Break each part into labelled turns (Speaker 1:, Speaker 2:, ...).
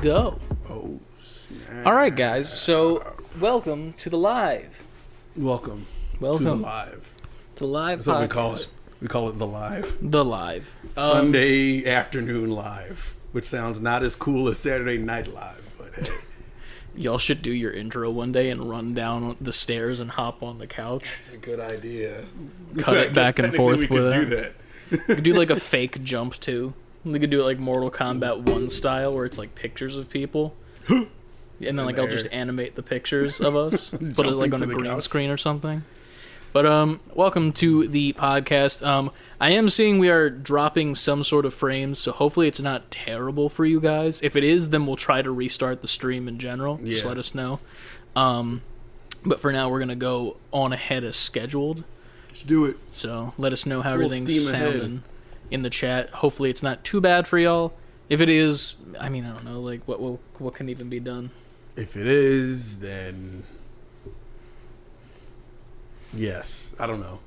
Speaker 1: go.
Speaker 2: Oh, snap.
Speaker 1: All right, guys. So, welcome to the live.
Speaker 2: Welcome, to the
Speaker 1: Welcome
Speaker 2: live.
Speaker 1: to the live.
Speaker 2: That's what we call
Speaker 1: podcast.
Speaker 2: it. We call it the live.
Speaker 1: The live. Um,
Speaker 2: Sunday afternoon live, which sounds not as cool as Saturday night live, but hey,
Speaker 1: y'all should do your intro one day and run down the stairs and hop on the couch.
Speaker 2: it's a good idea.
Speaker 1: Cut
Speaker 2: I
Speaker 1: it
Speaker 2: guess
Speaker 1: back and
Speaker 2: technically
Speaker 1: forth
Speaker 2: we
Speaker 1: with
Speaker 2: could
Speaker 1: it.
Speaker 2: do that.
Speaker 1: We could do like a fake jump too. We could do it like Mortal Kombat One style, where it's like pictures of people, and then like I'll just
Speaker 2: there.
Speaker 1: animate the pictures of us, put it like
Speaker 2: Jumping
Speaker 1: on
Speaker 2: to
Speaker 1: a
Speaker 2: the
Speaker 1: green
Speaker 2: couch.
Speaker 1: screen or something. But um, welcome to the podcast. Um, I am seeing we are dropping some sort of frames, so hopefully it's not terrible for you guys. If it is, then we'll try to restart the stream in general. Just
Speaker 2: Yeah.
Speaker 1: let us know. Um, but for now, we're gonna go on ahead as scheduled.
Speaker 2: Let's do it.
Speaker 1: So let us know how
Speaker 2: Full
Speaker 1: everything's
Speaker 2: steam ahead.
Speaker 1: sounding in the chat. Hopefully, it's not too bad for y'all. If it is, I mean, I don't know, like what will what can even be done.
Speaker 2: If it is, then yes. I don't know.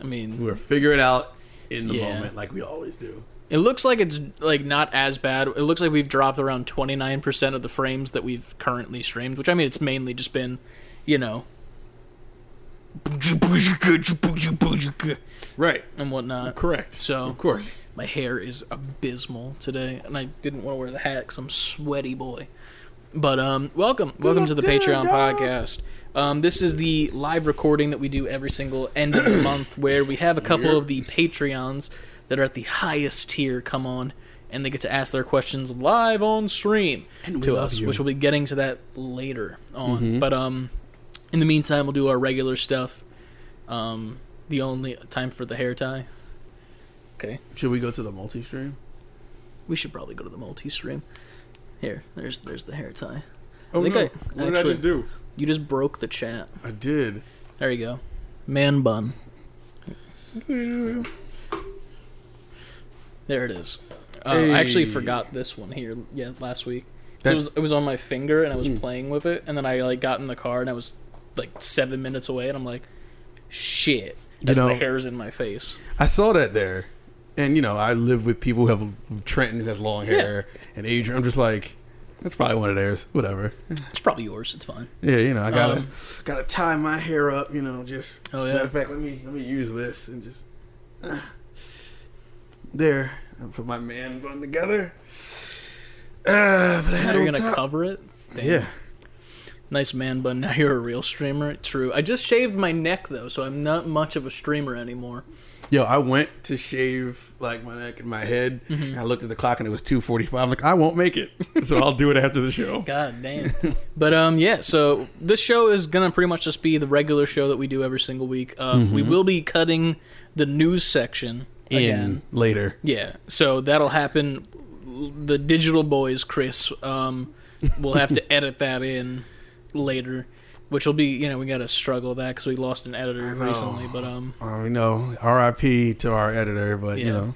Speaker 1: I mean,
Speaker 2: We'll figure it out in the
Speaker 1: Yeah.
Speaker 2: moment, like we always do.
Speaker 1: it looks like it's like not as bad. It looks like we've dropped around twenty nine percent of the frames that we've currently streamed, which I mean, it's mainly just been, you know, and
Speaker 2: Right.
Speaker 1: whatnot.
Speaker 2: Correct.
Speaker 1: So-
Speaker 2: of course.
Speaker 1: My hair is abysmal today, and I didn't want to wear the hat because I'm sweaty boy. But um, welcome, welcome to the
Speaker 2: look good,
Speaker 1: Patreon
Speaker 2: dog.
Speaker 1: podcast. Um, this is the live recording that we do every single end of the month, where we have a couple
Speaker 2: Yep.
Speaker 1: of the Patreons that are at the highest tier come on, and they get to ask their questions live on stream
Speaker 2: And we
Speaker 1: to
Speaker 2: love
Speaker 1: us,
Speaker 2: you. Mm-hmm.
Speaker 1: which we'll be getting to that later on. But um, in the meantime, we'll do our regular stuff. Um, the only time for the hair tie. Okay.
Speaker 2: Should we go to the multi stream?
Speaker 1: We should probably go to the multi stream. Here, there's there's the hair tie.
Speaker 2: Oh
Speaker 1: think
Speaker 2: no!
Speaker 1: I-
Speaker 2: what did I
Speaker 1: actually-
Speaker 2: just do?
Speaker 1: You just broke the chat.
Speaker 2: I did.
Speaker 1: There you go. Man bun. There it is. Uh, I actually
Speaker 2: Hey.
Speaker 1: forgot this one here. Yeah, last week. It
Speaker 2: That- Hmm.
Speaker 1: was it was on my finger and I was playing with it and then I like got in the car and I was like seven minutes away and I'm like, shit. As the
Speaker 2: know-
Speaker 1: hair's in my face.
Speaker 2: I saw that there, and you know, I live with people who have Trenton who has long hair and Adrian. I'm just like, that's probably one of theirs. Whatever.
Speaker 1: It's probably yours. It's fine.
Speaker 2: Yeah, you know, I gotta
Speaker 1: Um,
Speaker 2: gotta tie my hair up. You know, just
Speaker 1: Oh, yeah.
Speaker 2: matter of fact, let me let me use this and just uh, there and put my man bun together. Uh, but
Speaker 1: Now
Speaker 2: I had
Speaker 1: you're
Speaker 2: on
Speaker 1: gonna
Speaker 2: top-
Speaker 1: cover it. Damn.
Speaker 2: Yeah,
Speaker 1: Nice man bun. Now you're a real streamer. True. I just shaved my neck though, so I'm not much of a streamer anymore.
Speaker 2: yo, I went to shave like my neck and my head.
Speaker 1: Mm-hmm.
Speaker 2: And I looked at the clock and it was two forty five. I'm like, I won't make it, so I'll do it after the show.
Speaker 1: God damn. but um, yeah. So this show is gonna pretty much just be the regular show that we do every single week. Uh, We will be cutting the news section again.
Speaker 2: Mm-hmm. In later.
Speaker 1: Yeah. So that'll happen. The digital boys, Chris, um, will have to edit that in later, which will be you know we gotta struggle with that because we lost an editor
Speaker 2: know.
Speaker 1: recently. But um,
Speaker 2: Uh, you know, RIP to our editor, but
Speaker 1: Yeah.
Speaker 2: you know,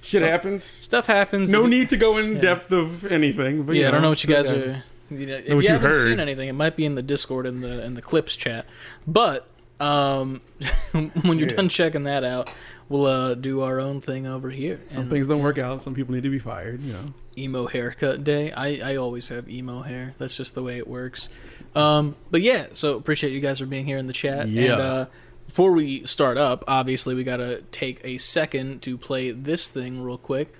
Speaker 2: shit happens.
Speaker 1: stuff happens.
Speaker 2: No
Speaker 1: It-
Speaker 2: need to go in depth of anything. But
Speaker 1: Yeah,
Speaker 2: you
Speaker 1: I don't know
Speaker 2: know
Speaker 1: what you guys
Speaker 2: still-
Speaker 1: are. You know, if
Speaker 2: what
Speaker 1: you
Speaker 2: you
Speaker 1: haven't seen
Speaker 2: heard.
Speaker 1: anything, it might be in the Discord and the in the clips chat. But um, when you're
Speaker 2: Yeah.
Speaker 1: done checking that out, we'll uh, do our own thing over here.
Speaker 2: Some things don't work out. Some people need to be fired. You know.
Speaker 1: emo haircut day. I, I always have emo hair. That's just the way it works. Um, but yeah, so appreciate you guys for being here in the chat.
Speaker 2: Yeah.
Speaker 1: And, uh, before we start up, obviously we gotta take a second to play this thing real quick.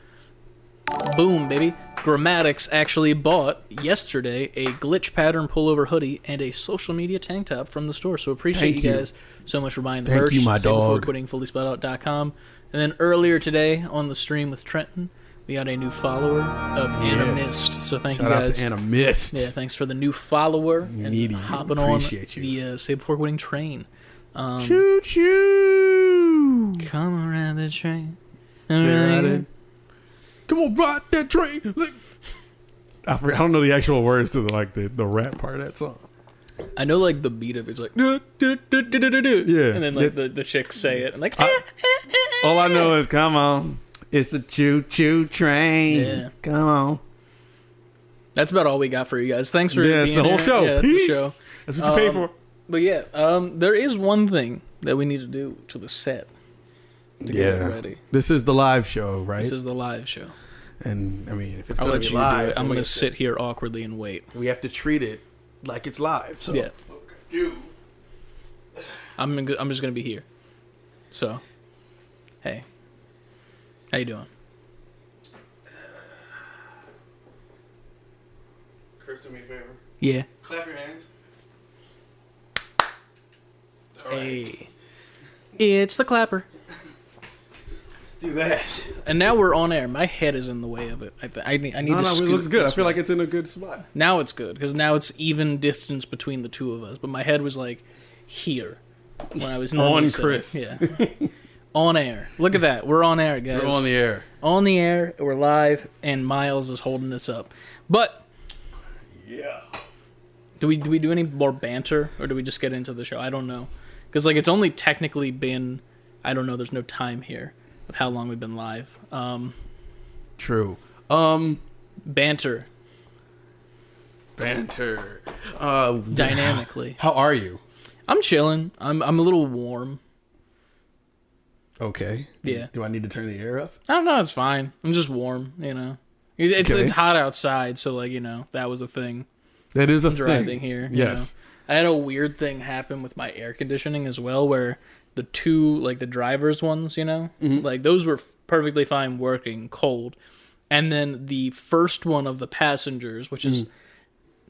Speaker 1: Boom, baby. Grammatics actually bought yesterday a glitch pattern pullover hoodie and a social media tank top from the store. So appreciate
Speaker 2: Thank
Speaker 1: you
Speaker 2: you.
Speaker 1: guys so much for buying the
Speaker 2: Thank
Speaker 1: merch.
Speaker 2: you, my
Speaker 1: Same before
Speaker 2: dog.
Speaker 1: quitting fullyspoutout.com. And then earlier today on the stream with Trenton, we got a new follower of Anna Mist. So thank
Speaker 2: Shout
Speaker 1: you
Speaker 2: out
Speaker 1: guys.
Speaker 2: to Anna Mist.
Speaker 1: Yeah, thanks for the new follower and
Speaker 2: Need you.
Speaker 1: hopping
Speaker 2: Appreciate
Speaker 1: on
Speaker 2: you.
Speaker 1: the uh, Say Before Quitting train. um,
Speaker 2: Choo choo.
Speaker 1: Come around the train.
Speaker 2: Come on, ride that train. Like- I, forget, I don't know the actual words to the, like the, the rap part of that song.
Speaker 1: I know like the beat of it's like do, do, do, do, do, do, do.
Speaker 2: Yeah.
Speaker 1: and then like the, the chicks say it and like eh, eh, eh, eh.
Speaker 2: All I know is, come on, it's the choo choo train.
Speaker 1: Yeah.
Speaker 2: Come on.
Speaker 1: that's about all we got for you guys. Thanks for
Speaker 2: Yeah, it's
Speaker 1: being
Speaker 2: the whole
Speaker 1: here.
Speaker 2: show.
Speaker 1: Yeah, that's
Speaker 2: Peace.
Speaker 1: the show.
Speaker 2: That's what you pay
Speaker 1: Um,
Speaker 2: for.
Speaker 1: But yeah, um, there is one thing that we need to do to the set to get it ready.
Speaker 2: This is the live show, right?
Speaker 1: This is the live show.
Speaker 2: And I mean, if it's
Speaker 1: I'll
Speaker 2: gonna
Speaker 1: let
Speaker 2: be
Speaker 1: you
Speaker 2: live,
Speaker 1: do it.
Speaker 2: then
Speaker 1: I'm
Speaker 2: we
Speaker 1: gonna
Speaker 2: have
Speaker 1: sit here awkwardly and wait.
Speaker 2: We have to treat it like it's live. So
Speaker 1: Yeah, I'm gonna, I'm just gonna be here. So, hey, how you doing?
Speaker 2: Chris, do me a favor.
Speaker 1: Yeah.
Speaker 2: Clap your hands. All
Speaker 1: Hey. It's the clapper.
Speaker 2: let's do that.
Speaker 1: And now we're on air. My head is in the way of it. I, th- I need, I need
Speaker 2: No,
Speaker 1: to
Speaker 2: no, it
Speaker 1: scoot
Speaker 2: looks good. I
Speaker 1: this
Speaker 2: feel
Speaker 1: way.
Speaker 2: like it's in a good spot.
Speaker 1: now it's good because now it's even distance between the two of us. But my head was like here when I was normally sitting.
Speaker 2: Chris.
Speaker 1: Yeah, on air. Look at that. We're on air, guys.
Speaker 2: We're on the air.
Speaker 1: on the air. We're live, and Miles is holding us up. But
Speaker 2: Yeah.
Speaker 1: do we do we do any more banter, or do we just get into the show? I don't know, because like it's only technically been I don't know. There's no time here of how long we've been live. Um,
Speaker 2: True. Um,
Speaker 1: banter
Speaker 2: banter. Uh,
Speaker 1: dynamically.
Speaker 2: How are you?
Speaker 1: I'm chilling. I'm I'm a little warm.
Speaker 2: Okay.
Speaker 1: Yeah.
Speaker 2: Do I need to turn the air up?
Speaker 1: I don't know. It's fine. I'm just warm. You know, It- it's
Speaker 2: Okay.
Speaker 1: it's hot outside, so like you know that was a thing
Speaker 2: That is a
Speaker 1: driving
Speaker 2: thing.
Speaker 1: here. you
Speaker 2: Yes.
Speaker 1: know. I had a weird thing happen with my air conditioning as well, where the two like the drivers ones, you know, like those were perfectly fine working cold, and then the first one of the passengers, which is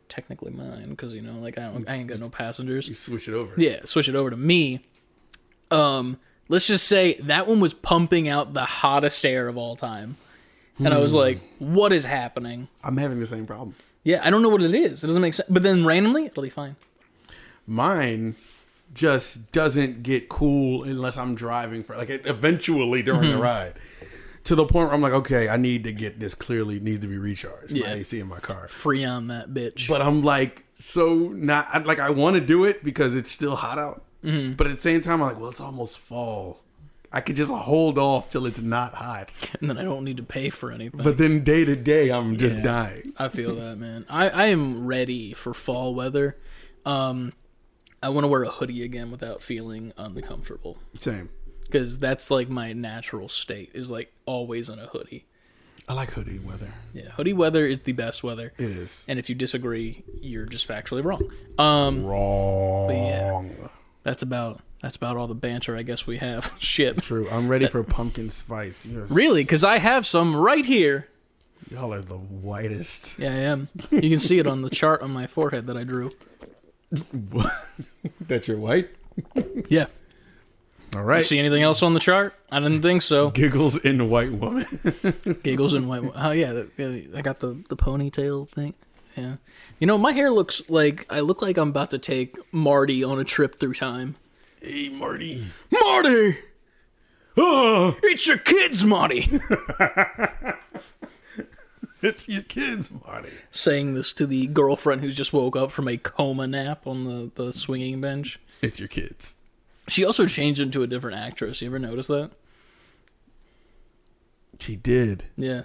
Speaker 1: technically mine, because you know, like I don't, I ain't got no passengers.
Speaker 2: You switch it over.
Speaker 1: Yeah, switch it over to me. Um, let's just say that one was pumping out the hottest air of all time. And I was like, what is happening?
Speaker 2: I'm having the same problem.
Speaker 1: Yeah, I don't know what it is. It doesn't make sense. But then randomly, it'll be fine.
Speaker 2: Mine just doesn't get cool unless I'm driving for like eventually during
Speaker 1: Hmm.
Speaker 2: the ride. To the point where I'm like, okay, I need to get this clearly needs to be recharged. Yeah.
Speaker 1: Yeah.
Speaker 2: My AC in my car.
Speaker 1: Free on that bitch.
Speaker 2: But I'm like, so not I, like I want to do it because it's still hot out.
Speaker 1: Mm-hmm.
Speaker 2: But at the same time, I'm like, well, it's almost fall. I could just hold off till it's not hot.
Speaker 1: and then I don't need to pay for anything.
Speaker 2: But then day to day, I'm just
Speaker 1: Yeah.
Speaker 2: dying.
Speaker 1: I feel that, man. I, I am ready for fall weather. Um, I want to wear a hoodie again without feeling uncomfortable.
Speaker 2: Same.
Speaker 1: Because that's like my natural state, is like always in a hoodie.
Speaker 2: I like hoodie weather.
Speaker 1: Yeah, hoodie weather is the best weather.
Speaker 2: It is
Speaker 1: And if you disagree, you're just factually wrong. Um,
Speaker 2: wrong.
Speaker 1: that's about that's about all the banter I guess we have. Shit,
Speaker 2: True. I'm ready for pumpkin spice. You're
Speaker 1: really? Because I have some right here.
Speaker 2: y'all are the whitest.
Speaker 1: Yeah, I am. You can see it on the chart on my forehead that I drew.
Speaker 2: that you're white.
Speaker 1: Yeah.
Speaker 2: All
Speaker 1: You
Speaker 2: right.
Speaker 1: see anything else on the chart? I didn't think so.
Speaker 2: Giggles in white woman.
Speaker 1: Giggles and white. Oh yeah, the- yeah, I got the the ponytail thing. Yeah. You know, my hair looks like I look like I'm about to take Marty on a trip through time.
Speaker 2: hey, Marty.
Speaker 1: Marty,
Speaker 2: Oh,
Speaker 1: it's your kids, Marty.
Speaker 2: it's your kids, Marty.
Speaker 1: saying this to the girlfriend who's just woke up from a coma nap on the, the swinging bench.
Speaker 2: It's your kids.
Speaker 1: She also changed into a different actress. You ever notice that?
Speaker 2: She did.
Speaker 1: Yeah.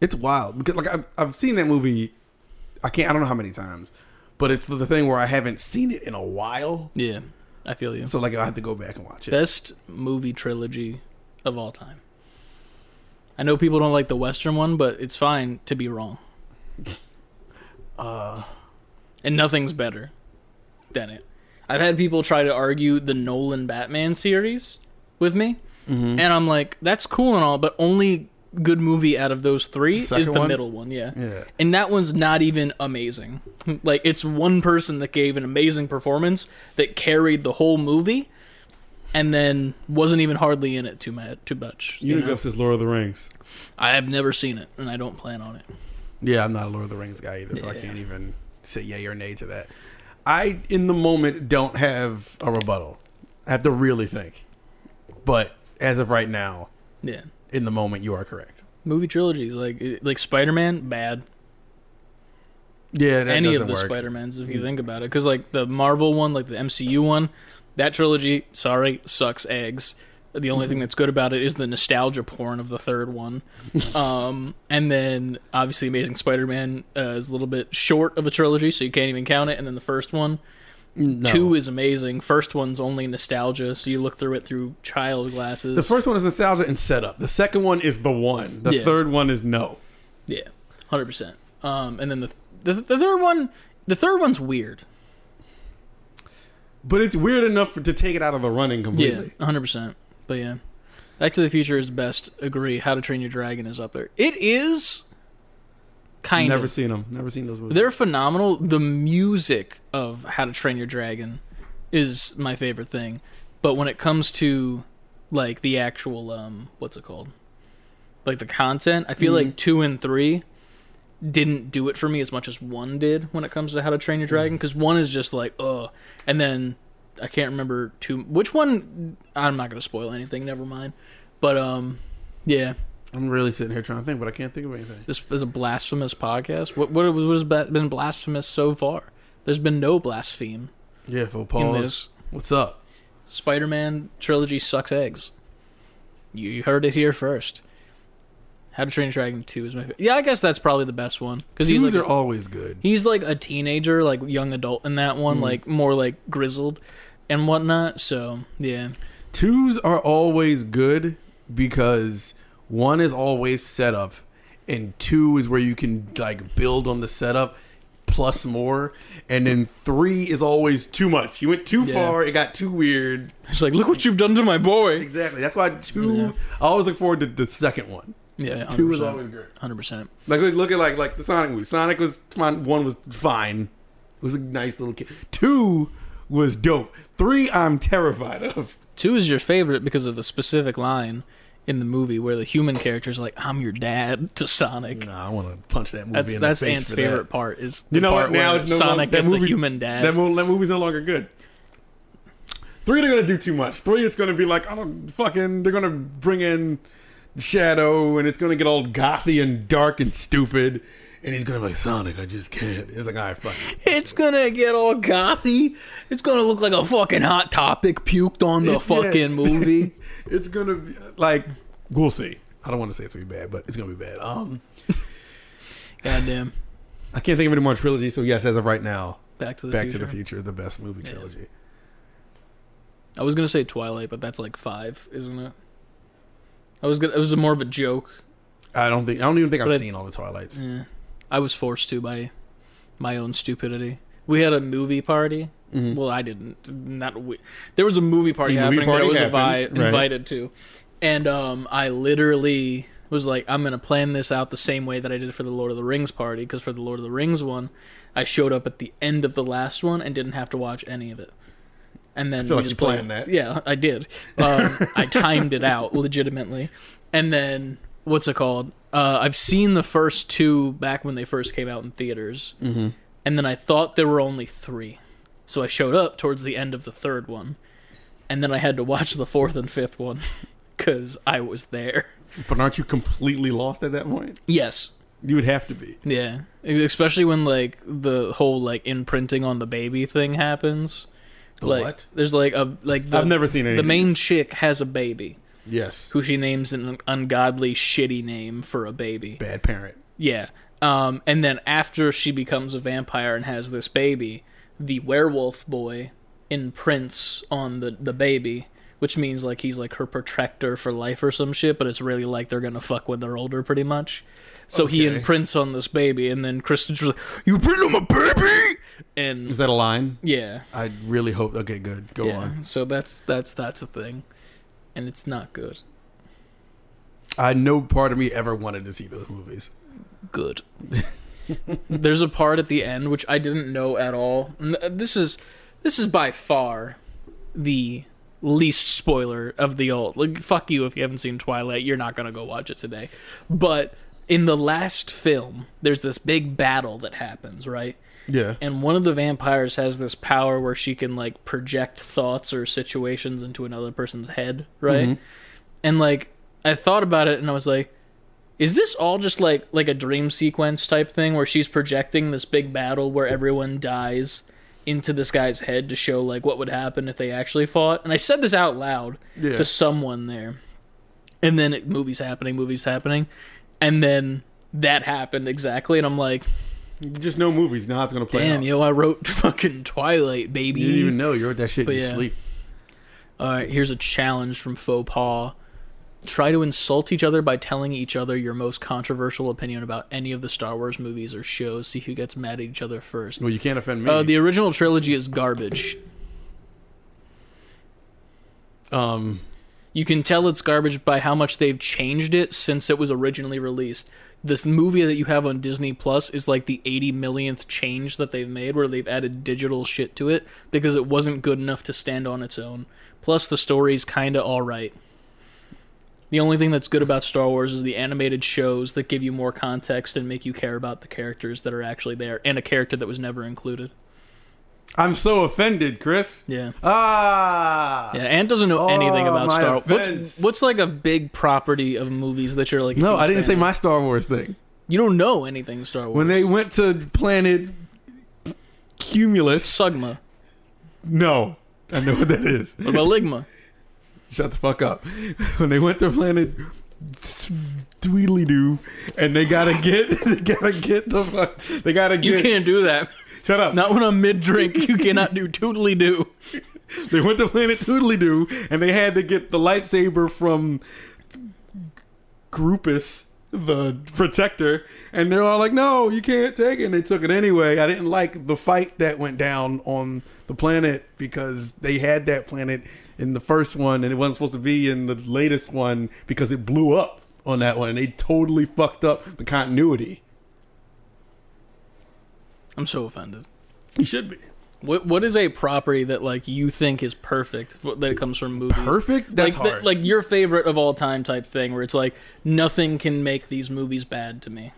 Speaker 2: It's wild because like I've, I've seen that movie. I can't. I don't know how many times, but it's the thing where I haven't seen it in a while.
Speaker 1: Yeah. I feel you.
Speaker 2: So like I have to go back and watch it.
Speaker 1: Best movie trilogy of all time. I know people don't like the Western one, but it's fine to be wrong.
Speaker 2: Uh,
Speaker 1: and nothing's better than it. I've had people try to argue the Nolan Batman series with me,
Speaker 2: Mm-hmm.
Speaker 1: and I'm like, that's cool and all, but only good movie out of those three
Speaker 2: The
Speaker 1: is
Speaker 2: second
Speaker 1: the
Speaker 2: one?
Speaker 1: middle one, yeah.
Speaker 2: Yeah.
Speaker 1: And that one's not even amazing. Like it's one person that gave an amazing performance that carried the whole movie, and then wasn't even hardly in it too much. Too much. you know?
Speaker 2: Uniguff says Lord of the Rings.
Speaker 1: I have never seen it, and I don't plan on it.
Speaker 2: Yeah, I'm not a Lord of the Rings guy either, so I
Speaker 1: Yeah.
Speaker 2: can't even say yay or nay to that. I, in the moment, don't have a rebuttal. I have to really think. But as of right now,
Speaker 1: Yeah,
Speaker 2: in the moment, you are correct.
Speaker 1: movie trilogies like like Spider Man, bad.
Speaker 2: Yeah, that
Speaker 1: any of
Speaker 2: doesn't
Speaker 1: the
Speaker 2: work. Mm.
Speaker 1: Spider Mans if you think about it, because like the Marvel one, like the MCU one, that trilogy, sorry, sucks eggs. The only
Speaker 2: Mm-hmm.
Speaker 1: thing that's good about it is the nostalgia porn of the third one, um, and then obviously Amazing Spider Man uh, is a little bit short of a trilogy, so you can't even count it. And then the first one,
Speaker 2: No.
Speaker 1: Two is amazing. First one's only nostalgia, so you look through it through child glasses.
Speaker 2: The first one is nostalgia and setup. The second one is the one. The
Speaker 1: Yeah.
Speaker 2: third one is no.
Speaker 1: yeah, hundred percent. Um, and then the, the the third one, the third one's weird.
Speaker 2: But it's weird enough to take it out of the running completely.
Speaker 1: Yeah, hundred percent. But yeah, Back to the Future is best. Agree. How to Train Your Dragon is up there. It is kind
Speaker 2: Never
Speaker 1: of.
Speaker 2: seen them. Never seen those movies.
Speaker 1: They're phenomenal. The music of How to Train Your Dragon is my favorite thing. But when it comes to like the actual um what's it called? Like the content, I feel like 2 and 3 didn't do it for me as much as 1 did when it comes to How to Train Your Dragon cuz 1 is just like ugh and then I can't remember two which one I'm not going to spoil anything, never mind. But um yeah,
Speaker 2: I'm really sitting here trying to think, but I can't think of anything.
Speaker 1: this is a blasphemous podcast. What what, what has ba- been blasphemous so far? There's been no blaspheme
Speaker 2: Yeah, for
Speaker 1: in
Speaker 2: pause.
Speaker 1: this.
Speaker 2: What's up?
Speaker 1: Spider-Man trilogy sucks eggs. You, you heard it here first. How to Train Your Dragon Two is my favorite. Yeah, I guess that's probably the best one because he's
Speaker 2: These
Speaker 1: like
Speaker 2: are
Speaker 1: a-
Speaker 2: always good.
Speaker 1: he's like a teenager, like young adult in that
Speaker 2: Mm.
Speaker 1: one, like more like grizzled and whatnot. So yeah,
Speaker 2: Twos are always good because one is always setup, and two is where you can like build on the setup plus more, and then three is always too much. You went too
Speaker 1: Yeah.
Speaker 2: far, it got too weird.
Speaker 1: it's like look what you've done to my boy.
Speaker 2: Exactly. That's why two.
Speaker 1: Yeah.
Speaker 2: I always look forward to the second one.
Speaker 1: Yeah, 100%,
Speaker 2: Two is always great.
Speaker 1: hundred percent.
Speaker 2: Like look- look at like like the Sonic movie. Sonic was fine. One was fine. It was a nice little kid. Two was dope. Three, I'm terrified of.
Speaker 1: Two is your favorite because of the specific line in the movie where the human character is like, "I'm your dad" to Sonic.
Speaker 2: Nah, I want to punch that movie.
Speaker 1: that's
Speaker 2: in
Speaker 1: that's
Speaker 2: the face
Speaker 1: Ant's
Speaker 2: for that.
Speaker 1: favorite part. Is the
Speaker 2: You know
Speaker 1: part
Speaker 2: what? Now
Speaker 1: where
Speaker 2: it's no
Speaker 1: Sonic
Speaker 2: longer, that
Speaker 1: gets
Speaker 2: movie,
Speaker 1: a human dad.
Speaker 2: That, mo- that movie's no longer good. Three, they're gonna do too much. Three, it's gonna be like I don't fucking. They're gonna bring in Shadow, and it's gonna get all gothy and dark and stupid. And he's gonna be like Sonic. I just can't. It's like all right, fuck. it.
Speaker 1: it's gonna get all gothy. It's gonna look like a fucking hot topic puked on the
Speaker 2: Yeah.
Speaker 1: fucking movie.
Speaker 2: It's gonna be like we'll see. I don't want to say it's gonna be bad, but it's gonna be bad. Um,
Speaker 1: Goddamn.
Speaker 2: I can't think of any more trilogy. So yes, as of right now,
Speaker 1: Back to the
Speaker 2: Back
Speaker 1: future.
Speaker 2: to the Future is the best movie trilogy.
Speaker 1: I was gonna say Twilight, but that's like five, isn't it? I was gonna. It was more of a joke.
Speaker 2: I don't think. I don't even think I've
Speaker 1: But-
Speaker 2: seen all the Twilights.
Speaker 1: Yeah. I was forced to by my own stupidity. We had a movie party. Well, I didn't. Not we. There was a movie party
Speaker 2: The Mm-hmm. movie
Speaker 1: happening that I
Speaker 2: party
Speaker 1: was
Speaker 2: happened,
Speaker 1: invi-
Speaker 2: right.
Speaker 1: invited to, and um, I literally was like, "I'm gonna plan this out the same way that I did for the Lord of the Rings party." Because for the Lord of the Rings one, I showed up at the end of the last one and didn't have to watch any of it. And then
Speaker 2: feel
Speaker 1: we
Speaker 2: like
Speaker 1: just
Speaker 2: you
Speaker 1: played-
Speaker 2: planned that.
Speaker 1: Yeah, I did. Um, I timed it out legitimately. And then what's it called? Uh, I've seen the first two back when they first came out in theaters, mm-hmm. and then I thought there were only three, so I showed up towards the end of the third one, and then I had to watch the fourth and fifth one because I was there.
Speaker 2: But aren't you completely lost at that point?
Speaker 1: Yes,
Speaker 2: You would have to be.
Speaker 1: yeah, E-, especially when like the whole like imprinting on the baby thing happens.
Speaker 2: The
Speaker 1: like,
Speaker 2: what?
Speaker 1: There's like a like the,
Speaker 2: I've never seen any.
Speaker 1: the
Speaker 2: of
Speaker 1: main
Speaker 2: these.
Speaker 1: chick has a baby
Speaker 2: yes,
Speaker 1: who she names an ungodly shitty name for a baby.
Speaker 2: bad parent.
Speaker 1: Yeah. Um, and then after she becomes a vampire and has this baby, the werewolf boy imprints on the, the baby, which means like he's like her protector for life or some shit, but it's really like they're gonna fuck when they're older pretty much. So he
Speaker 2: Okay.
Speaker 1: imprints on this baby and then Kristen's like, You print on my baby and
Speaker 2: Is that a line?
Speaker 1: yeah.
Speaker 2: I really hope. Okay, good. Go
Speaker 1: yeah.
Speaker 2: on.
Speaker 1: So that's that's that's a thing. And it's not good.
Speaker 2: I know part of me ever wanted to see those movies.
Speaker 1: good. There's a part at the end which I didn't know at all. N- This is this is by far the least spoiler of the old. Like fuck you if you haven't seen Twilight, you're not going to go watch it today. But in the last film, there's this big battle that happens, right?
Speaker 2: Yeah.
Speaker 1: And one of the vampires has this power where she can like project thoughts or situations into another person's head, right? And like I thought about it and I was like, is this all just like like a dream sequence type thing where she's projecting this big battle where everyone dies into this guy's head to show like what would happen if they actually fought? And I said this out loud
Speaker 2: Yeah.
Speaker 1: to someone there. And then it, movies happening, movies happening. And then that happened exactly and I'm like
Speaker 2: Just no movies. Now it's gonna play.
Speaker 1: Damn,
Speaker 2: out.
Speaker 1: yo, I wrote fucking Twilight, baby.
Speaker 2: You didn't even know you wrote that shit
Speaker 1: But
Speaker 2: in your
Speaker 1: yeah.
Speaker 2: sleep.
Speaker 1: All right, here's a challenge from Faux Pas. Try to insult each other by telling each other your most controversial opinion about any of the Star Wars movies or shows. See who gets mad at each other first.
Speaker 2: Well, you can't offend me.
Speaker 1: Uh, the original trilogy is garbage.
Speaker 2: um,
Speaker 1: You can tell it's garbage by how much they've changed it since it was originally released. This movie that you have on Disney Plus is like the 80 millionth change that they've made where they've added digital shit to it because it wasn't good enough to stand on its own. Plus, the story's kinda alright. The only thing that's good about Star Wars is the animated shows that give you more context and make you care about the characters that are actually there and a character that was never included.
Speaker 2: I'm so offended, Chris.
Speaker 1: Yeah.
Speaker 2: Ah.
Speaker 1: Yeah, Ant doesn't know anything
Speaker 2: Oh,
Speaker 1: about
Speaker 2: my
Speaker 1: Star Wars. What's,
Speaker 2: offense.
Speaker 1: what's like a big property of movies that you're like? a
Speaker 2: No,
Speaker 1: huge
Speaker 2: I didn't
Speaker 1: fan
Speaker 2: say
Speaker 1: of?
Speaker 2: my Star Wars thing.
Speaker 1: You don't know anything Star Wars.
Speaker 2: When they went to planet Cumulus,
Speaker 1: Sugma,
Speaker 2: no, I know what that is.
Speaker 1: what about Ligma?
Speaker 2: Shut the fuck up. When they went to planet Tweedly Doo, and they gotta get, they gotta get the fuck, they gotta
Speaker 1: You
Speaker 2: get.
Speaker 1: can't do that.
Speaker 2: Shut up.
Speaker 1: Not when I'm mid drink. You cannot do tootly do.
Speaker 2: They went to planet Toodly Doo, and they had to get the lightsaber from Grupus, the protector. And they're all like, "No, you can't take it." And they took it anyway. I didn't like the fight that went down on the planet because they had that planet in the first one, and it wasn't supposed to be in the latest one because it blew up on that one, and they totally fucked up the continuity.
Speaker 1: I'm so offended.
Speaker 2: You should be
Speaker 1: What What is a property that like you think is perfect f- that it comes from movies?
Speaker 2: perfect.
Speaker 1: Like
Speaker 2: That's
Speaker 1: th-
Speaker 2: hard.
Speaker 1: like your favorite of all time type thing where it's like nothing can make these movies bad to me.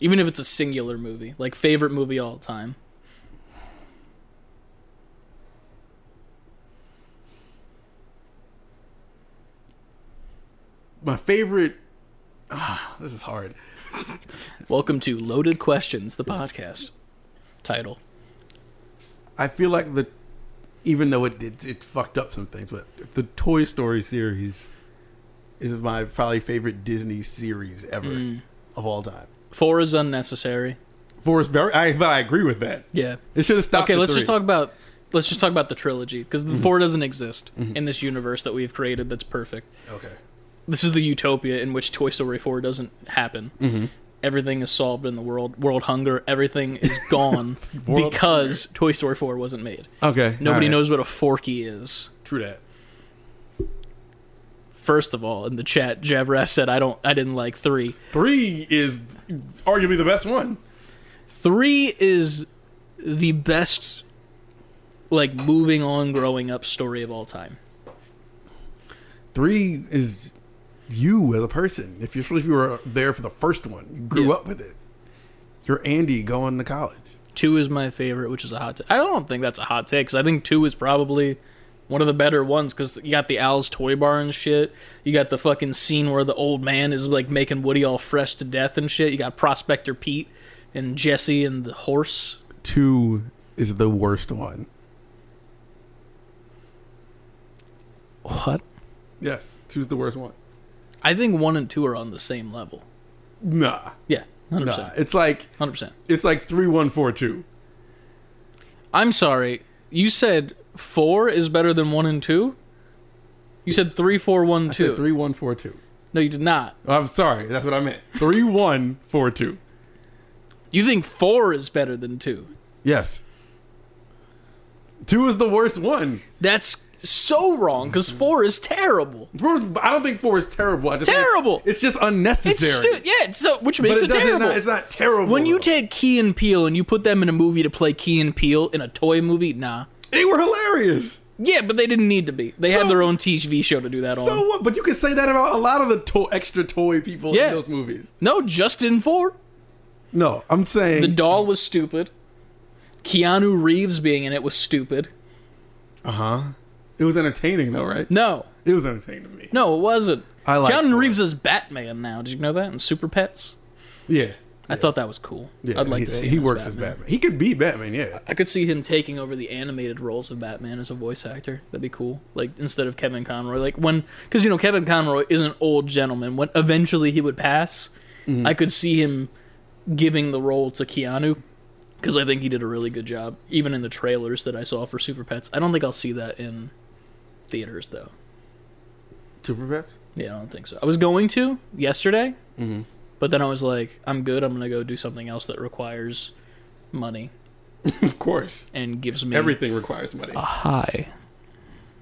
Speaker 1: Even if it's a singular movie, like favorite movie all time.
Speaker 2: my favorite. Ah, this is hard.
Speaker 1: Welcome to Loaded Questions, the podcast title.
Speaker 2: I feel like the even though it did it fucked up some things, but the Toy Story series is my probably favorite Disney series ever
Speaker 1: Mm.
Speaker 2: of all time.
Speaker 1: Four is unnecessary.
Speaker 2: Forrest very I but I agree with that.
Speaker 1: Yeah.
Speaker 2: It should have stopped.
Speaker 1: Okay,
Speaker 2: at
Speaker 1: let's
Speaker 2: three.
Speaker 1: just talk about let's just talk about the trilogy because the four doesn't exist in this universe that we've created. That's perfect.
Speaker 2: Okay.
Speaker 1: This is the utopia in which Toy Story four doesn't happen. Everything is solved in the world. World hunger. Everything is gone
Speaker 2: World
Speaker 1: because Toy Story four wasn't made.
Speaker 2: Okay.
Speaker 1: Nobody
Speaker 2: all right.
Speaker 1: knows what a forky is.
Speaker 2: True that.
Speaker 1: First of all, in the chat, Javras said, "I don't. I didn't like three.
Speaker 2: Three is arguably the best one.
Speaker 1: Three is the best, like moving on, growing up story of all time."
Speaker 2: Three is you as a person. If you especially if you were there for the first one, you grew
Speaker 1: Yeah.
Speaker 2: up with it. You're Andy going to college.
Speaker 1: Two is my favorite, which is a hot take. I don't think that's a hot take 'cause I think two is probably one of the better ones because you got the Owl's Toy Bar and shit. You got the fucking scene where the old man is like making Woody all fresh to death and shit. You got Prospector Pete and Jesse and the horse.
Speaker 2: Two is the worst one.
Speaker 1: What?
Speaker 2: Yes, two's the worst one.
Speaker 1: I think one and two are on the same level.
Speaker 2: Nah.
Speaker 1: Yeah, 100%.
Speaker 2: Nah, it's like
Speaker 1: 100%.
Speaker 2: it's like three one four two.
Speaker 1: I'm sorry. You said four is better than one and two? You said three, four, one, two.
Speaker 2: Three one four two.
Speaker 1: No, you did not.
Speaker 2: I'm sorry, that's what I meant. Three one four two.
Speaker 1: You think four is better than two?
Speaker 2: Yes. Two is the worst one.
Speaker 1: That's so wrong because four is terrible.
Speaker 2: Four is- I don't think four is terrible. I just
Speaker 1: Terrible!
Speaker 2: It's, just
Speaker 1: It's
Speaker 2: unnecessary.
Speaker 1: stu- yeah, it's so which
Speaker 2: but
Speaker 1: makes
Speaker 2: it
Speaker 1: it,
Speaker 2: doesn't.
Speaker 1: terrible.
Speaker 2: Not, it's not terrible.
Speaker 1: when you
Speaker 2: though.
Speaker 1: take Key and Peele and you put them in a movie to play Key and Peele in a toy movie, nah.
Speaker 2: they were hilarious.
Speaker 1: Yeah, but they didn't need to be. They
Speaker 2: So-
Speaker 1: had their own TV show to do that
Speaker 2: So
Speaker 1: on.
Speaker 2: what? But you can say that about a lot of the to- extra toy people
Speaker 1: Yeah.
Speaker 2: in those movies.
Speaker 1: No, Justin Four.
Speaker 2: No, I'm saying
Speaker 1: The doll was stupid. Keanu Reeves being in it was stupid.
Speaker 2: uh huh. It was entertaining though, right?
Speaker 1: No,
Speaker 2: It was entertaining to me.
Speaker 1: no, it wasn't.
Speaker 2: I like
Speaker 1: Keanu
Speaker 2: four.
Speaker 1: Reeves is Batman now. Did you know that? In Super Pets,
Speaker 2: Yeah.
Speaker 1: I thought that was cool.
Speaker 2: Yeah,
Speaker 1: I'd like
Speaker 2: he,
Speaker 1: to see.
Speaker 2: he
Speaker 1: him
Speaker 2: works
Speaker 1: as
Speaker 2: as
Speaker 1: Batman.
Speaker 2: Batman. He could be Batman, yeah.
Speaker 1: I could see him taking over the animated roles of Batman as a voice actor. That'd be cool. Like instead of Kevin Conroy, like when because you know
Speaker 2: Mm-hmm.
Speaker 1: Kevin Conroy is an old gentleman. When eventually he would pass, I could see him giving the role to Keanu because I think he did a really good job, even in the trailers that I saw for Super Pets. I don't think I'll see that in theaters though.
Speaker 2: Super Pets?
Speaker 1: Yeah, I don't think so. I was going to yesterday, but then I was like, I'm good. I'm gonna go do something else that requires money
Speaker 2: of course.
Speaker 1: and gives me
Speaker 2: Everything requires money.
Speaker 1: a high.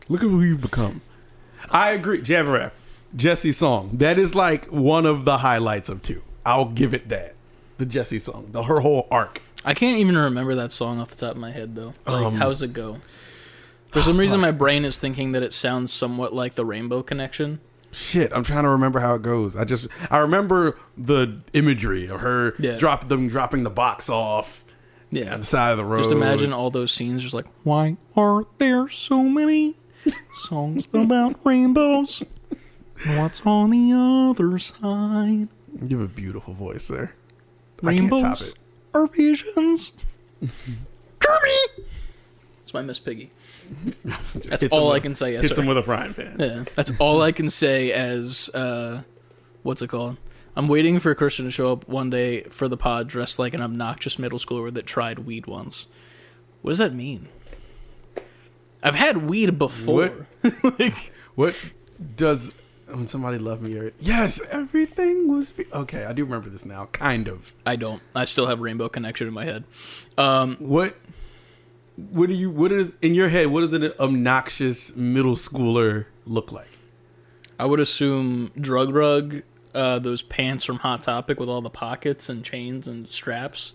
Speaker 2: Look at who you've become. I agree. Javrap, Jesse song. That is like one of the highlights of two. I'll give it that. The Jesse song, the her whole arc.
Speaker 1: I can't even remember that song off the top of my head though. Like,
Speaker 2: Um,
Speaker 1: how's it go? For some reason, my brain is thinking that it sounds somewhat like the Rainbow Connection.
Speaker 2: Shit, I'm trying to remember how it goes. I just I remember the imagery of her
Speaker 1: Yeah.
Speaker 2: drop them dropping the box off
Speaker 1: Yeah,
Speaker 2: on the side of the road.
Speaker 1: Just imagine all those scenes. Just like, why are there so many songs about rainbows? What's on the other side?
Speaker 2: You have a beautiful voice, sir.
Speaker 1: Rainbows
Speaker 2: I can't top it.
Speaker 1: are visions. Kirby. It's my Miss Piggy. That's
Speaker 2: Hits him
Speaker 1: all I
Speaker 2: with-
Speaker 1: can say. Yes,
Speaker 2: Hits
Speaker 1: sir.
Speaker 2: him with a frying pan.
Speaker 1: Yeah, that's all I can say. As uh, what's it called? I'm waiting for Christian to show up one day for the pod dressed like an obnoxious middle schooler that tried weed once. What does that mean? I've had weed before. like,
Speaker 2: What does when somebody loved me? Or, yes, everything was be- okay. I do remember this now, kind of.
Speaker 1: I don't. I still have Rainbow Connection in my head. Um,
Speaker 2: What? What do you? What is in your head? What does an obnoxious middle schooler look like?
Speaker 1: I would assume Drug Rug, uh, those pants from Hot Topic with all the pockets and chains and straps.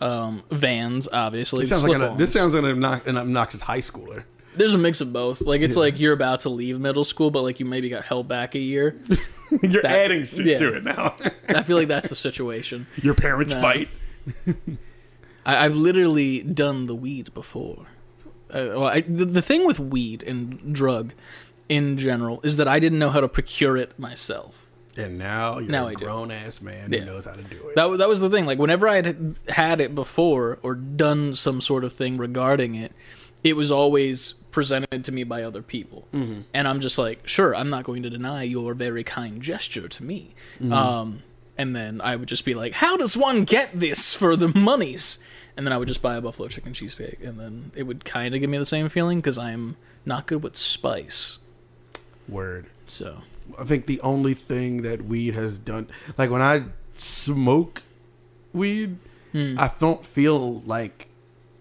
Speaker 1: Um, vans, obviously.
Speaker 2: This sounds like an,
Speaker 1: slip-ons.
Speaker 2: this sounds like an, obnox- an obnoxious high schooler.
Speaker 1: There's a mix of both. Like it's like you're about to leave middle school, but like you maybe got held back a year.
Speaker 2: You're
Speaker 1: That's-
Speaker 2: adding shit
Speaker 1: yeah.
Speaker 2: to it now.
Speaker 1: I feel like that's the situation.
Speaker 2: your parents fight.
Speaker 1: I, I've literally done the weed before. Uh, well, I, the, the thing with weed and drug in general is that I didn't know how to procure it myself.
Speaker 2: And now you're
Speaker 1: Now I
Speaker 2: a
Speaker 1: do.
Speaker 2: grown ass man
Speaker 1: Yeah.
Speaker 2: who knows how to do it.
Speaker 1: That wa- that was the thing. Like whenever I had had it before or done some sort of thing regarding it, it was always presented to me by other people, and I'm just like, sure, I'm not going to deny your very kind gesture to me. Um, and then I would just be like, how does one get this for the monies? And then I would just buy a buffalo chicken cheesesteak, and then it would kind of give me the same feeling because I'm not good with spice.
Speaker 2: Word.
Speaker 1: So
Speaker 2: I think the only thing that weed has done, like when I smoke weed, I don't feel like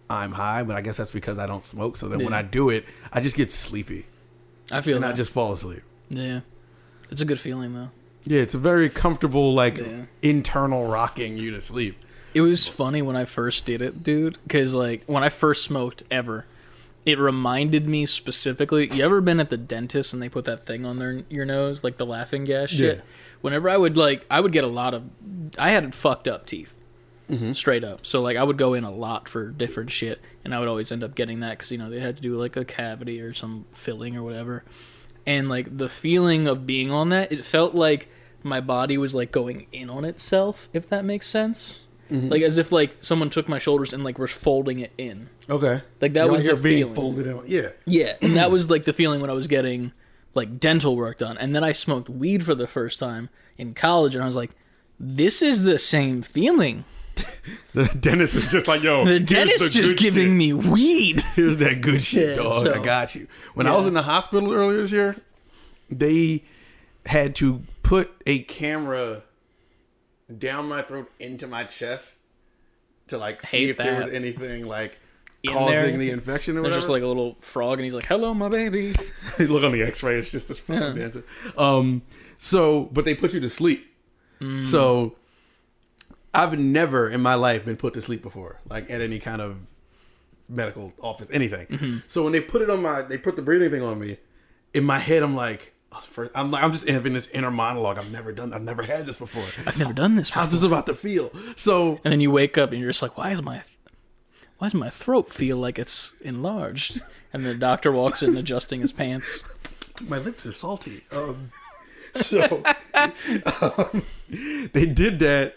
Speaker 2: I'm high, but I guess that's because I don't smoke. So then when
Speaker 1: Yeah.
Speaker 2: I do it, I just get sleepy
Speaker 1: I feel
Speaker 2: and I
Speaker 1: that.
Speaker 2: just fall asleep.
Speaker 1: yeah, it's a good feeling though.
Speaker 2: Yeah, it's a very comfortable, like
Speaker 1: Yeah.
Speaker 2: internal rocking you to sleep.
Speaker 1: It was funny when I first did it, dude, because like when I first smoked ever, it reminded me specifically. You ever been at the dentist and they put that thing on their your nose, like the laughing gas shit?
Speaker 2: Yeah.
Speaker 1: Whenever I would like, I would get a lot of, I had fucked up teeth, straight up. So like I would go in a lot for different shit, and I would always end up getting that because you know they had to do like a cavity or some filling or whatever. And like the feeling of being on that, it felt like my body was like going in on itself, if that makes sense. Like as if like someone took my shoulders and like were folding it in.
Speaker 2: Okay,
Speaker 1: Like, that was
Speaker 2: you're
Speaker 1: the
Speaker 2: being
Speaker 1: feeling.
Speaker 2: folded in. Yeah,
Speaker 1: Yeah, and that was like the feeling when I was getting like dental work done. And then I smoked weed for the first time in college and I was like, this is the same feeling.
Speaker 2: the dentist was just like, "Yo,
Speaker 1: The
Speaker 2: here's
Speaker 1: dentist
Speaker 2: the
Speaker 1: just
Speaker 2: good
Speaker 1: giving
Speaker 2: shit.
Speaker 1: me weed.
Speaker 2: Here's that good shit,
Speaker 1: Yeah,
Speaker 2: dog. I
Speaker 1: so-
Speaker 2: got you. When I
Speaker 1: Yeah.
Speaker 2: was in the hospital earlier this year, they had to put a camera down my throat into my chest to like see
Speaker 1: Hate
Speaker 2: if there was
Speaker 1: that.
Speaker 2: anything like
Speaker 1: In
Speaker 2: causing
Speaker 1: there.
Speaker 2: the infection or
Speaker 1: There's
Speaker 2: whatever.
Speaker 1: just like a little frog and he's like, hello, my baby.
Speaker 2: You look on the X-ray. It's just this fucking dancer. Um, so, but they put you to sleep. So, I've never in my life been put to sleep before, like at any kind of medical office, anything. So when they put it on my, they put the breathing thing on me. In my head, I'm like, I was first- I'm like, I'm just having this inner monologue. I've never done. I've never had this before.
Speaker 1: I've never done this before.
Speaker 2: How's this about to feel? So
Speaker 1: And then you wake up and you're just like, why is my why does my throat feel like it's enlarged? And the doctor walks in adjusting his pants.
Speaker 2: my lips are salty. Um, so um, they did that,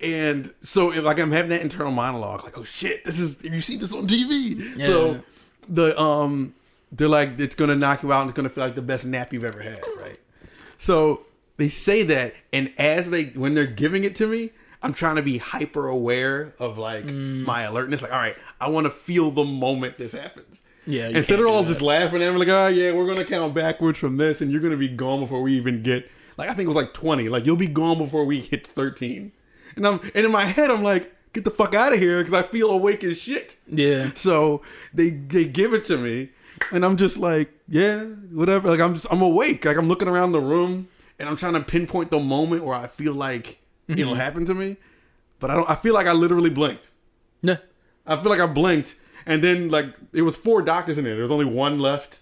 Speaker 2: and so if, like I'm having that internal monologue, like, oh shit, this is you see this on TV. So the um, they're like, it's gonna knock you out, and it's gonna feel like the best nap you've ever had, right? So they say that, and as they when they're giving it to me, I'm trying to be hyper aware of like
Speaker 1: Mm.
Speaker 2: my alertness. Like, all right, I want to feel the moment this happens.
Speaker 1: Yeah, you
Speaker 2: Instead
Speaker 1: can't
Speaker 2: of all
Speaker 1: do
Speaker 2: just laughing at me, like, oh yeah, we're gonna count backwards from this, and you're gonna be gone before we even get. Like, I think it was like 20. Like, you'll be gone before we hit 13. And I'm, and in my head, I'm like, get the fuck out of here, because I feel awake as shit.
Speaker 1: Yeah.
Speaker 2: So they they give it to me, and I'm just like, yeah, whatever. Like I'm just I'm awake. Like I'm looking around the room, and I'm trying to pinpoint the moment where I feel like it'll happen to me, but I don't. I feel like I literally blinked.
Speaker 1: No.
Speaker 2: I feel like I blinked, and then like it was four doctors in there. There was only one left.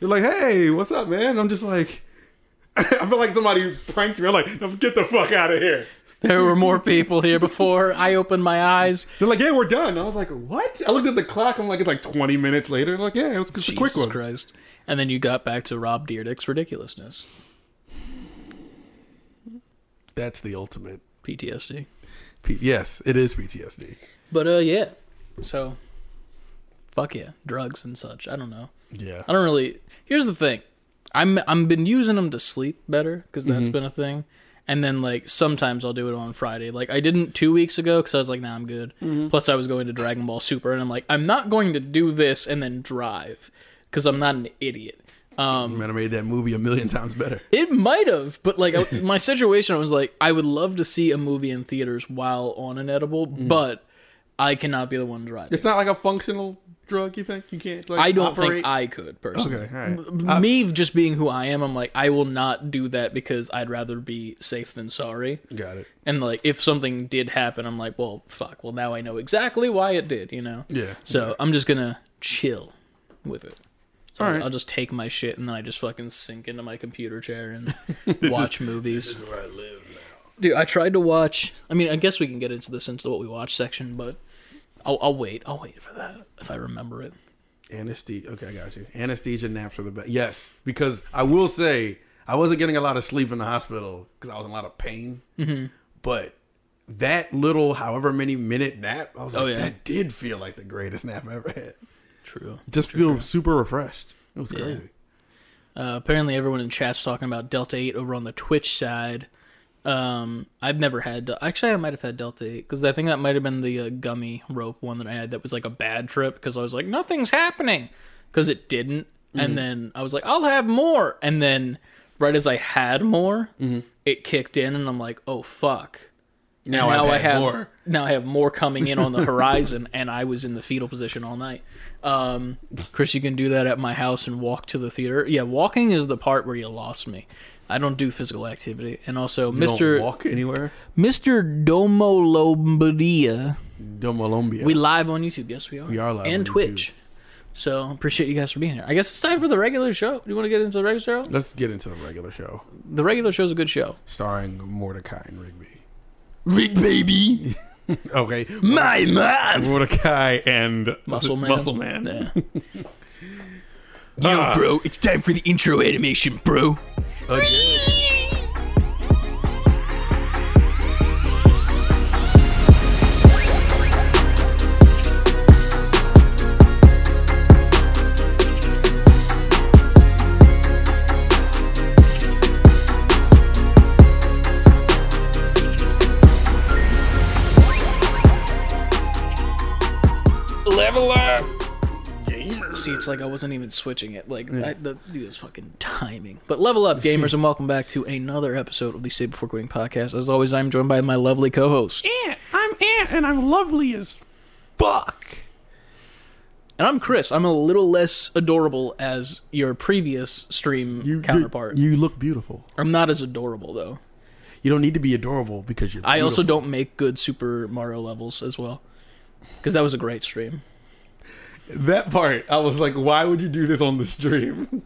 Speaker 2: They're like, hey, what's up, man? I'm just like. I feel like somebody pranked me. I'm like, "No, get the fuck out of here.
Speaker 1: There were more people here before I opened my eyes.
Speaker 2: They're like, yeah, we're done. I was like, what? I looked at the clock. I'm like, it's like 20 minutes later. They're like, yeah, it was just a quick
Speaker 1: Jesus
Speaker 2: one.
Speaker 1: Christ. And then you got back to Rob Deerdick's ridiculousness.
Speaker 2: That's the ultimate.
Speaker 1: PTSD.
Speaker 2: P- yes, it is PTSD.
Speaker 1: But uh yeah. So fuck yeah, drugs and such. I don't know.
Speaker 2: Yeah.
Speaker 1: I don't really Here's the thing. I'm I'm been using them to sleep better cuz that's been a thing. And then like sometimes I'll do it on Friday. Like I didn't 2 weeks ago cuz I was like, "Nah, I'm good." Plus I was going to Dragon Ball Super and I'm like, "I'm not going to do this and then drive cuz I'm not an idiot." Um
Speaker 2: Might have made that movie a million times better.
Speaker 1: It might have, but like I, my situation, I was like, I would love to see a movie in theaters while on an edible,
Speaker 2: Mm.
Speaker 1: but I cannot be the one driving.
Speaker 2: It's not like a functional drug. You think you can't? Like,
Speaker 1: I don't
Speaker 2: operate?
Speaker 1: think I could personally.
Speaker 2: Okay, Uh, all right.
Speaker 1: M- Me just being who I am, I'm like, I will not do that because I'd rather be safe than sorry.
Speaker 2: Got it.
Speaker 1: And like, if something did happen, I'm like, well, fuck. Well, now I know exactly why it did. You know.
Speaker 2: Yeah.
Speaker 1: So I'm just gonna chill with it. So
Speaker 2: All right.
Speaker 1: I'll just take my shit and then I just fucking sink into my computer chair and watch movies.
Speaker 2: Where I live.
Speaker 1: Dude, I tried to watch. I mean, I guess we can get into this into what we watch section, but I'll, I'll wait. I'll wait for that if I remember it.
Speaker 2: Anesthesia. Okay, I got you. Anesthesia naps are the best. Yes, because I will say I wasn't getting a lot of sleep in the hospital because I was in a lot of pain. Mm-hmm. But that little, however many minute nap, I was like,
Speaker 1: Oh, yeah.
Speaker 2: that did feel like the greatest nap I ever had.
Speaker 1: True.
Speaker 2: Just feel super refreshed. It was crazy.
Speaker 1: Uh, apparently, everyone in chat's talking about Delta Eight over on the Twitch side. Um, I've never had. Del- Actually, I might have had Delta Eight because I think that might have been the uh, gummy rope one that I had. That was like a bad trip because I was like, nothing's happening because it didn't. And then I was like, I'll have more. And then right as I had more, it kicked in, and I'm like, oh fuck.
Speaker 2: Now,
Speaker 1: now
Speaker 2: I've
Speaker 1: I
Speaker 2: had
Speaker 1: have
Speaker 2: more.
Speaker 1: now I have more coming in on the horizon, and I was in the fetal position all night. Um, Chris, you can do that at my house and walk to the theater. Yeah, walking is the part where you lost me. I don't do physical activity, and also
Speaker 2: Don't
Speaker 1: Mister
Speaker 2: walk anywhere.
Speaker 1: Mister Domo Lombardia.
Speaker 2: Domolombia.
Speaker 1: We live on YouTube. Yes, we are. We
Speaker 2: are live
Speaker 1: and
Speaker 2: on
Speaker 1: Twitch. So appreciate you guys for being here. I guess it's time for the regular show. Do you want to get into the regular show?
Speaker 2: Let's get into the regular show,
Speaker 1: The regular show is a good show.
Speaker 2: starring Mordecai and Rigby.
Speaker 1: Rig baby,
Speaker 2: Okay,
Speaker 1: my man.
Speaker 2: Mordecai and
Speaker 1: Muscle Man.
Speaker 2: Muscle Man.
Speaker 1: Yo,
Speaker 2: Ah.
Speaker 1: bro, it's time for the intro animation, bro.
Speaker 2: Again.
Speaker 1: Level up.
Speaker 2: Gamer.
Speaker 1: See, it's like I wasn't even switching it. Like, I, the, dude, it's fucking timing. But level up, gamers, and welcome back to another episode of the Say Before Quitting podcast. As always, I'm joined by my lovely co-host,
Speaker 2: Ant. I'm Ant, and I'm lovely as fuck.
Speaker 1: and I'm Chris. I'm a little less adorable as your previous stream counterpart.
Speaker 2: You, look beautiful.
Speaker 1: I'm not as adorable though.
Speaker 2: You don't need to be adorable because you're.
Speaker 1: I also
Speaker 2: beautiful.
Speaker 1: don't make good Super Mario levels as well, because that was a great stream.
Speaker 2: that part. I was like, why would you do this on the stream?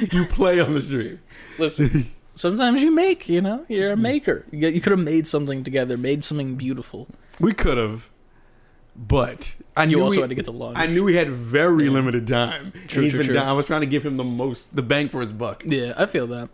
Speaker 2: you play on the stream.
Speaker 1: Listen, sometimes you make, you know, you're a maker. You, you could have made something together, made something beautiful.
Speaker 2: We could have, but I
Speaker 1: You
Speaker 2: knew
Speaker 1: also
Speaker 2: we-
Speaker 1: had to get to lunch.
Speaker 2: I knew we had very limited time. And
Speaker 1: True,
Speaker 2: he's
Speaker 1: true,
Speaker 2: been
Speaker 1: true.
Speaker 2: down- I was trying to give him the most, the bang for his buck.
Speaker 1: yeah, I feel that.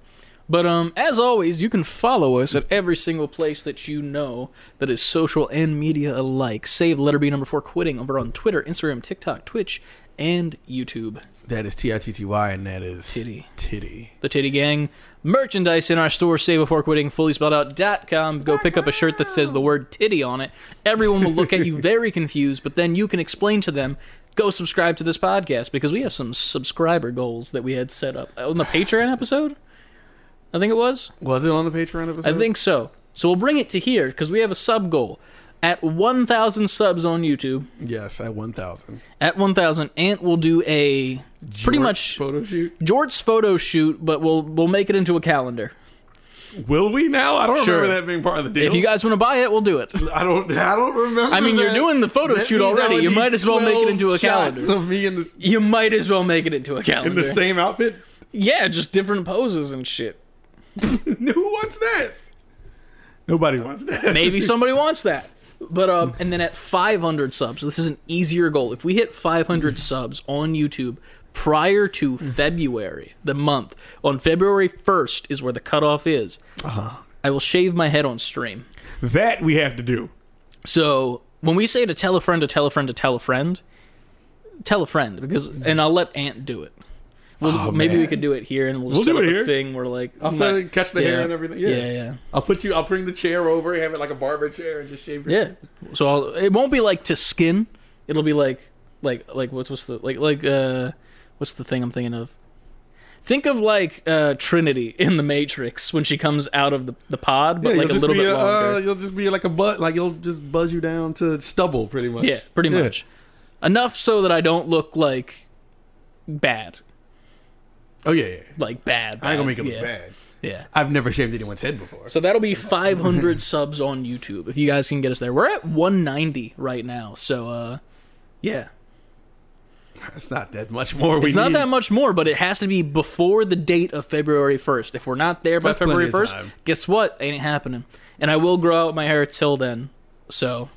Speaker 1: But um, as always, you can follow us at every single place that you know that is social and media alike. Save letter B number four quitting over on Twitter, Instagram, TikTok, Twitch, and YouTube.
Speaker 2: That is T I T T Y, and that is
Speaker 1: Titty.
Speaker 2: Titty.
Speaker 1: The Titty Gang merchandise in our store, save before quitting, fully spelled out dot com. Go pick up a shirt that says the word titty on it. Everyone will look at you very confused, but then you can explain to them, go subscribe to this podcast because we have some subscriber goals that we had set up on the Patreon episode. I think it was.
Speaker 2: Was it on the Patreon episode?
Speaker 1: I think so. So we'll bring it to here because we have a sub goal. At 1,000 subs on YouTube,
Speaker 2: Yes, at 1,000.
Speaker 1: at 1,000, Ant will do a pretty
Speaker 2: George
Speaker 1: much
Speaker 2: Photo shoot?
Speaker 1: Jort's photo shoot, but we'll we'll make it into a calendar.
Speaker 2: Will we now? I don't
Speaker 1: Sure.
Speaker 2: remember that being part of the deal.
Speaker 1: If you guys want to buy it, we'll do it.
Speaker 2: I don't. I don't remember.
Speaker 1: I mean, you're
Speaker 2: that.
Speaker 1: doing the photo
Speaker 2: That
Speaker 1: shoot
Speaker 2: means I
Speaker 1: already.
Speaker 2: would
Speaker 1: You
Speaker 2: need
Speaker 1: might as well make it
Speaker 2: 12
Speaker 1: into a
Speaker 2: shots
Speaker 1: calendar.
Speaker 2: Of me in the
Speaker 1: You might as well make it into a calendar.
Speaker 2: in the same outfit.
Speaker 1: yeah, just different poses and shit.
Speaker 2: Who wants that? Nobody wants that.
Speaker 1: Maybe somebody wants that. But um, and then at 500 subs, this is an easier goal. If we hit
Speaker 2: Mm-hmm.
Speaker 1: 500 subs on YouTube prior to February, the month on February 1st is where the cutoff is.
Speaker 2: Uh-huh.
Speaker 1: I will shave my head on stream.
Speaker 2: that we have to do.
Speaker 1: So when we say to tell a friend to tell a friend to tell a friend, tell a friend because, and I'll let Ant do it. We'll,
Speaker 2: Mm-hmm. Oh,
Speaker 1: maybe we
Speaker 2: man.
Speaker 1: could do it here, and we'll, just
Speaker 2: We'll
Speaker 1: set
Speaker 2: do
Speaker 1: up
Speaker 2: it
Speaker 1: a
Speaker 2: here.
Speaker 1: thing where like
Speaker 2: I'll set it- catch the hair and everything. Yeah.
Speaker 1: yeah, yeah.
Speaker 2: I'll put you. I'll bring the chair over. Have it like a barber chair and just shave your.
Speaker 1: Yeah. So I'll, it won't be like to skin. It'll be like like like what's what's the like like uh what's the thing I'm thinking of? Think of like uh Trinity in the Matrix when she comes out of the, the pod, but
Speaker 2: Yeah,
Speaker 1: like a
Speaker 2: you'll just
Speaker 1: little
Speaker 2: be
Speaker 1: bit
Speaker 2: a,
Speaker 1: longer.
Speaker 2: Uh, you'll just be like a butt. Like you'll just buzz you down to stubble, pretty much.
Speaker 1: yeah, pretty
Speaker 2: Yeah.
Speaker 1: much. Enough so that I don't look like bad,
Speaker 2: Oh yeah. yeah.
Speaker 1: like bad.
Speaker 2: I ain't gonna make it
Speaker 1: bad.
Speaker 2: look
Speaker 1: yeah.
Speaker 2: bad.
Speaker 1: Yeah.
Speaker 2: I've never shaved anyone's head before.
Speaker 1: So that'll be 500 subs on YouTube if you guys can get us there. We're at 190 right now. So uh yeah.
Speaker 2: It's not that much more. We
Speaker 1: It's not
Speaker 2: need.
Speaker 1: that much more, but it has to be before the date of February 1st. If we're not there by
Speaker 2: That's plenty
Speaker 1: February
Speaker 2: of
Speaker 1: 1st,
Speaker 2: time.
Speaker 1: guess what? Ain't happening. And I will grow out my hair till then. So,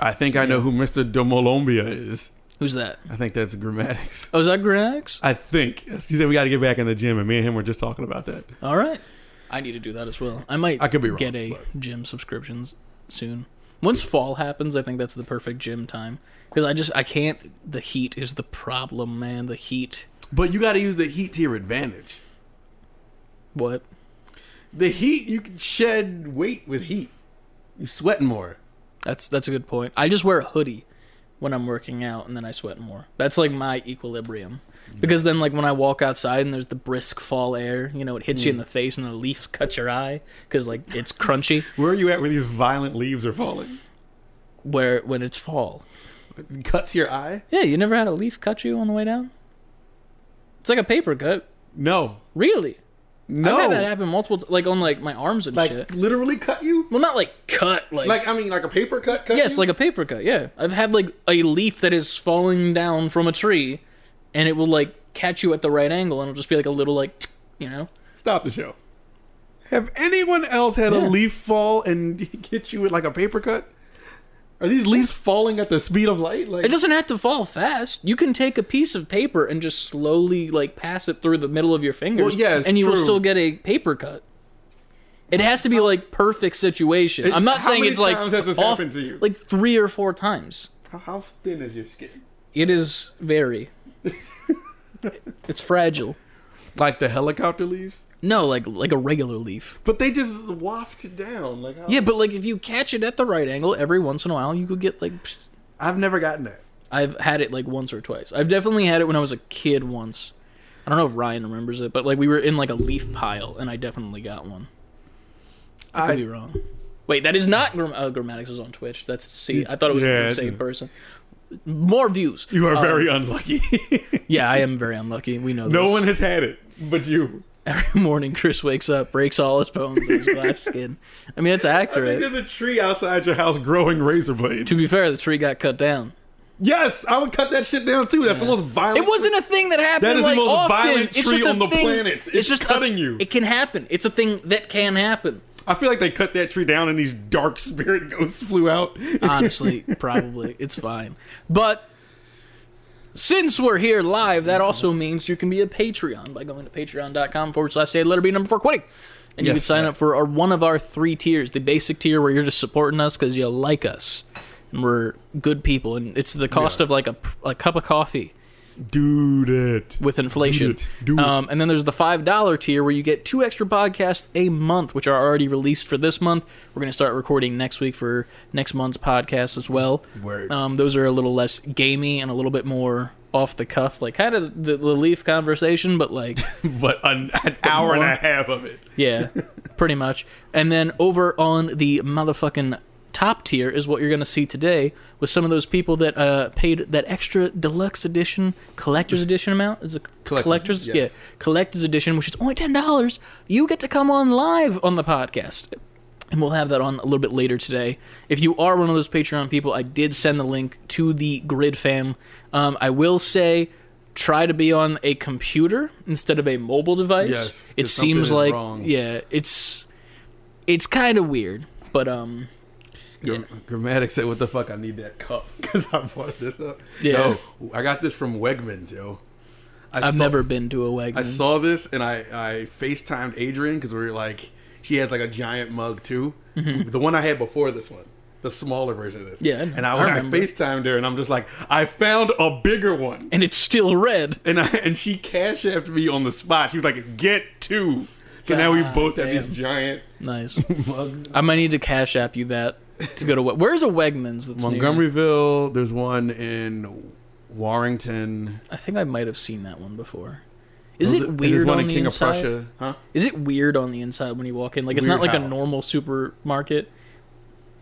Speaker 2: I think I know who Mr. Domolombia is.
Speaker 1: who's that?
Speaker 2: I think that's grammatics.
Speaker 1: Oh, is that Grenax?
Speaker 2: I think. She said we got to get back in the gym, and me and him were just talking about that.
Speaker 1: All right. I need to do that as well. I might
Speaker 2: I could be wrong,
Speaker 1: get a gym subscriptions soon. Once fall happens, I think that's the perfect gym time because I just I can't. The heat is the problem, man. The heat.
Speaker 2: But you got to use the heat to your advantage.
Speaker 1: What?
Speaker 2: The heat, you can shed weight with heat. You sweat more.
Speaker 1: That's that's a good point. I just wear a hoodie when I'm working out and then I sweat more. That's like my equilibrium. Because then like when I walk outside and there's the brisk fall air, you know, it hits you in
Speaker 2: Mm.
Speaker 1: the face and a leaf cuts your eye cuz like it's crunchy
Speaker 2: Where are you at where these violent leaves are falling?
Speaker 1: where when it's fall.
Speaker 2: It cuts your eye?
Speaker 1: Yeah, you never had a leaf cut you on the way down? It's like a paper cut.
Speaker 2: No.
Speaker 1: Really?
Speaker 2: No.
Speaker 1: I've had that happen multiple t- like on like my arms and
Speaker 2: like,
Speaker 1: shit.
Speaker 2: literally cut you?
Speaker 1: Well, not like cut like,
Speaker 2: Like, I mean, like a paper cut cut
Speaker 1: Yes,
Speaker 2: you?
Speaker 1: like a paper cut. Yeah, I've had like a leaf that is falling down from a tree, and it will like catch you at the right angle, and it'll just be like a little like, tsk, you know.
Speaker 2: Stop the show. Have anyone else had
Speaker 1: Yeah.
Speaker 2: a leaf fall and hit you with like a paper cut? Are these leaves falling at the speed of light? Like
Speaker 1: It doesn't have to fall fast. You can take a piece of paper and just slowly like pass it through the middle of your fingers,
Speaker 2: Well, yeah, it's
Speaker 1: and you will
Speaker 2: true.
Speaker 1: still get a paper cut. It has to be like perfect situation. I'm not
Speaker 2: how
Speaker 1: saying
Speaker 2: many
Speaker 1: it's like
Speaker 2: times has this
Speaker 1: off,
Speaker 2: happened to you?
Speaker 1: like three or four times.
Speaker 2: How, how thin is your skin?
Speaker 1: It is very. it's fragile.
Speaker 2: Like the helicopter leaves?
Speaker 1: No, like like a regular leaf.
Speaker 2: But they just waft down. Like how,
Speaker 1: Yeah, but like if you catch it at the right angle every once in a while, you could get like. psh-
Speaker 2: I've never gotten that.
Speaker 1: I've had it like once or twice. I've definitely had it when I was a kid once. I don't know if Ryan remembers it, but like we were in like a leaf pile, and I definitely got one. I could
Speaker 2: I-
Speaker 1: be wrong. Wait, that is not Gram- uh, Grammatics was on Twitch. That's see, I thought it was
Speaker 2: Yeah,
Speaker 1: the
Speaker 2: it's-
Speaker 1: same person. More views.
Speaker 2: You are
Speaker 1: Um,
Speaker 2: very unlucky.
Speaker 1: Yeah, I am very unlucky. We know.
Speaker 2: no
Speaker 1: this.
Speaker 2: one has had it but you.
Speaker 1: Every morning, Chris wakes up, breaks all his bones, and his glass skin. I mean, that's accurate.
Speaker 2: There's a tree outside your house growing razor blades.
Speaker 1: To be fair, the tree got cut down.
Speaker 2: Yes, I would cut that shit down too. That's the most violent.
Speaker 1: It wasn't a thing that happened.
Speaker 2: That is the
Speaker 1: like,
Speaker 2: most
Speaker 1: often.
Speaker 2: violent
Speaker 1: It's
Speaker 2: tree
Speaker 1: just a
Speaker 2: on the
Speaker 1: thing-
Speaker 2: planet. It's
Speaker 1: just a-
Speaker 2: cutting you.
Speaker 1: It can happen. It's a thing that can happen.
Speaker 2: I feel like they cut that tree down and these dark spirit ghosts flew out.
Speaker 1: Honestly, probably it's fine. But since we're here live, that also means you can be a Patreon by going to patreon.com forward slash say the letter B number four quitting. And you
Speaker 2: Yes,
Speaker 1: can sign
Speaker 2: yeah.
Speaker 1: up for our, one of our three tiers the basic tier where you're just supporting us because you like us and we're good people. And it's the cost of like a, a cup of coffee.
Speaker 2: Do that.
Speaker 1: with inflation.
Speaker 2: it. Do it.
Speaker 1: Um, and then there's the five dollar tier where you get two extra podcasts a month, which are already released for this month. We're gonna start recording next week for next month's podcast as well.
Speaker 2: Word.
Speaker 1: Um, those are a little less gamey and a little bit more off the cuff, like kind of the, the leaf conversation, but like
Speaker 2: But an, an hour and a half of it.
Speaker 1: yeah, pretty much. And then over on the motherfucking top tier is what you're going to see today with some of those people that uh, paid that extra deluxe edition, collector's edition amount. Is it collector's?
Speaker 2: yes.
Speaker 1: Yeah, collector's edition, which is only $10. You get to come on live on the podcast. And we'll have that on a little bit later today. If you are one of those Patreon people, I did send the link to the Grid Fam. Um, I will say, try to be on a computer instead of a mobile device.
Speaker 2: Yes,
Speaker 1: it
Speaker 2: 'cause something
Speaker 1: seems
Speaker 2: is
Speaker 1: like
Speaker 2: wrong.
Speaker 1: yeah, it's it's kind of weird, but um,
Speaker 2: Gr- Grammatic said, "What the fuck? I need that cup because I bought this up."
Speaker 1: Yeah.
Speaker 2: Yo, I got this from Wegmans, yo. I
Speaker 1: I've
Speaker 2: saw-
Speaker 1: never been to a Wegmans.
Speaker 2: I saw this and I I FaceTimed Adrian because we were like, she has like a giant mug too, the one I had before this one, the smaller version of this.
Speaker 1: Mm-hmm. Yeah, I know.
Speaker 2: and
Speaker 1: I
Speaker 2: I, I,
Speaker 1: remember.
Speaker 2: FaceTimed her and I'm just like, I found a bigger one,
Speaker 1: and it's still red.
Speaker 2: and I and she cashed after me on the spot. She was like, get two. So now we
Speaker 1: God
Speaker 2: both have these
Speaker 1: damn.
Speaker 2: giant
Speaker 1: Nice.
Speaker 2: mugs.
Speaker 1: I might need to cash app you that to go to what? Where's a Wegmans? That's near-
Speaker 2: Montgomeryville. There's one in Warrington.
Speaker 1: I think I might have seen that one before. Is
Speaker 2: There's-
Speaker 1: it
Speaker 2: and
Speaker 1: weird on the inside?
Speaker 2: Huh?
Speaker 1: Is it weird on the inside when you walk in? Like it's not
Speaker 2: Weird
Speaker 1: like
Speaker 2: how?
Speaker 1: a normal supermarket.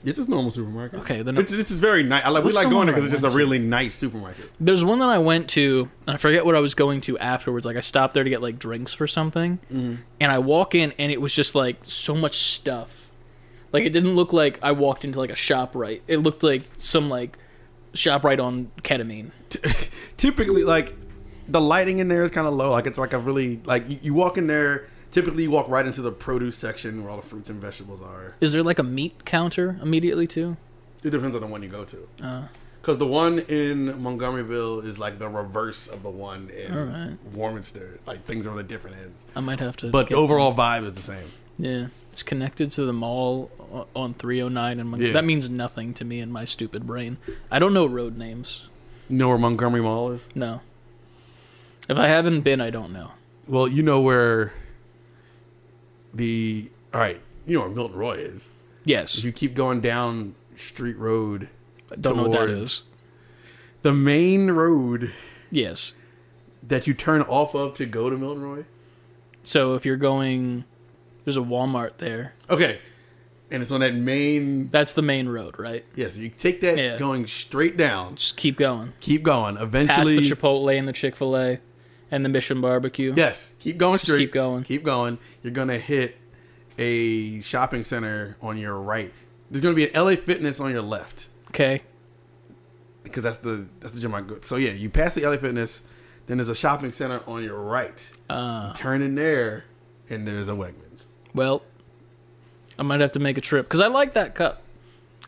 Speaker 2: It's just normal supermarket.
Speaker 1: Okay, then
Speaker 2: It's, it's just very nice. I like, we
Speaker 1: What's
Speaker 2: like
Speaker 1: the
Speaker 2: going
Speaker 1: one
Speaker 2: there because
Speaker 1: I
Speaker 2: it's
Speaker 1: went
Speaker 2: just a
Speaker 1: to?
Speaker 2: really nice supermarket.
Speaker 1: There's one that I went to, and I forget what I was going to afterwards. Like I stopped there to get like drinks for something,
Speaker 2: Mm-hmm.
Speaker 1: and I walk in, and it was just like so much stuff. Like it didn't look like I walked into like a shop right. It looked like some like shop right on ketamine.
Speaker 2: typically like the lighting in there is kind of low like it's like a really like you, you walk in there typically you walk right into the produce section where all the fruits and vegetables are
Speaker 1: Is there like a meat counter immediately too?
Speaker 2: it depends on the one you go to
Speaker 1: Uh.
Speaker 2: because the one in montgomeryville is like the reverse of the one in
Speaker 1: Alright.
Speaker 2: warminster like things are on the different ends
Speaker 1: I might have to.
Speaker 2: but
Speaker 1: get-
Speaker 2: overall vibe is the same
Speaker 1: yeah, it's connected to the mall o- on 309, and Mon-
Speaker 2: Yeah.
Speaker 1: that means nothing to me in my stupid brain. I don't know road names.
Speaker 2: you know where montgomery mall is
Speaker 1: No. If I haven't been, I don't know.
Speaker 2: well you know where the all right you know where milton roy is
Speaker 1: Yes,
Speaker 2: you keep going down street road
Speaker 1: don't know what that
Speaker 2: towards-
Speaker 1: is.
Speaker 2: the main road
Speaker 1: Yes.
Speaker 2: that you turn off of to go to Milton Roy?
Speaker 1: So if you're going, there's a Walmart there.
Speaker 2: Okay. And it's on that main.
Speaker 1: That's the main road, right?
Speaker 2: Yes, you take that
Speaker 1: Yeah.
Speaker 2: going straight down.
Speaker 1: Just keep going.
Speaker 2: Keep going.
Speaker 1: Past
Speaker 2: Eventually.
Speaker 1: the Chipotle and the Chick Fil A, and the Mission Barbecue.
Speaker 2: yes, keep going straight.
Speaker 1: keep going.
Speaker 2: Keep going. You're going to hit a shopping center on your right. There's going to be an LA Fitness on your left
Speaker 1: Okay.
Speaker 2: because that's the that's the gym I go. So yeah, you pass the LA Fitness, then there's a shopping center on your right.
Speaker 1: Uh,
Speaker 2: Turn in there, and there's a Wegmans.
Speaker 1: well, I might have to make a trip because I like that cup,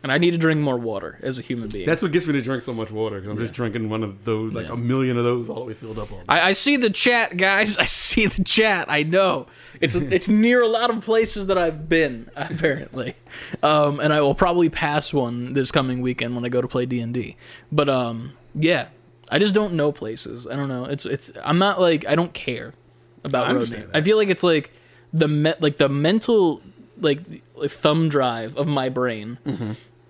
Speaker 1: and I need to drink more water as a human being.
Speaker 2: That's what gets me to drink so much water because I'm just drinking one of those, like
Speaker 1: Yeah.
Speaker 2: a million of those, all the way filled up on.
Speaker 1: I, I see the chat, guys. I see the chat. I know it's it's near a lot of places that I've been apparently, um, and I will probably pass one this coming weekend when I go to play D and D. But um, yeah, I just don't know places. I don't know. It's it's. I'm not like I don't care about road
Speaker 2: understand
Speaker 1: names.
Speaker 2: that.
Speaker 1: I feel like it's like the me- like the mental like, like thumb drive of my brain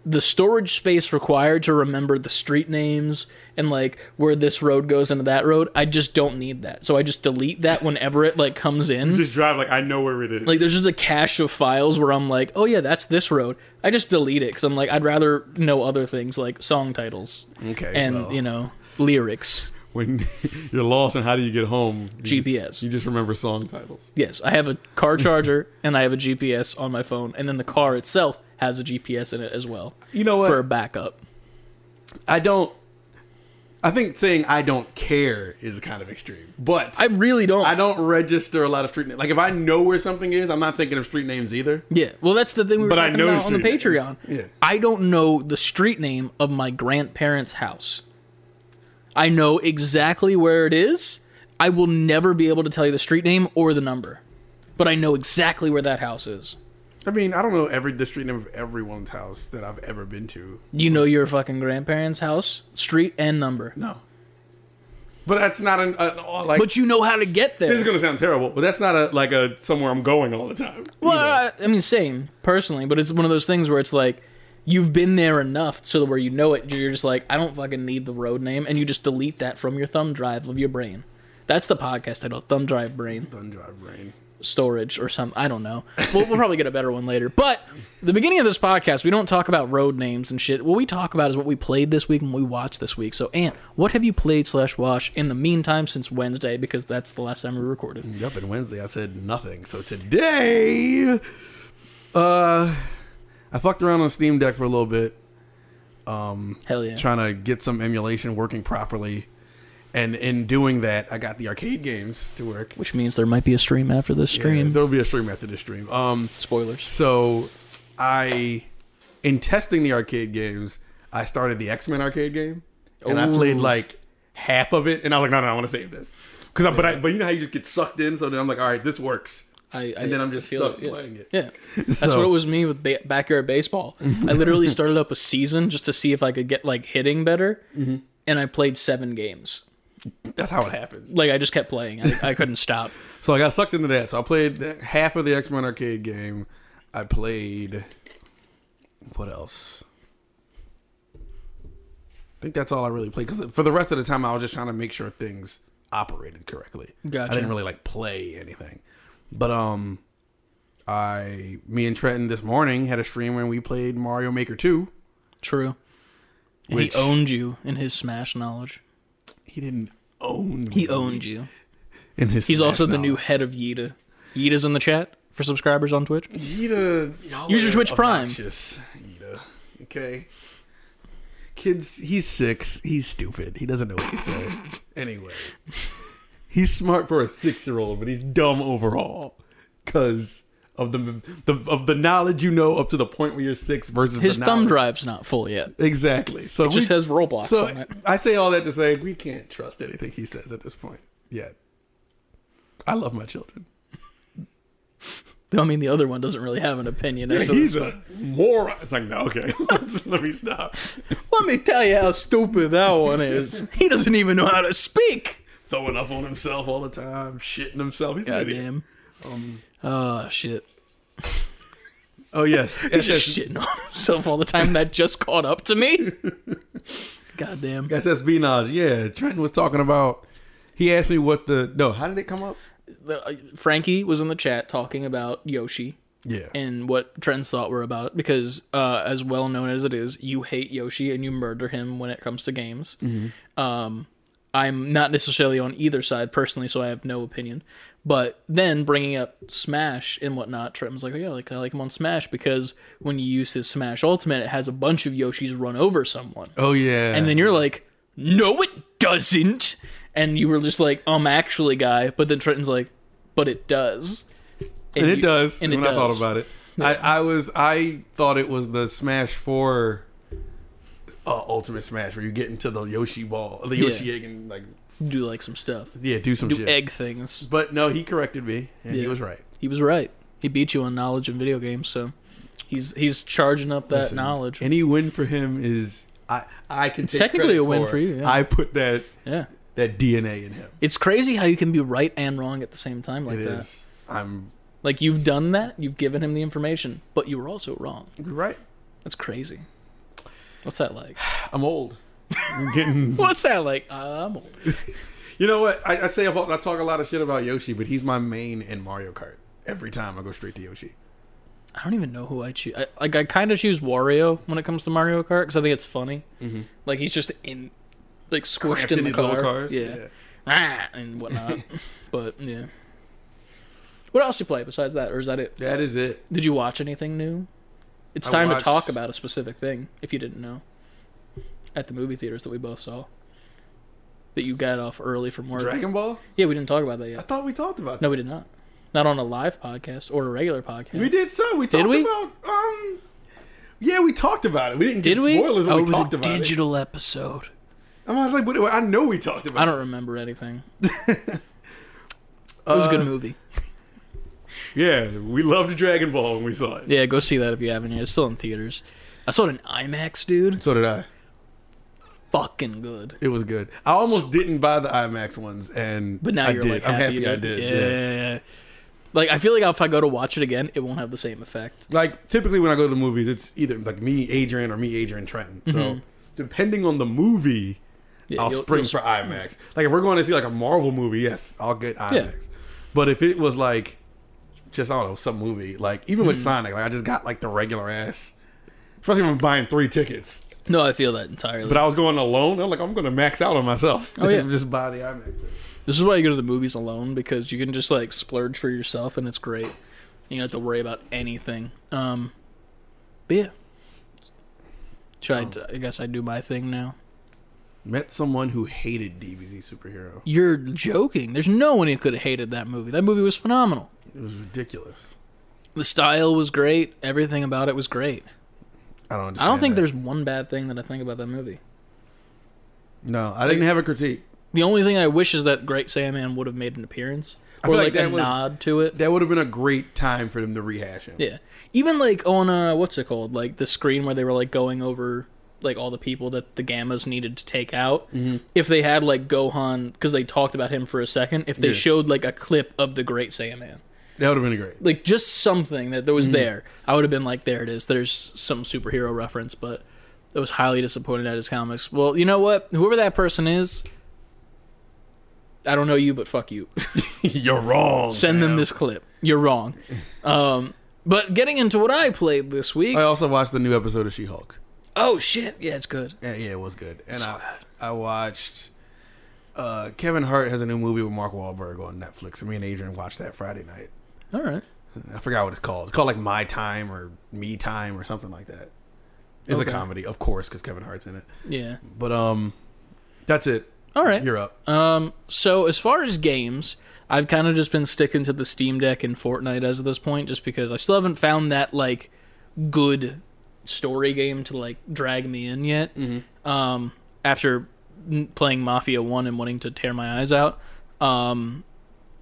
Speaker 1: the storage space required to remember the street names and like where this road goes into that road i just don't need that so i just delete that whenever it like comes in
Speaker 2: just drive like I know where it is.
Speaker 1: like there's just a cache of files where i'm like oh yeah that's this road i just delete it because i'm like i'd rather know other things like song titles
Speaker 2: okay,
Speaker 1: and you know lyrics
Speaker 2: when you're lost and how do you get home? You
Speaker 1: gps
Speaker 2: you just remember song titles.
Speaker 1: yes i have a car charger and i have a gps on my phone and then the car itself has a gps in it as well
Speaker 2: You know what?
Speaker 1: for a backup
Speaker 2: I don't. I think saying I don't care is kind of extreme, but
Speaker 1: i
Speaker 2: I,
Speaker 1: really don't
Speaker 2: don't register a lot of street names. Like if I know where something is, I'm not thinking of street names either.
Speaker 1: Yeah, well, that's the thing we were
Speaker 2: But I
Speaker 1: talking
Speaker 2: know
Speaker 1: about on the
Speaker 2: street names.
Speaker 1: Patreon.
Speaker 2: Yeah.
Speaker 1: I don't know the street name of my grandparents' house. I know exactly where it is. I will never be able to tell you the street name or the number, but I know exactly where that house is.
Speaker 2: I mean, I don't know every the street name of everyone's house that I've ever been to.
Speaker 1: You know your fucking grandparents' house, street and number.
Speaker 2: No, But that's not an, an all, like.
Speaker 1: But you know how to get there.
Speaker 2: this is gonna sound terrible, but that's not a like a somewhere I'm going all the time.
Speaker 1: Well, I, I mean, same personally, but it's one of those things where it's like you've been there enough so that where you know it, you're just like, I don't fucking need the road name, and you just delete that from your thumb drive of your brain. That's the podcast title, thumb drive brain
Speaker 2: Thumb drive brain.
Speaker 1: storage or some. I don't know. We'll, we'll probably get a better one later. But the beginning of this podcast, we don't talk about road names and shit. What we talk about is what we played this week and what we watched this week. So, Ant, what have you played slash watched in the meantime since Wednesday? Because that's the last time we recorded.
Speaker 2: Yep, and Wednesday I said nothing. So today, uh, I fucked around on Steam Deck for a little bit,
Speaker 1: Hell yeah.
Speaker 2: trying to get some emulation working properly, and in doing that, I got the arcade games to work.
Speaker 1: Which means there might be a stream after this stream.
Speaker 2: There'll be a stream after this stream. Um,
Speaker 1: Spoilers.
Speaker 2: so I, in testing the arcade games, I started the X Men arcade game, and I played like half of it, and I was like, no, no, I want to save this. Cause I, but I, but you know how you just get sucked in, so then I'm like, all right, this works.
Speaker 1: I, I
Speaker 2: And then I'm just
Speaker 1: feel
Speaker 2: stuck
Speaker 1: it, yeah.
Speaker 2: playing it.
Speaker 1: Yeah, that's
Speaker 2: So-
Speaker 1: what it was me with ba- backyard baseball. I literally started up a season just to see if I could get like hitting better,
Speaker 2: Mm-hmm.
Speaker 1: and I played seven games.
Speaker 2: That's how it happens.
Speaker 1: Like I just kept playing. I, I couldn't stop.
Speaker 2: So I got sucked into that. So I played the- half of the X Men arcade game. I played. What else? I think that's all I really played. Because for the rest of the time, I was just trying to make sure things operated correctly.
Speaker 1: Gotcha.
Speaker 2: I didn't really like play anything. But um, I me and Trenton this morning had a stream when we played Mario Maker Two.
Speaker 1: True. And
Speaker 2: Which-
Speaker 1: he owned you in his Smash knowledge.
Speaker 2: He didn't own.
Speaker 1: He owned you.
Speaker 2: in his.
Speaker 1: He's
Speaker 2: Smash
Speaker 1: also the
Speaker 2: knowledge.
Speaker 1: new head of Yida. Yida's in the chat for subscribers on Twitch.
Speaker 2: Yida, y'all
Speaker 1: Use your
Speaker 2: are
Speaker 1: Twitch Prime.
Speaker 2: obnoxious, Yida. Okay. Kids, he's six. He's stupid. He doesn't know what he's saying. anyway, he's smart for a six-year-old, but he's dumb overall because of the, the of the knowledge you know up to the point where you're six versus
Speaker 1: His
Speaker 2: the
Speaker 1: thumb
Speaker 2: knowledge-
Speaker 1: drive's not full yet.
Speaker 2: Exactly. So
Speaker 1: It just
Speaker 2: we-
Speaker 1: has Roblox
Speaker 2: so
Speaker 1: on it.
Speaker 2: I say all that to say we can't trust anything he says at this point yet. I love my children.
Speaker 1: I mean, the other one doesn't really have an opinion. as to
Speaker 2: he's a moron. It's like, no, okay, let me stop.
Speaker 1: Let me tell you how stupid that one is. he doesn't even know how to speak.
Speaker 2: Throwing up on himself all the time, shitting himself. He's an idiot.
Speaker 1: Goddamn. oh shit.
Speaker 2: Oh yes,
Speaker 1: Just
Speaker 2: SS-
Speaker 1: shitting on himself all the time. That just caught up to me. Goddamn.
Speaker 2: SSB knowledge. Yeah, Trenton was talking about. He asked me what the no. How did it come up?
Speaker 1: The- uh, Frankie was in the chat talking about Yoshi
Speaker 2: Yeah,
Speaker 1: and what trends thought were about it because, uh, as well known as it is, you hate Yoshi and you murder him when it comes to games.
Speaker 2: Mm-hmm.
Speaker 1: Um, I'm not necessarily on either side personally, so I have no opinion. But then bringing up Smash and whatnot, Trent was like, oh, yeah, like, I like him on Smash because when you use his Smash Ultimate, it has a bunch of Yoshis run over someone.
Speaker 2: Oh yeah.
Speaker 1: And then you're like, no, it doesn't. And you were just like, um, actually, guy. But then Trenton's like, but it does.
Speaker 2: and it
Speaker 1: you-
Speaker 2: does.
Speaker 1: and it
Speaker 2: when I thought
Speaker 1: does.
Speaker 2: about it, I, I was I thought it was the Smash Four, uh, Ultimate Smash, where you get into the Yoshi ball, the Yoshi egg, and like
Speaker 1: Do like some stuff.
Speaker 2: yeah, do some
Speaker 1: Do
Speaker 2: shit.
Speaker 1: egg things.
Speaker 2: But no, he corrected me, and he
Speaker 1: Yeah.
Speaker 2: was right.
Speaker 1: He was right. He beat you on knowledge in video games, so he's he's charging up that
Speaker 2: Listen,
Speaker 1: knowledge.
Speaker 2: Any win for him is I I can take
Speaker 1: technically
Speaker 2: credit
Speaker 1: a win for you, yeah.
Speaker 2: I put that
Speaker 1: yeah.
Speaker 2: that DNA in him.
Speaker 1: It's crazy how you can be right and wrong at the same time like
Speaker 2: It
Speaker 1: that.
Speaker 2: is. I'm
Speaker 1: Like you've done that, you've given him the information, but you were also wrong.
Speaker 2: you're right.
Speaker 1: That's crazy. What's that like?
Speaker 2: I'm old. I'm getting.
Speaker 1: What's that like? I'm old.
Speaker 2: You know what? I, I say I talk a lot of shit about Yoshi, but he's my main in Mario Kart. Every time I go straight to Yoshi.
Speaker 1: I don't even know who I choose. I, like I kind of choose Wario when it comes to Mario Kart because I think it's funny. Like he's just in, like squished
Speaker 2: Cramped
Speaker 1: in the
Speaker 2: these
Speaker 1: car,
Speaker 2: Mm-hmm. little cars.
Speaker 1: yeah, Ah, and whatnot. but yeah, what else you play besides that, or is that it?
Speaker 2: that is it.
Speaker 1: Did you watch anything new? It's
Speaker 2: I
Speaker 1: time to talk
Speaker 2: watched-
Speaker 1: about a specific thing if you didn't know. At the movie theaters that we both saw, that you got off early from work.
Speaker 2: Dragon Ball.
Speaker 1: Yeah, we didn't talk about that
Speaker 2: I
Speaker 1: yet.
Speaker 2: thought we talked about. that.
Speaker 1: No, we did not. Not on a live podcast or a regular podcast.
Speaker 2: we did so. We talked
Speaker 1: we?
Speaker 2: about um. Yeah, we talked about it. We didn't
Speaker 1: Did
Speaker 2: get
Speaker 1: we?
Speaker 2: spoilers when
Speaker 1: oh,
Speaker 2: we
Speaker 1: it was
Speaker 2: talked
Speaker 1: a
Speaker 2: about it.
Speaker 1: digital episode.
Speaker 2: I'm I was like, what, I know we talked
Speaker 1: I
Speaker 2: about.
Speaker 1: don't remember anything. it was a
Speaker 2: Uh,
Speaker 1: good movie.
Speaker 2: it. Yeah, we loved Dragon Ball when we saw it.
Speaker 1: Yeah, go see that if you haven't yet. It's still in theaters. I saw it in IMAX, dude.
Speaker 2: So did I.
Speaker 1: fucking good.
Speaker 2: It was good. I almost didn't buy the IMAX ones, and
Speaker 1: But now
Speaker 2: I
Speaker 1: you're
Speaker 2: did.
Speaker 1: like
Speaker 2: I'm
Speaker 1: happy,
Speaker 2: happy
Speaker 1: you
Speaker 2: I
Speaker 1: did.
Speaker 2: did.
Speaker 1: Yeah, yeah, yeah. Like I feel like if I go to watch it again, it won't have the same effect.
Speaker 2: Like typically when I go to the movies, it's either like me, Adrian, or me, Adrian Trenton. So depending on the movie,
Speaker 1: Mm-hmm. Yeah,
Speaker 2: I'll
Speaker 1: you'll-
Speaker 2: spring
Speaker 1: you'll-
Speaker 2: for IMAX. Like if we're going to see like a Marvel movie, yes, I'll get IMAX. But if it was like just I don't know some movie, like even
Speaker 1: Mm-hmm.
Speaker 2: with Sonic, like I just got like the regular ass. Especially if I'm buying three tickets,
Speaker 1: No, I feel that entirely.
Speaker 2: but I was going alone. I'm like I'm going to max out on myself.
Speaker 1: Oh, yeah.
Speaker 2: just buy the IMAX.
Speaker 1: This is why you go to the movies alone because you can just like splurge for yourself and it's great. You don't have to worry about anything. Um, but yeah. Should
Speaker 2: Oh.
Speaker 1: I I guess I do my thing now.
Speaker 2: Met someone who hated DBZ superhero.
Speaker 1: You're joking. There's no one who could have hated that movie. That movie was phenomenal.
Speaker 2: It was ridiculous.
Speaker 1: The style was great. Everything about it was great.
Speaker 2: I don't. Understand
Speaker 1: I don't think
Speaker 2: that.
Speaker 1: there's one bad thing that I think about that movie.
Speaker 2: No, I didn't have a critique.
Speaker 1: The only thing I wish is that Great Sandman would have made an appearance
Speaker 2: I
Speaker 1: or
Speaker 2: feel
Speaker 1: like,
Speaker 2: like
Speaker 1: a
Speaker 2: that was-
Speaker 1: nod to it.
Speaker 2: That would have been a great time for them to rehash him.
Speaker 1: Yeah. Even like on uh what's it called? Like the screen where they were like going over like all the people that the gammas needed to take out.
Speaker 2: Mm-hmm.
Speaker 1: If they had like Gohan cuz they talked about him for a second, if they
Speaker 2: Yeah.
Speaker 1: showed like a clip of the Great Saiyaman.
Speaker 2: That would have been great.
Speaker 1: Like just something that there was
Speaker 2: Mm-hmm.
Speaker 1: there. I would have been like there it is. There's some superhero reference, but I was highly disappointed at his comics. Well, you know what? Whoever that person is, I don't know you, but fuck you.
Speaker 2: You're wrong.
Speaker 1: Send them
Speaker 2: man.
Speaker 1: this clip. You're wrong. Um, but getting into what I played this week,
Speaker 2: I also watched the new episode of She-Hulk.
Speaker 1: Oh shit! Yeah, it's good.
Speaker 2: Yeah, yeah, it was good. And I, I watched. Uh, Kevin Hart has a new movie with Mark Wahlberg on Netflix. And me and Adrian watched that Friday night.
Speaker 1: All right.
Speaker 2: I forgot what it's called. It's called like My Time or Me Time or something like that. It's
Speaker 1: Okay.
Speaker 2: a comedy, of course, because Kevin Hart's in it.
Speaker 1: Yeah.
Speaker 2: But um, that's it.
Speaker 1: All right.
Speaker 2: You're up.
Speaker 1: Um. So as far as games, I've kind of just been sticking to the Steam Deck and Fortnite as of this point, just because I still haven't found that like good story game to like drag me in yet. Um. After n- playing Mafia One and wanting to tear my eyes out. Um.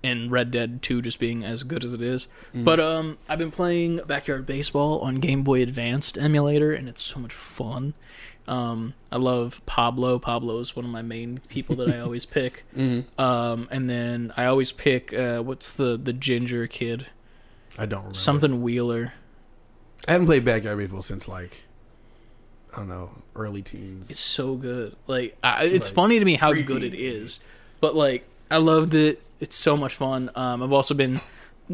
Speaker 1: And Red Dead 2 just being as good as it is. But um I've been playing Backyard Baseball on Game Boy Advanced emulator and it's so much fun. Um, I love Pablo. Pablo is one of my main people that I always pick. Um, and then I always pick uh, what's the the ginger kid?
Speaker 2: I don't remember.
Speaker 1: Something Wheeler.
Speaker 2: I haven't played backyard baseball since like I don't know early teens.
Speaker 1: It's so good. Like I, it's
Speaker 2: Like,
Speaker 1: funny to me how
Speaker 2: preteen.
Speaker 1: good it is. But like I loved it. It's so much fun. Um, I've also been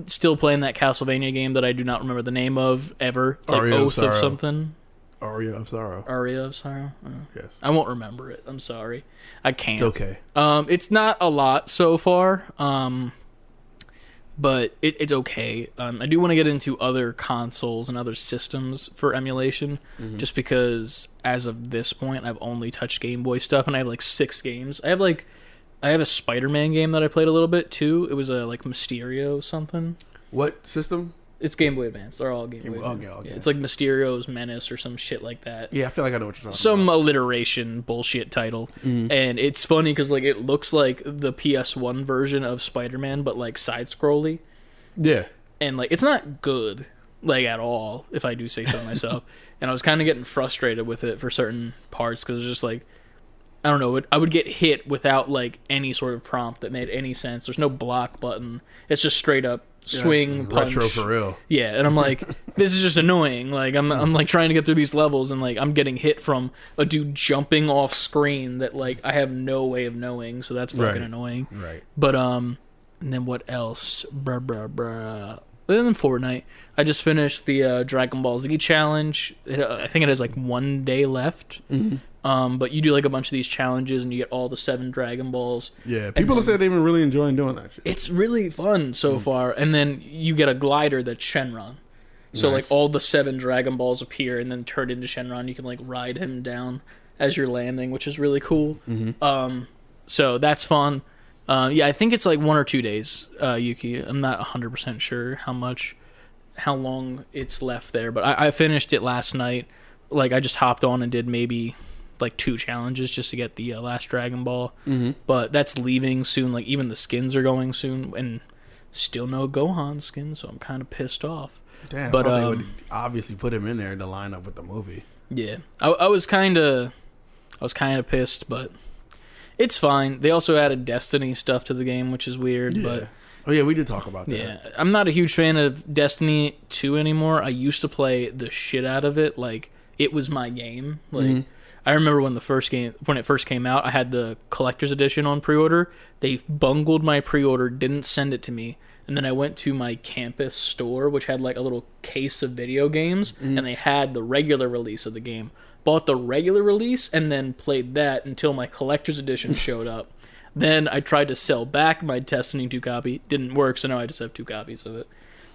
Speaker 1: still playing that Castlevania game that I do not remember the name of ever. It's like
Speaker 2: Aria of
Speaker 1: Oath of
Speaker 2: Sorrow.
Speaker 1: something.
Speaker 2: Aria of Sorrow.
Speaker 1: Aria of Sorrow. Oh.
Speaker 2: Yes,
Speaker 1: I won't remember it. I'm sorry. I can't.
Speaker 2: it's okay.
Speaker 1: Um, it's not a lot so far, um, but it, it's okay. Um, I do want to get into other consoles and other systems for emulation,
Speaker 2: Mm-hmm.
Speaker 1: just because as of this point, I've only touched Game Boy stuff, and I have like six games. I have like, I have a Spider-Man game that I played a little bit too. It was a like Mysterio something.
Speaker 2: What system?
Speaker 1: It's Game Boy Advance. They're all Game,
Speaker 2: Game
Speaker 1: Boy.
Speaker 2: Boy- okay,
Speaker 1: Advance. Yeah,
Speaker 2: okay.
Speaker 1: it's like Mysterio's Menace or some shit like that
Speaker 2: Yeah, I feel like I know what you're talking
Speaker 1: some
Speaker 2: about.
Speaker 1: alliteration bullshit title and it's funny because like it looks like the ps1 version of spider-man but like side scrolly
Speaker 2: Yeah,
Speaker 1: and like it's not good like at all if i do say so myself and i was kind of getting frustrated with it for certain parts because it's just like i don't know it, i would get hit without like any sort of prompt that made any sense there's no block button it's just straight up swing
Speaker 2: That's
Speaker 1: punch
Speaker 2: retro for real.
Speaker 1: yeah, and I'm like, this is just annoying. Like I'm I'm like trying to get through these levels and like I'm getting hit from a dude jumping off screen that like I have no way of knowing, so that's fucking
Speaker 2: Right.
Speaker 1: annoying.
Speaker 2: Right.
Speaker 1: But um and then what else? Bruh bruh bruh. And then Fortnite. I just finished the uh, Dragon Ball Z challenge. It, uh, I think it has like one day left. Um, but you do like a bunch of these challenges and you get all the seven Dragon Balls
Speaker 2: Yeah, people have said they've been really enjoying doing that shit.
Speaker 1: it's really fun so far. And then you get a glider that's Shenron. So
Speaker 2: Nice.
Speaker 1: like all the seven Dragon Balls appear and then turn into Shenron. You can like ride him down as you're landing, which is really cool. Um, so that's fun. Uh, yeah, I think it's like one or two days, uh, Yuki. I'm not 100% sure how much, how long it's left there, but I, I finished it last night. Like, I just hopped on and did maybe like two challenges just to get the uh, last Dragon Ball. But that's leaving soon. Like, even the skins are going soon, and still no Gohan skin, so I'm kind of pissed off.
Speaker 2: Damn,
Speaker 1: but,
Speaker 2: I thought they
Speaker 1: um,
Speaker 2: would obviously put him in there to line up with the movie.
Speaker 1: Yeah, I, I was kind of. I was kind of pissed, but it's fine. They also added Destiny stuff to the game, which is weird, but
Speaker 2: oh yeah, we did talk about that.
Speaker 1: yeah, I'm not a huge fan of Destiny 2 anymore. I used to play the shit out of it. Like it was my game. Like
Speaker 2: Mm-hmm.
Speaker 1: I remember when the first game when it first came out, I had the collector's edition on pre-order. They bungled my pre-order, didn't send it to me. And then I went to my campus store, which had like a little case of video games,
Speaker 2: Mm-hmm.
Speaker 1: and they had the regular release of the game. Bought the regular release and then played that until my collector's edition showed up. Then I tried to sell back my Destiny 2 copy. Didn't work, so now I just have two copies of it.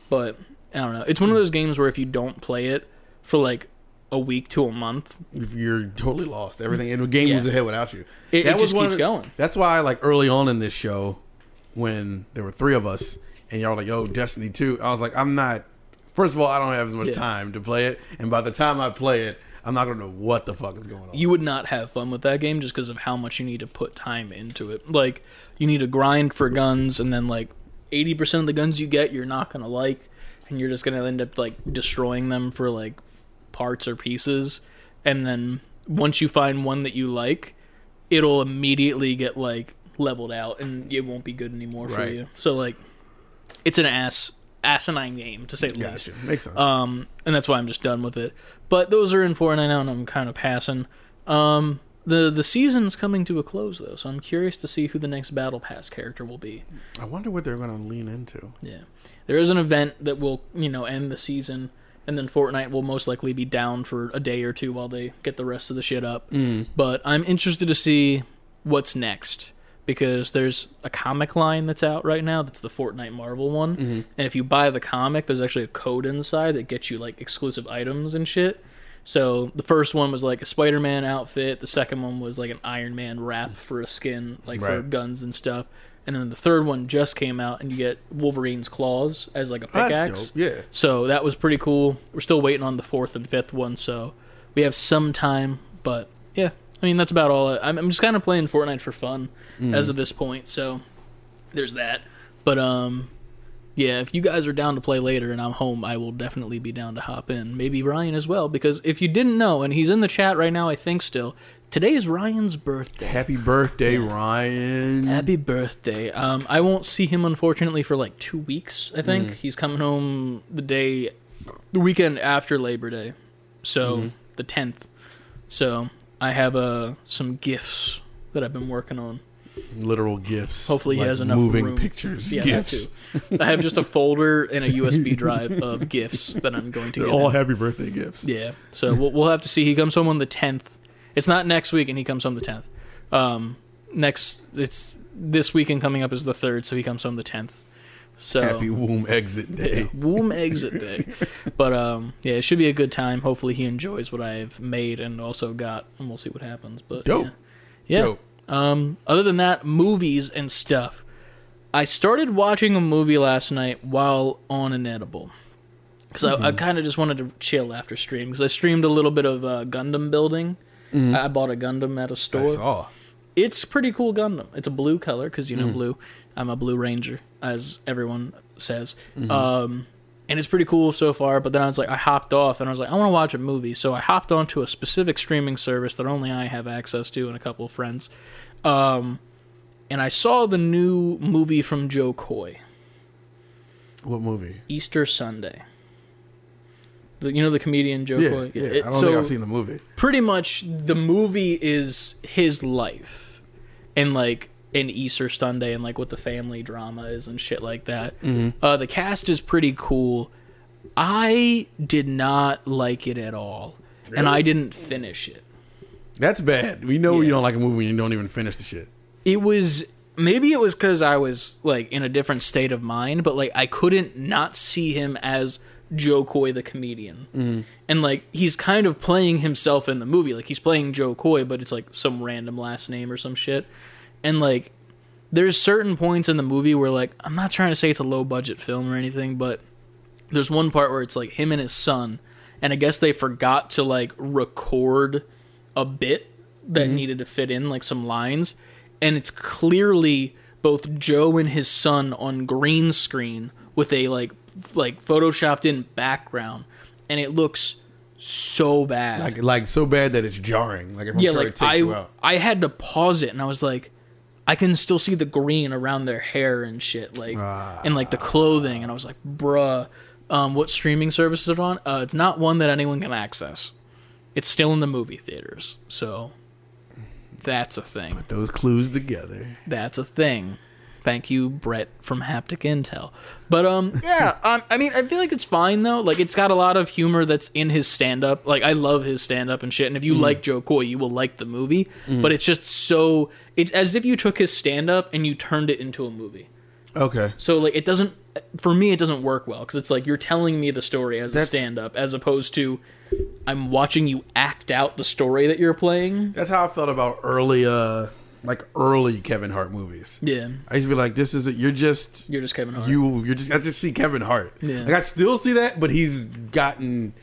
Speaker 1: But I don't know. It's one of those games where if you don't play it for like a week to a month,
Speaker 2: If You're totally lost. Everything and the game
Speaker 1: Yeah.
Speaker 2: moves ahead without you.
Speaker 1: It- it just
Speaker 2: one
Speaker 1: keeps
Speaker 2: of the-
Speaker 1: going.
Speaker 2: That's why, like early on in this show, when there were three of us and y'all were like, "Oh, Destiny 2. I was like, "I'm not." First of all, I don't have as much
Speaker 1: Yeah.
Speaker 2: time to play it, and by the time I play it, I'm not gonna know what the fuck is going on.
Speaker 1: you would not have fun with that game just because of how much you need to put time into it. Like you need to grind for guns, and then like eighty percent of the guns you get, you're not gonna like, and you're just gonna end up like destroying them for like parts or pieces. And then once you find one that you like, it'll immediately get like leveled out, and it won't be good anymore for
Speaker 2: Right.
Speaker 1: you. So like, it's an ass asinine game to say the least.
Speaker 2: Gotcha. Makes sense.
Speaker 1: Um, and that's why I'm just done with it. But those are in four and I know, and I'm kind of passing. Um, the the season's coming to a close though, so I'm curious to see who the next Battle Pass character will be.
Speaker 2: I wonder what they're gonna lean into.
Speaker 1: Yeah, there is an event that will you know end the season, and then Fortnite will most likely be down for a day or two while they get the rest of the shit up. But I'm interested to see what's next because there's a comic line that's out right now that's the Fortnite Marvel one, and if you buy the comic, there's actually a code inside that gets you like exclusive items and shit. So the first one was like a Spider-Man outfit. The second one was like an Iron Man wrap for a skin, like for
Speaker 2: Right.
Speaker 1: guns and stuff. And then the third one just came out, and you get Wolverine's claws as like a
Speaker 2: Oh, That's
Speaker 1: pickaxe.
Speaker 2: dope. Yeah.
Speaker 1: So that was pretty cool. We're still waiting on the fourth and fifth one, so we have some time. But yeah, I mean that's about all. I- I'm, I'm just kind of playing Fortnite for fun as of this point. So there's that. But um, yeah, if you guys are down to play later and I'm home, I will definitely be down to hop in. Maybe Ryan as well, because if you didn't know, and he's in the chat right now, I think still, today is Ryan's birthday.
Speaker 2: Happy birthday, Ryan.
Speaker 1: Happy birthday. Um, I won't see him, unfortunately, for like two weeks, I
Speaker 2: Mm.
Speaker 1: think. He's coming home the day, the weekend after Labor Day. So,
Speaker 2: Mm-hmm.
Speaker 1: the 10th. So, I have uh, some gifts that I've been working on.
Speaker 2: Literal gifts.
Speaker 1: Hopefully he
Speaker 2: Like
Speaker 1: has enough
Speaker 2: moving
Speaker 1: room.
Speaker 2: pictures.
Speaker 1: Yeah,
Speaker 2: gifts.
Speaker 1: That too. I have just a folder and a USB drive of gifts that I'm going to
Speaker 2: They're
Speaker 1: get.
Speaker 2: all
Speaker 1: him.
Speaker 2: happy birthday gifts.
Speaker 1: Yeah. So we'll, we'll have to see. He comes home on the tenth. It's not next week, and he comes home the tenth. Um, next, it's this weekend coming up is the third, so he comes home the tenth. So
Speaker 2: Happy womb exit day.
Speaker 1: womb exit day. But um, yeah, it should be a good time. Hopefully, he enjoys what I've made and also got, and we'll see what happens. But
Speaker 2: Dope.
Speaker 1: Yeah. yeah.
Speaker 2: Dope.
Speaker 1: Um, other than that, movies and stuff. I started watching a movie last night while on an edible. Because I, I kind of just wanted to chill after stream. Because I streamed a little bit of uh, Gundam building. I I bought a Gundam at a store
Speaker 2: I saw.
Speaker 1: it's pretty cool Gundam. It's a blue color because you
Speaker 2: Mm.
Speaker 1: know blue. I'm a blue ranger, as everyone says.
Speaker 2: Mm-hmm.
Speaker 1: Um, and it's pretty cool so far. But then I was like, I hopped off and I was like, I want to watch a movie. So I hopped onto a specific streaming service that only I have access to and a couple of friends. Um, and I saw the new movie from Joe Coy,
Speaker 2: What movie?
Speaker 1: Easter Sunday. The, you know the comedian Joe
Speaker 2: Yeah,
Speaker 1: Coy.
Speaker 2: yeah.
Speaker 1: It-
Speaker 2: I don't
Speaker 1: so-
Speaker 2: think I've seen the movie.
Speaker 1: pretty much the movie is his life and like an Easter Sunday and like what the family drama is and shit like that. Uh, the cast is pretty cool. I did not like it at all, and I didn't finish it.
Speaker 2: That's bad. We know
Speaker 1: Yeah.
Speaker 2: you don't like a movie when you don't even finish the shit.
Speaker 1: It was maybe it was because I was like in a different state of mind, but like I couldn't not see him as Joe Coy the comedian, and like he's kind of playing himself in the movie. Like he's playing Joe Coy, but it's like some random last name or some shit, and like there's certain points in the movie where like I'm not trying to say it's a low budget film or anything, but there's one part where it's like him and his son, and I guess they forgot to like record a bit that needed to fit in like some lines, and it's clearly both Joe and his son on green screen with a like f- like photoshopped in background, and it looks so bad.
Speaker 2: Like, like so bad that it's jarring. Like if I'm
Speaker 1: yeah,
Speaker 2: sure it
Speaker 1: like
Speaker 2: takes you
Speaker 1: I
Speaker 2: out.
Speaker 1: I had to pause it and I was like, I can still see the green around their hair and shit, like
Speaker 2: Ah.
Speaker 1: and like the clothing, and I was like, bruh, um, what streaming service is it on? Uh, it's not one that anyone can access. It's still in the movie theaters, so that's a thing.
Speaker 2: Those clues together.
Speaker 1: That's a thing. Thank you, Brett from Haptic Intel. But um, yeah, um, I mean, I feel like it's fine though. Like, it's got a lot of humor that's in his stand up. Like, I love his stand up and shit. And if you like Joe Coy, you will like the movie. But it's just so it's as if you took his stand up and you turned it into a movie.
Speaker 2: Okay.
Speaker 1: So like, it doesn't for me, it doesn't work well because it's like you're telling me the story as a
Speaker 2: That's-
Speaker 1: stand up, as opposed to I'm watching you act out the story that you're playing.
Speaker 2: That's how I felt about early, uh, like early Kevin Hart movies.
Speaker 1: Yeah,
Speaker 2: I used to be like, this is a, you're just
Speaker 1: you're just Kevin Hart.
Speaker 2: you you're just I just see Kevin Hart.
Speaker 1: Yeah.
Speaker 2: Like I still see that, but he's gotten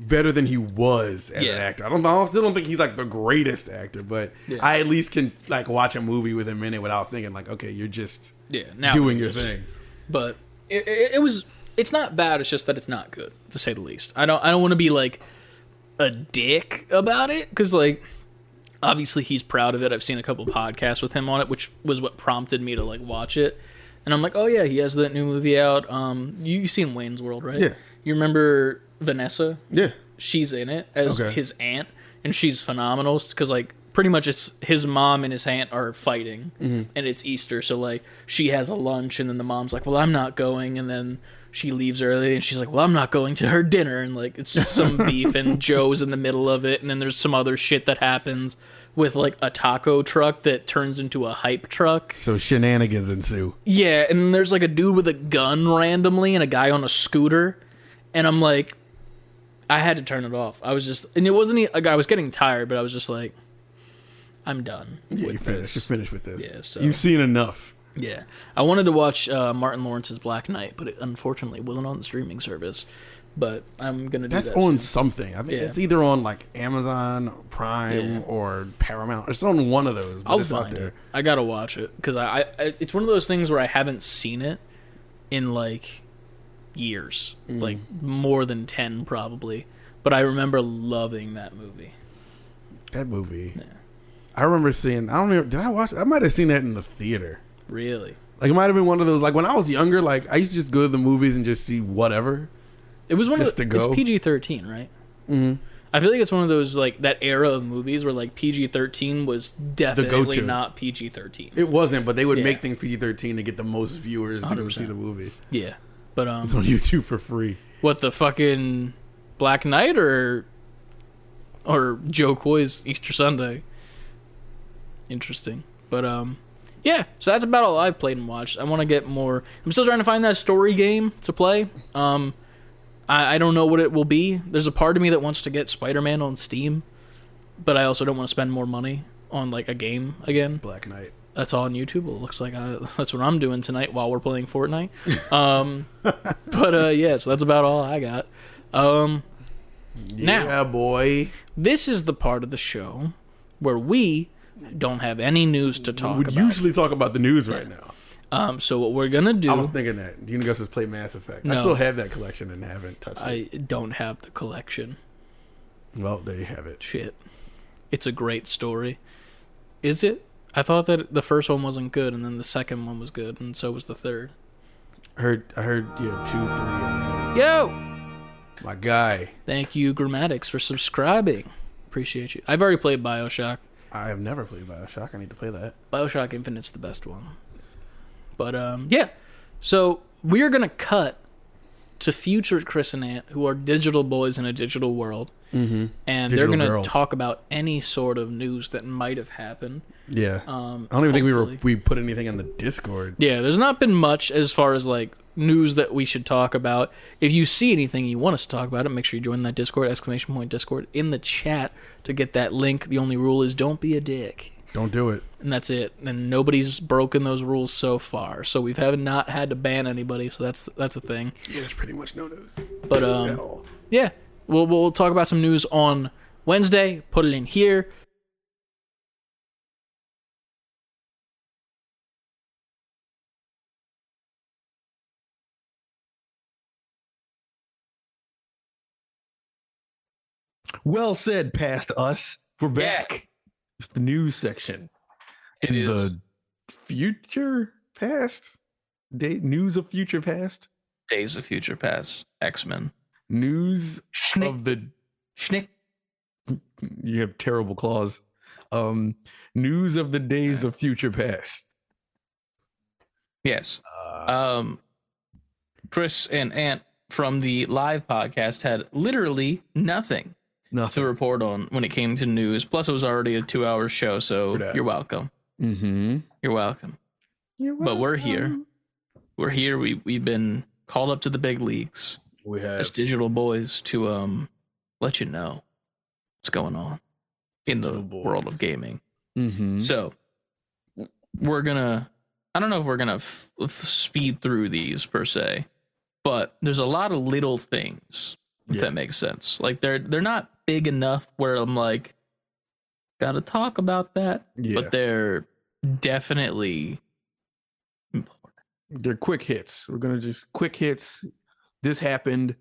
Speaker 2: better than he was as
Speaker 1: Yeah.
Speaker 2: an actor. I don't know. I still don't think he's like the greatest actor, but
Speaker 1: Yeah.
Speaker 2: I at least can like watch a movie with him in it without thinking like, okay, you're just
Speaker 1: yeah, now
Speaker 2: doing your
Speaker 1: it's-
Speaker 2: thing.
Speaker 1: but it, it, it was it's not bad it's just that it's not good to say the least i don't i don't want to be like a dick about it because like obviously he's proud of it i've seen a couple podcasts with him on it which was what prompted me to like watch it and i'm like oh yeah he has that new movie out um you, you've seen wayne's world right
Speaker 2: Yeah.
Speaker 1: you remember vanessa
Speaker 2: Yeah.
Speaker 1: she's in it as
Speaker 2: Okay.
Speaker 1: his aunt, and she's phenomenal because like pretty much it's his mom and his aunt are fighting, and it's Easter, so like she has a lunch, and then the mom's like, "Well, I'm not going," and then she leaves early, and she's like, "Well, I'm not going to her dinner," and like it's some beef, and Joe's in the middle of it, and then there's some other shit that happens with like a taco truck that turns into a hype truck.
Speaker 2: So shenanigans ensue.
Speaker 1: Yeah, and then there's like a dude with a gun randomly and a guy on a scooter, and I'm like, I had to turn it off. I was just, and it wasn't e- like I was getting tired, but I was just like, I'm done.
Speaker 2: Yeah, you
Speaker 1: this.
Speaker 2: finished. You finished with this.
Speaker 1: Yeah, so-
Speaker 2: You've seen enough.
Speaker 1: Yeah, I wanted to watch uh, Martin Lawrence's Black Knight, but it unfortunately wasn't on the streaming service. But I'm gonna do
Speaker 2: That's
Speaker 1: that.
Speaker 2: on
Speaker 1: soon.
Speaker 2: something. I think
Speaker 1: Yeah.
Speaker 2: it's either on like Amazon, Prime,
Speaker 1: Yeah.
Speaker 2: or Paramount. It's on one of those. But
Speaker 1: I'll
Speaker 2: it's
Speaker 1: find
Speaker 2: out there.
Speaker 1: it. I gotta watch it because I, I, I, it's one of those things where I haven't seen it in like years,
Speaker 2: Mm.
Speaker 1: like more than ten probably. But I remember loving that movie.
Speaker 2: That movie. I remember seeing. I don't even. Did I watch? I might have seen that in the theater.
Speaker 1: Really,
Speaker 2: Like it might have been one of those. Like when I was younger, like I used to just go to the movies and just see whatever.
Speaker 1: it was one
Speaker 2: Just to
Speaker 1: of the,
Speaker 2: go?
Speaker 1: it's PG thirteen, right? Mm-hmm. I feel like it's one of those like that era of movies where like PG thirteen was definitely
Speaker 2: go-to.
Speaker 1: not PG thirteen.
Speaker 2: It wasn't, but they would
Speaker 1: Yeah.
Speaker 2: make things PG thirteen to get the most viewers to go
Speaker 1: 100%.
Speaker 2: see the movie.
Speaker 1: Yeah, but um,
Speaker 2: It's on YouTube for free.
Speaker 1: what the fucking Black Knight or or Joe Coy's Easter Sunday. Interesting. But um yeah, so that's about all I've played and watched. I want to get more. I'm still trying to find that story game to play. Um I, I don't know what it will be. There's a part of me that wants to get Spider-Man on Steam, but I also don't want to spend more money on like a game again.
Speaker 2: Black Knight.
Speaker 1: That's all on YouTube. It looks like I, that's what I'm doing tonight while we're playing Fortnite. Um but uh yeah, so that's about all I got. Um Now-
Speaker 2: yeah, boy.
Speaker 1: this is the part of the show where we don't have any news to talk
Speaker 2: We would
Speaker 1: about.
Speaker 2: usually talk about the news right now.
Speaker 1: Um, so what we're gonna do?
Speaker 2: I was thinking that Universe has played Mass Effect. I
Speaker 1: No.
Speaker 2: still have that collection and haven't touched it.
Speaker 1: I don't have the collection.
Speaker 2: Well, there you have it.
Speaker 1: Shit, it's a great story. Is it? I thought that the first one wasn't good, and then the second one was good, and so was the third.
Speaker 2: Heard, I heard, yeah, two, three. and-
Speaker 1: Yo,
Speaker 2: My guy,
Speaker 1: thank you, Grammatics, for subscribing. Appreciate you. I've already played Bioshock.
Speaker 2: I have never played Bioshock. I need to play that.
Speaker 1: Bioshock Infinite's the best one. But um, yeah, so we are gonna cut to future Chris and Ant, who are digital boys in a digital world, mm-hmm. and
Speaker 2: Digital
Speaker 1: they're gonna
Speaker 2: girls.
Speaker 1: talk about any sort of news that might have happened.
Speaker 2: Yeah,
Speaker 1: Um,
Speaker 2: I don't
Speaker 1: hopefully.
Speaker 2: even think we were, we put anything on the Discord.
Speaker 1: Yeah, there's not been much as far as like news that we should talk about. If you see anything you want us to talk about it, make sure you join that Discord exclamation point Discord in the chat to get that link. The only rule is don't be a dick.
Speaker 2: Don't do it.
Speaker 1: and that's it. And nobody's broken those rules so far. So we've have not had to ban anybody. So that's that's a thing.
Speaker 2: Yeah, there's pretty much no news
Speaker 1: But
Speaker 2: at
Speaker 1: um,
Speaker 2: all.
Speaker 1: yeah, we'll we'll talk about some news on Wednesday. Put it in here.
Speaker 2: Well said, past us. We're back. It's the news section.
Speaker 1: It
Speaker 2: In
Speaker 1: is.
Speaker 2: the future past? Day, news of future past?
Speaker 1: Days of Future Past, X Men.
Speaker 2: News
Speaker 1: Schnick,
Speaker 2: of the
Speaker 1: schnick.
Speaker 2: you have terrible claws. Um news of the days of future past.
Speaker 1: Yes.
Speaker 2: Uh,
Speaker 1: Um, Chris and Ant from the live podcast had literally nothing to
Speaker 2: nothing.
Speaker 1: report on when it came to news. Plus, it was already a two-hour show, so
Speaker 2: True that.
Speaker 1: you're welcome.
Speaker 2: Mm-hmm.
Speaker 1: You're welcome. But we're here. We're here. We we've been called up to the big leagues
Speaker 2: We have
Speaker 1: as digital boys to um let you know what's going on in the
Speaker 2: Digital boys.
Speaker 1: world of gaming.
Speaker 2: Mhm.
Speaker 1: So we're gonna. I don't know if we're gonna f- f- speed through these per se, but there's a lot of little things if
Speaker 2: Yeah.
Speaker 1: that makes sense. Like they're they're not big enough where I'm like, gotta talk about that,
Speaker 2: yeah.
Speaker 1: but they're definitely important.
Speaker 2: they're quick hits. We're gonna just quick hits. This happened.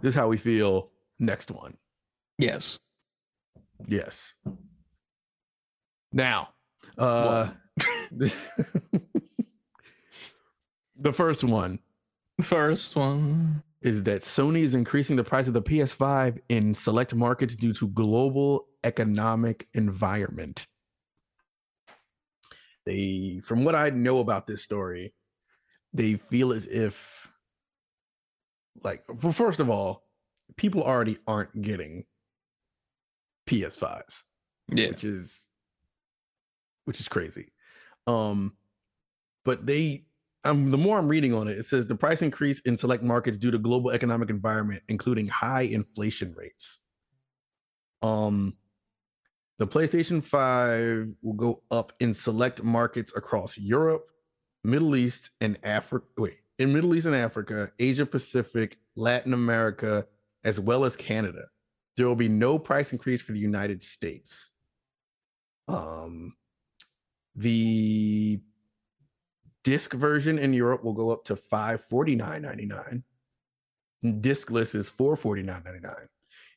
Speaker 2: This is how we feel. Next one.
Speaker 1: Yes.
Speaker 2: Yes. Now, uh, the first one
Speaker 1: First one.
Speaker 2: is that Sony is increasing the price of the PS5 in select markets due to global economic environment. They, from what I know about this story, they feel as if, like, for first of all, people already aren't getting PS5s
Speaker 1: Yeah.
Speaker 2: which is which is crazy um but they um the more i'm reading on it it says the price increase in select markets due to global economic environment including high inflation rates um the playstation 5 will go up in select markets across europe middle east and africa wait in middle east and africa asia pacific latin america as well as canada there will be no price increase for the united states um, the disc version in Europe will go up to five forty nine ninety nine. Discless is four forty nine ninety nine.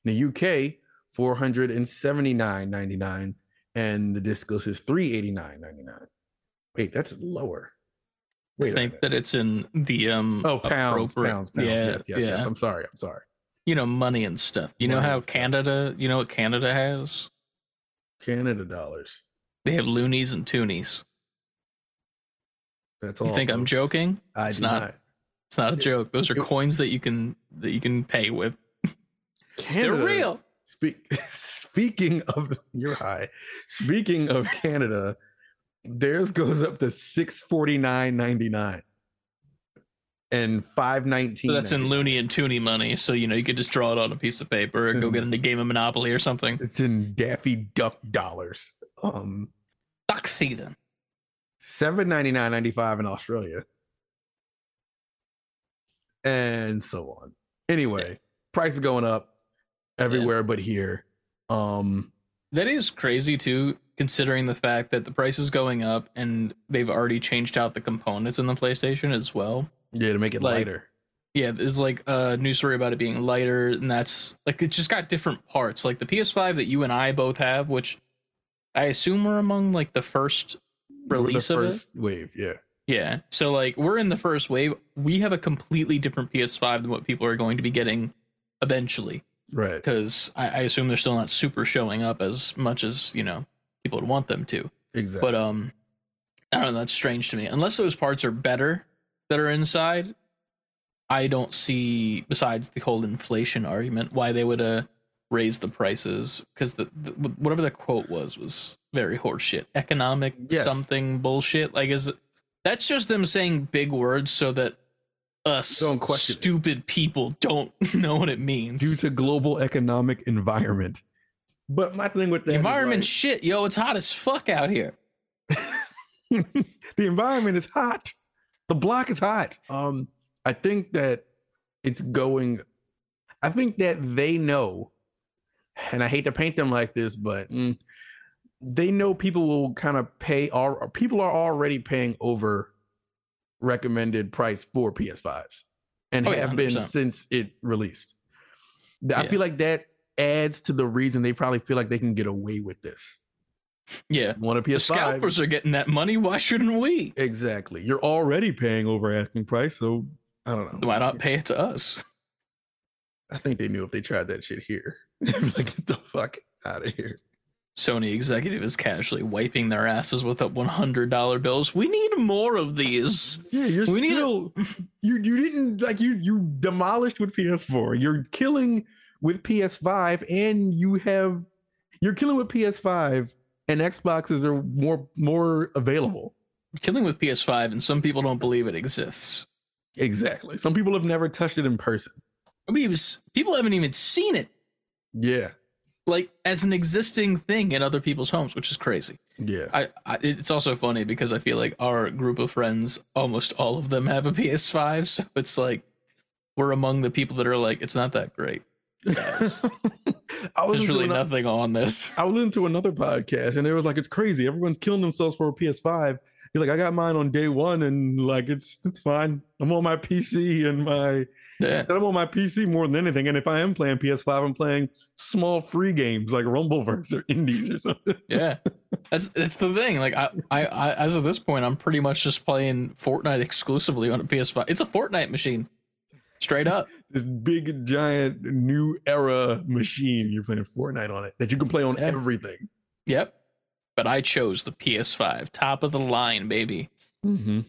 Speaker 2: In the UK, four hundred and seventy nine ninety nine, and the discless is three eighty nine ninety nine. Wait, that's lower.
Speaker 1: I
Speaker 2: a
Speaker 1: think
Speaker 2: minute.
Speaker 1: that it's in the um
Speaker 2: oh pounds,
Speaker 1: appropriate-
Speaker 2: pounds, pounds.
Speaker 1: Yeah,
Speaker 2: yes, yes,
Speaker 1: yeah.
Speaker 2: yes. I'm sorry. I'm sorry.
Speaker 1: You know, money and stuff. You know
Speaker 2: Money
Speaker 1: how
Speaker 2: and stuff.
Speaker 1: Canada you know what Canada has?
Speaker 2: Canada dollars.
Speaker 1: They have loonies and toonies.
Speaker 2: That's all.
Speaker 1: You think I'm
Speaker 2: folks.
Speaker 1: joking?
Speaker 2: I
Speaker 1: It's
Speaker 2: do
Speaker 1: not.
Speaker 2: not.
Speaker 1: It's not a
Speaker 2: Yeah.
Speaker 1: joke. Those are
Speaker 2: Yep.
Speaker 1: coins that you can that you can pay with. They're
Speaker 2: Canada,
Speaker 1: real.
Speaker 2: Speak, speaking of you're high. Speaking of Canada, theirs goes up to six forty nine ninety nine and five nineteen.
Speaker 1: So that's in loony and toony money. So you know you could just draw it on a piece of paper and go get in a game of Monopoly or something.
Speaker 2: It's in Daffy Duck dollars. Um,
Speaker 1: Duck season.
Speaker 2: seven ninety nine ninety five in Australia, and so on. Anyway, price is going up everywhere but here. Um,
Speaker 1: That is crazy too, considering the fact that the price is going up and they've already changed out the components in the PlayStation as well.
Speaker 2: yeah, to make it
Speaker 1: Like,
Speaker 2: lighter.
Speaker 1: Yeah, there's like a news story about it being lighter, and that's like it just got different parts. Like the PS5 that you and I both have, which I assume were among like the first
Speaker 2: We're the
Speaker 1: release of it?
Speaker 2: first wave. Yeah.
Speaker 1: Yeah. So like we're in the first wave. We have a completely different PS5 than what people are going to be getting eventually.
Speaker 2: Right.
Speaker 1: Because I, I assume they're still not super showing up as much as, you know, people would want them to.
Speaker 2: Exactly.
Speaker 1: But um I don't know, that's strange to me. Unless those parts are better that are inside, I don't see besides the whole inflation argument why they would uh raise the prices because the, the whatever the quote was was very horseshit economic
Speaker 2: Yes.
Speaker 1: something bullshit like is it- that's just them saying big words so that us
Speaker 2: Don't question it.
Speaker 1: stupid people don't know what it means
Speaker 2: due to global economic environment. But my thing with that
Speaker 1: the
Speaker 2: is,
Speaker 1: environment shit yo it's hot as fuck out here
Speaker 2: like, the environment is hot. The block is hot. Um, I think that it's going. I think that they know, and I hate to paint them like this, but mm, they know people will kind of pay. All people are already paying over recommended price for PS5s, and
Speaker 1: Oh, yeah,
Speaker 2: have been
Speaker 1: 100%.
Speaker 2: since it released. Th- I
Speaker 1: Yeah.
Speaker 2: feel like that adds to the reason they probably feel like they can get away with this.
Speaker 1: Yeah.
Speaker 2: You want a
Speaker 1: The
Speaker 2: PS5?
Speaker 1: scalpers are getting that money. Why shouldn't we?
Speaker 2: Exactly. You're already paying over asking price, so I don't know.
Speaker 1: Why not pay it to us?
Speaker 2: I think they knew if they tried that shit here. like get the fuck out of here.
Speaker 1: Sony executive is casually wiping their asses with up $100 bills. We need more of these.
Speaker 2: Yeah, you're
Speaker 1: We need a-
Speaker 2: still you you didn't like you you demolished with PS4. You're killing with PS5 and you have you're killing with PS5 and Xboxes are more more available.
Speaker 1: Killing with PS5, and some people don't believe it exists.
Speaker 2: Exactly. Some people have never touched it in person.
Speaker 1: Nobody was, people haven't even seen it,
Speaker 2: Yeah.
Speaker 1: like as an existing thing in other people's homes, which is crazy.
Speaker 2: Yeah.
Speaker 1: I, I it's also funny because I feel like our group of friends, almost all of them have a PS5, so it's like we're among the people that are like, it's not that great. guys.
Speaker 2: I was
Speaker 1: There's really
Speaker 2: doing-
Speaker 1: nothing on this.
Speaker 2: I listened to another podcast and it was like, it's crazy. Everyone's killing themselves for a PS5. He's like, I got mine on day one and like, it's it's fine. I'm on my PC and my
Speaker 1: Yeah.
Speaker 2: I'm on my PC more than anything. And if I am playing PS5, I'm playing small free games like Rumbleverse or Indies or something.
Speaker 1: yeah that's that's the thing like I, I i as of this point i'm pretty much just playing fortnite exclusively on a ps5 it's a fortnite machine straight up
Speaker 2: This big giant new era machine you're playing Fortnite on it that you can play on
Speaker 1: Yeah.
Speaker 2: everything.
Speaker 1: yep but i chose the ps5 top of the line baby i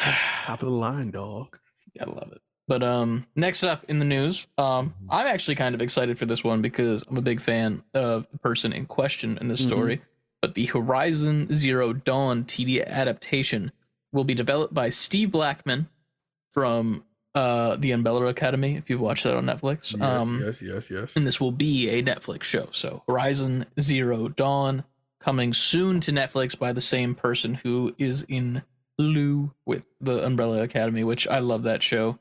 Speaker 2: Top of the line, dog.
Speaker 1: love it but um next up in the news um
Speaker 2: Mm-hmm.
Speaker 1: i'm actually kind of excited for this one because i'm a big fan of the person in question in this
Speaker 2: Mhm.
Speaker 1: story but the horizon zero dawn td adaptation will be developed by Steve Blackman from uh, the Umbrella Academy. If you've watched that on Netflix, um,
Speaker 2: yes, yes, yes.
Speaker 1: and this will be a Netflix show. So Horizon Zero Dawn coming soon to Netflix by the same person who is in Lou with the Umbrella Academy, which I love that show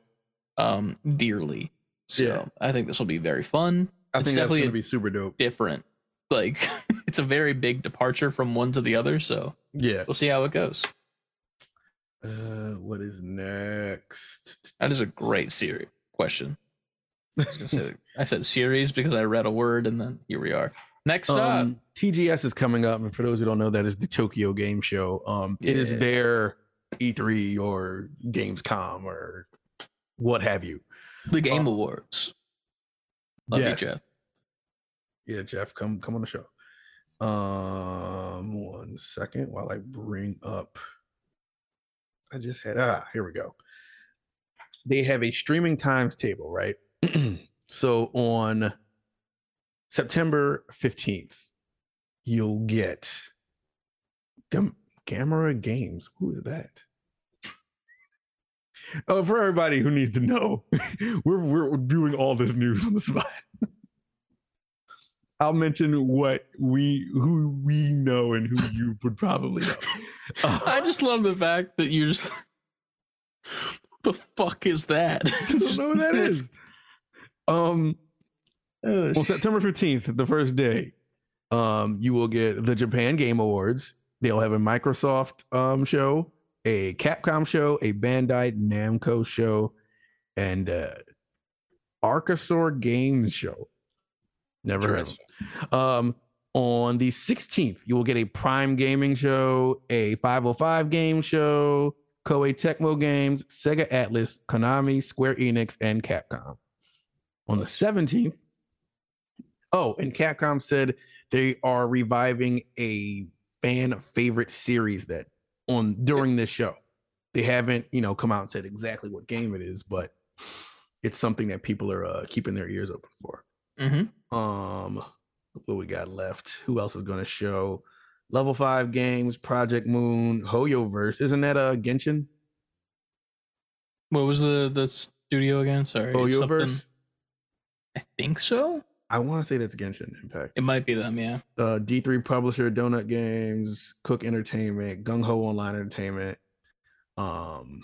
Speaker 1: um, dearly. So
Speaker 2: Yeah.
Speaker 1: I think this will be very fun,
Speaker 2: I
Speaker 1: it's
Speaker 2: think that's
Speaker 1: definitely
Speaker 2: going to
Speaker 1: a-
Speaker 2: be super dope.
Speaker 1: different. Like it's a very big departure from one to the other. So
Speaker 2: Yeah.
Speaker 1: we'll see how it goes.
Speaker 2: Uh, what is next?
Speaker 1: That is a great series question. I, was gonna say, I said series because I read a word and then here we are. Next up,
Speaker 2: Um, TGS is coming up, and for those who don't know, that is the Tokyo Game Show. Um, it is
Speaker 1: Yeah.
Speaker 2: their E3 or Gamescom or what have you.
Speaker 1: the Game Awards. Love you, Jeff.
Speaker 2: Yeah, Jeff, come come on the show. Um, one second while I bring up. I just had ah, here we go. They have a streaming times table, right? so on September fifteenth, you'll get Gam- Gamera Games. Who is that? Oh, for everybody who needs to know, we're we're doing all this news on the spot. I'll mention what we who we know and who you would probably know.
Speaker 1: I just love the fact that you're just. the fuck is that?
Speaker 2: I don't know what that is. Um,
Speaker 1: Oh,
Speaker 2: well,
Speaker 1: sh-
Speaker 2: September fifteenth, the first day, um, you will get the Japan Game Awards. They'll have a Microsoft um show, a Capcom show, a Bandai Namco show, and uh, Arcosaur Games show. Never heard of 'em.
Speaker 1: Interesting.
Speaker 2: Um, on the 16th, you will get a Prime Gaming show, a 505 game show, Koei Tecmo Games, Sega Atlas, Konami, Square Enix, and Capcom. On the 17th, oh, and Capcom said they are reviving a fan favorite series that on during this show. They haven't, you know, come out and said exactly what game it is, but it's something that people are uh, keeping their ears open for.
Speaker 1: Mhm.
Speaker 2: Um, what we got left? Who else is going to show? Level five games, Project Moon, Hoyoverse. Isn't that a uh, Genshin?
Speaker 1: What was the, the studio again? Sorry. it's something-
Speaker 2: Hoyoverse.
Speaker 1: I think so.
Speaker 2: I want to say that's Genshin Impact.
Speaker 1: It might be them, yeah.
Speaker 2: Uh, D3 publisher, Donut Games, Cook Entertainment, Gung Ho Online Entertainment. Um,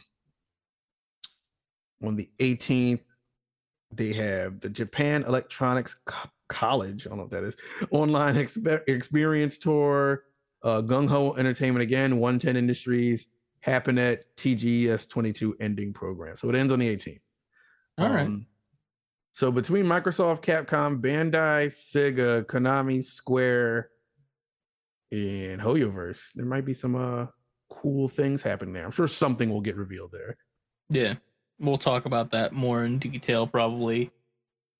Speaker 2: on the 18th, they have the Japan Electronics Co- College. I don't know what that is. Online expe- Experience Tour, uh, Gung Ho Entertainment again, 110 Industries, Happenet, E TGS 22 ending program. So it ends on the 18th.
Speaker 1: All right.
Speaker 2: Um, So between Microsoft, Capcom, Bandai, Sega, Konami, Square, and Hoyoverse, there might be some uh cool things happening there. I'm sure something will get revealed there.
Speaker 1: Yeah. We'll talk about that more in detail probably.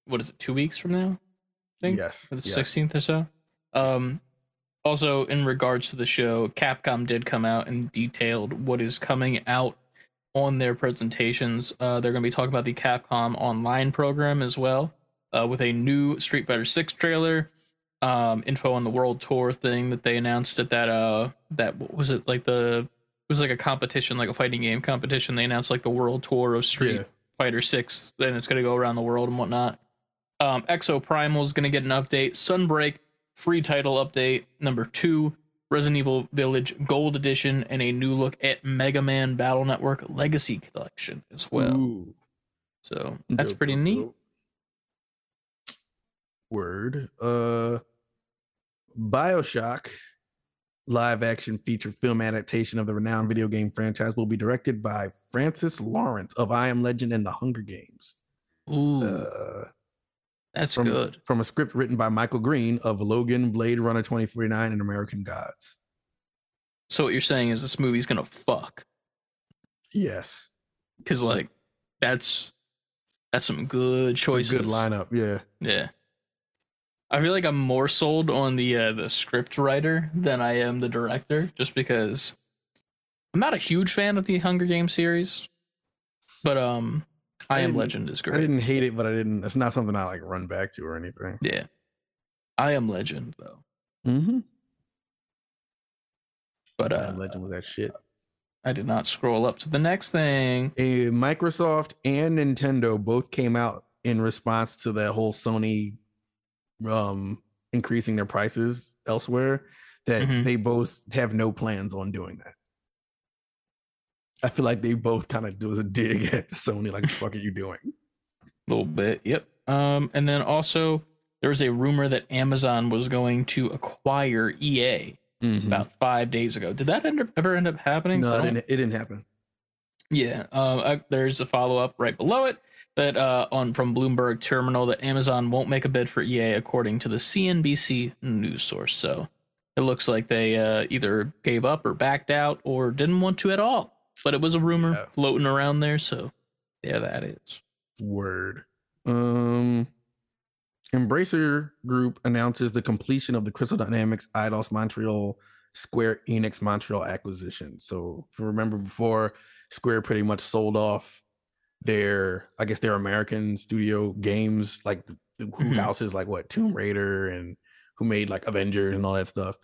Speaker 1: What is it? 2 weeks from now? Think-
Speaker 2: yes.
Speaker 1: Or the
Speaker 2: yes.
Speaker 1: 16th or so. Um also in regards to the show, Capcom did come out and detailed what is coming out on their presentations. Uh, they're going to be talking about the Capcom Online program as well, uh, with a new Street Fighter Six trailer, um, info on the World Tour thing that they announced at that uh that what was it like the it was like a competition like a fighting game competition. They announced like the World Tour of Street
Speaker 2: Yeah.
Speaker 1: Fighter Six, then it's going to go around the world and whatnot. Um, Exo Primal is going to get an update. Sunbreak free title update number two. Resident Evil Village Gold Edition and a new look at Mega Man Battle Network Legacy Collection as well.
Speaker 2: Ooh.
Speaker 1: So that's
Speaker 2: Dope,
Speaker 1: pretty
Speaker 2: dope,
Speaker 1: neat.
Speaker 2: dope. Word. Uh Bioshock live action feature film adaptation of the renowned video game franchise will be directed by Francis Lawrence of I Am Legend and The Hunger Games.
Speaker 1: Ooh,
Speaker 2: Uh
Speaker 1: that's
Speaker 2: from,
Speaker 1: good.
Speaker 2: From a script written by Michael Green of Logan, Blade Runner 2049, and American Gods.
Speaker 1: So what you're saying is this movie's gonna fuck?
Speaker 2: Yes.
Speaker 1: Because like, that's that's some good choices.
Speaker 2: Good lineup. Yeah.
Speaker 1: Yeah. I feel like I'm more sold on the uh, the script writer than I am the director, just because I'm not a huge fan of the Hunger Games series, but um, I,
Speaker 2: I
Speaker 1: Am
Speaker 2: didn't-
Speaker 1: Legend is
Speaker 2: I
Speaker 1: great.
Speaker 2: didn't hate it, but I didn't. It's not something I like run back to or anything.
Speaker 1: yeah, I Am Legend though,
Speaker 2: Mm-hmm.
Speaker 1: but uh,
Speaker 2: Legend was that shit.
Speaker 1: I did not scroll up to the next thing.
Speaker 2: Uh, Microsoft and Nintendo both came out in response to that whole Sony um increasing their prices elsewhere that
Speaker 1: Mhm.
Speaker 2: they both have no plans on doing that. I feel like they both kind of was a dig at Sony, like, the fuck are you doing?
Speaker 1: little bit. Yep. Um, and then also there was a rumor that Amazon was going to acquire EA
Speaker 2: Mhm.
Speaker 1: about five days ago. Did that end up, ever end up happening? So I
Speaker 2: No, it
Speaker 1: don't-
Speaker 2: didn't, it didn't happen.
Speaker 1: Yeah, um, I, there's a follow up right below it that uh, on from Bloomberg Terminal that Amazon won't make a bid for EA according to the CNBC news source. So it looks like they uh, either gave up or backed out or didn't want to at all. But it was a rumor
Speaker 2: Yeah.
Speaker 1: floating around there, so there that is.
Speaker 2: Word. Um, Embracer Group announces the completion of the Crystal Dynamics Eidos Montreal Square Enix Montreal acquisition. So, if you remember before, Square pretty much sold off their, I guess, their American studio games, like the, the, who
Speaker 1: Mhm.
Speaker 2: houses like what Tomb Raider and who made like Avengers and all that stuff.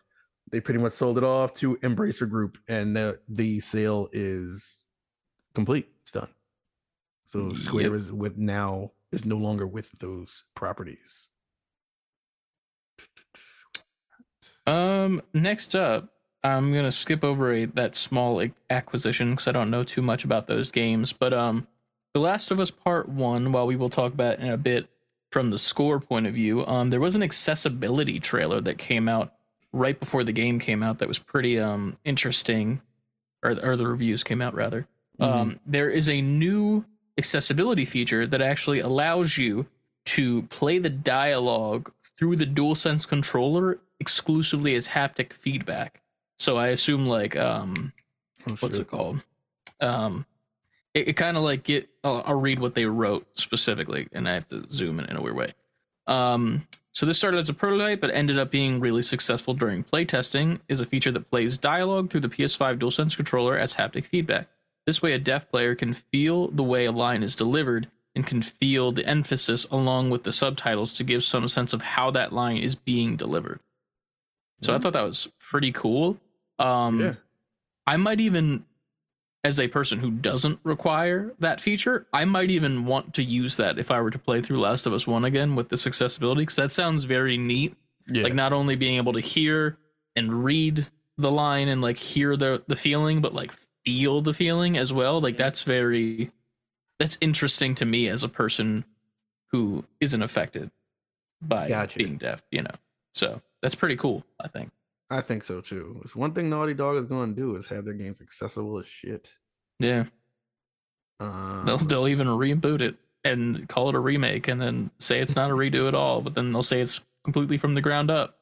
Speaker 2: They pretty much sold it off to Embracer Group, and the the sale is complete. It's done. So Square
Speaker 1: Mm, Yep.
Speaker 2: is with now is no longer with those properties.
Speaker 1: Um, next up, I'm gonna skip over a, that small ac- acquisition because I don't know too much about those games. But um, The Last of Us Part One, while we will talk about in a bit from the score point of view, um, there was an accessibility trailer that came out right before the game came out that was pretty um interesting, or or the reviews came out rather. Um, there is a new accessibility feature that actually allows you to play the dialogue through the DualSense controller exclusively as haptic feedback. So I assume like um
Speaker 2: Oh,
Speaker 1: what's
Speaker 2: shit.
Speaker 1: it called? Um it, it kind of like get I'll, I'll read what they wrote specifically and I have to zoom in in a weird way. Um so this started as a prototype but ended up being really successful during playtesting is a feature that plays dialogue through the PS5 DualSense controller as haptic feedback. This way a deaf player can feel the way a line is delivered and can feel the emphasis along with the subtitles to give some sense of how that line is being delivered. So I
Speaker 2: Mhm.
Speaker 1: thought that was pretty cool. Um
Speaker 2: Yeah.
Speaker 1: I might even, as a person who doesn't require that feature, I might even want to use that if I were to play through Last of Us 1 again with this accessibility, because that sounds very neat.
Speaker 2: Yeah.
Speaker 1: Like, not only being able to hear and read the line and like hear the, the feeling, but like feel the feeling as well. Like, that's very, that's interesting to me as a person who isn't affected by
Speaker 2: Gotcha.
Speaker 1: being deaf, you know? So that's pretty cool, I think.
Speaker 2: I think so too. It's one thing Naughty Dog is going to do is have their games accessible as shit.
Speaker 1: Yeah.
Speaker 2: Um,
Speaker 1: They'll, they'll even reboot it. and call it a remake and then say it's not a redo at all, but then they'll say it's completely from the ground up.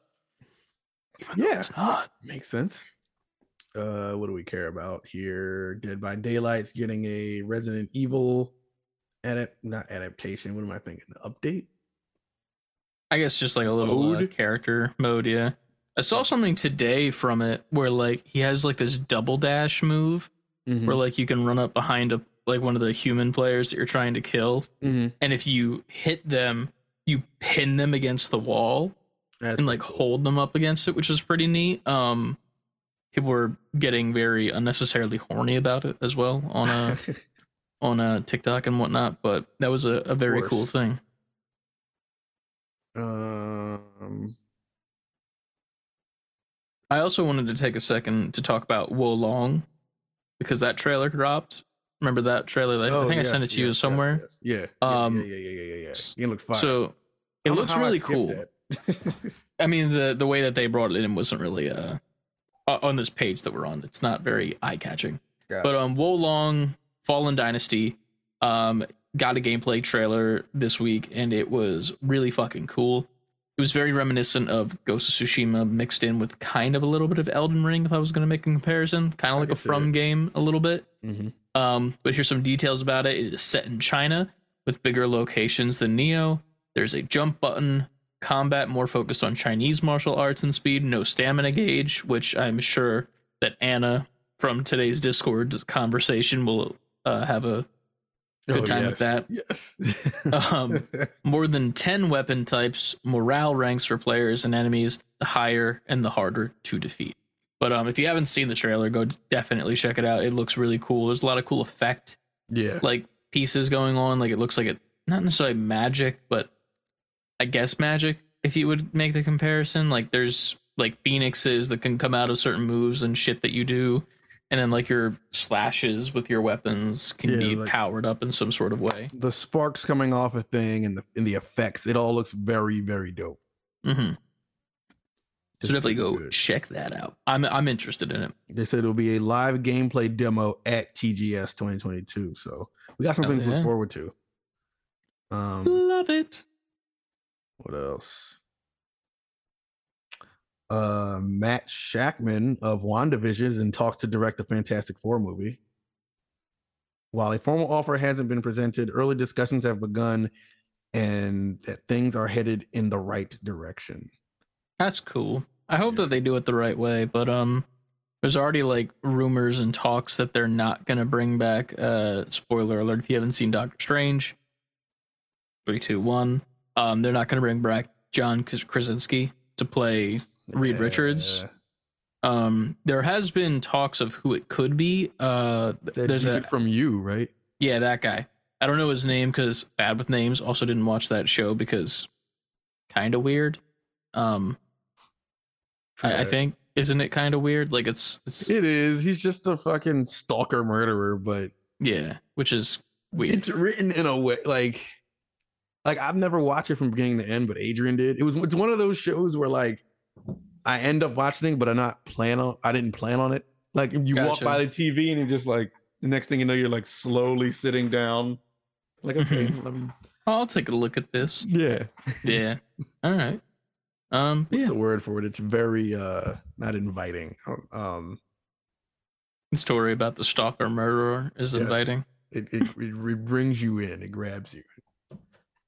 Speaker 1: Even though
Speaker 2: Yeah.
Speaker 1: it's not.
Speaker 2: Makes sense. Uh, what do we care about here? Dead by Daylight's getting a Resident Evil adapt not adaptation. What am I thinking? Update?
Speaker 1: I guess just like a little uh,
Speaker 2: Mode?
Speaker 1: character mode, yeah. I saw something today from it where like he has like this double dash move where like you can run up behind a like one of the human players that you're trying to kill, and if you hit them, you pin them against the wall
Speaker 2: That's
Speaker 1: and like hold them up against it, which is pretty neat. Um, people were getting very unnecessarily horny about it as well on a on a TikTok and whatnot, but that was a, a very
Speaker 2: course.
Speaker 1: cool thing.
Speaker 2: um
Speaker 1: I also wanted to take a second to talk about Wo Long because that trailer dropped. Remember that trailer? that- I
Speaker 2: oh,
Speaker 1: think I sent it
Speaker 2: yes,
Speaker 1: to you
Speaker 2: yes, yes,
Speaker 1: somewhere.
Speaker 2: yes. Yeah. Yeah,
Speaker 1: Um,
Speaker 2: yeah, yeah, yeah, yeah, yeah. You look fine.
Speaker 1: So it looks really cool. I mean, the the way that they brought it in wasn't really uh o- on this page that we're on. It's not very eye catching.
Speaker 2: Got
Speaker 1: But um, Wolong Fallen Dynasty um got a gameplay trailer this week, and it was really fucking cool. It was very reminiscent of Ghost of Tsushima mixed in with kind of a little bit of Elden Ring. If I was going to make a comparison, kind
Speaker 2: I
Speaker 1: of like a
Speaker 2: can see
Speaker 1: From
Speaker 2: it.
Speaker 1: game, a little bit.
Speaker 2: mm-hmm.
Speaker 1: Um, but here's some details about it. It is set in China with bigger locations than Neo. There's a jump button, combat more focused on Chinese martial arts and speed, no stamina gauge, which I'm sure that Anna from today's Discord conversation will uh, have a Good time with that.
Speaker 2: Oh, Yes.
Speaker 1: um, more than 10 weapon types, morale ranks for players and enemies, the higher and the harder to defeat. But um, if you haven't seen the trailer, go definitely check it out. It looks really cool. There's a lot of cool effect
Speaker 2: yeah.
Speaker 1: like pieces going on. Like it looks like it not necessarily magic, but I guess magic, if you would make the comparison. Like there's like phoenixes that can come out of certain moves and shit that you do. And then like your slashes with your weapons can
Speaker 2: Yeah,
Speaker 1: be
Speaker 2: like-
Speaker 1: powered up in some sort of way.
Speaker 2: The sparks coming off a thing and the and the effects, it all looks very, very dope.
Speaker 1: Mm-hmm. So
Speaker 2: Just
Speaker 1: definitely go
Speaker 2: good.
Speaker 1: check that out. I'm I'm interested in it.
Speaker 2: They said it'll be a live gameplay demo at TGS 2022. So we got some
Speaker 1: Oh,
Speaker 2: things to
Speaker 1: yeah.
Speaker 2: look forward to. Um,
Speaker 1: Love it.
Speaker 2: what else? Uh, Matt Shackman of WandaVision is in talks to direct the Fantastic Four movie. While a formal offer hasn't been presented, early discussions have begun, and that things are headed in the right direction.
Speaker 1: That's cool. I hope
Speaker 2: Yeah.
Speaker 1: that they do it the right way, but um there's already like rumors and talks that they're not gonna bring back uh spoiler alert if you haven't seen Doctor Strange. Three, two, one. Um they're not gonna bring back John Kras- Krasinski to play Reed Richards? um there has been talks of who it could be. Uh
Speaker 2: That
Speaker 1: There's
Speaker 2: There's
Speaker 1: a-
Speaker 2: from you, right?
Speaker 1: Yeah, that guy. I don't know his name because bad with names. Also, didn't watch that show because kind of weird. Um, I, I
Speaker 2: Fair.
Speaker 1: think isn't it kind of weird? Like it's it's
Speaker 2: It is. He's just a fucking stalker murderer, but
Speaker 1: yeah, which is weird.
Speaker 2: it's written in a way like, like I've never watched it from beginning to end, but Adrian did. It was it's one of those shows where like I end up watching, it, but I not plan on. I didn't plan on it. Like if you walk
Speaker 1: Gotcha.
Speaker 2: by the TV and you just like the next thing you know, you're like slowly sitting down. Like okay,
Speaker 1: Mm-hmm.
Speaker 2: let me-
Speaker 1: I'll take a look at this.
Speaker 2: yeah.
Speaker 1: Yeah. All right. Um.
Speaker 2: What's
Speaker 1: Yeah.
Speaker 2: the word for it? It's very uh not inviting. Um,
Speaker 1: The story about the stalker murderer is
Speaker 2: Yes.
Speaker 1: inviting
Speaker 2: it it, it brings you in. It grabs you.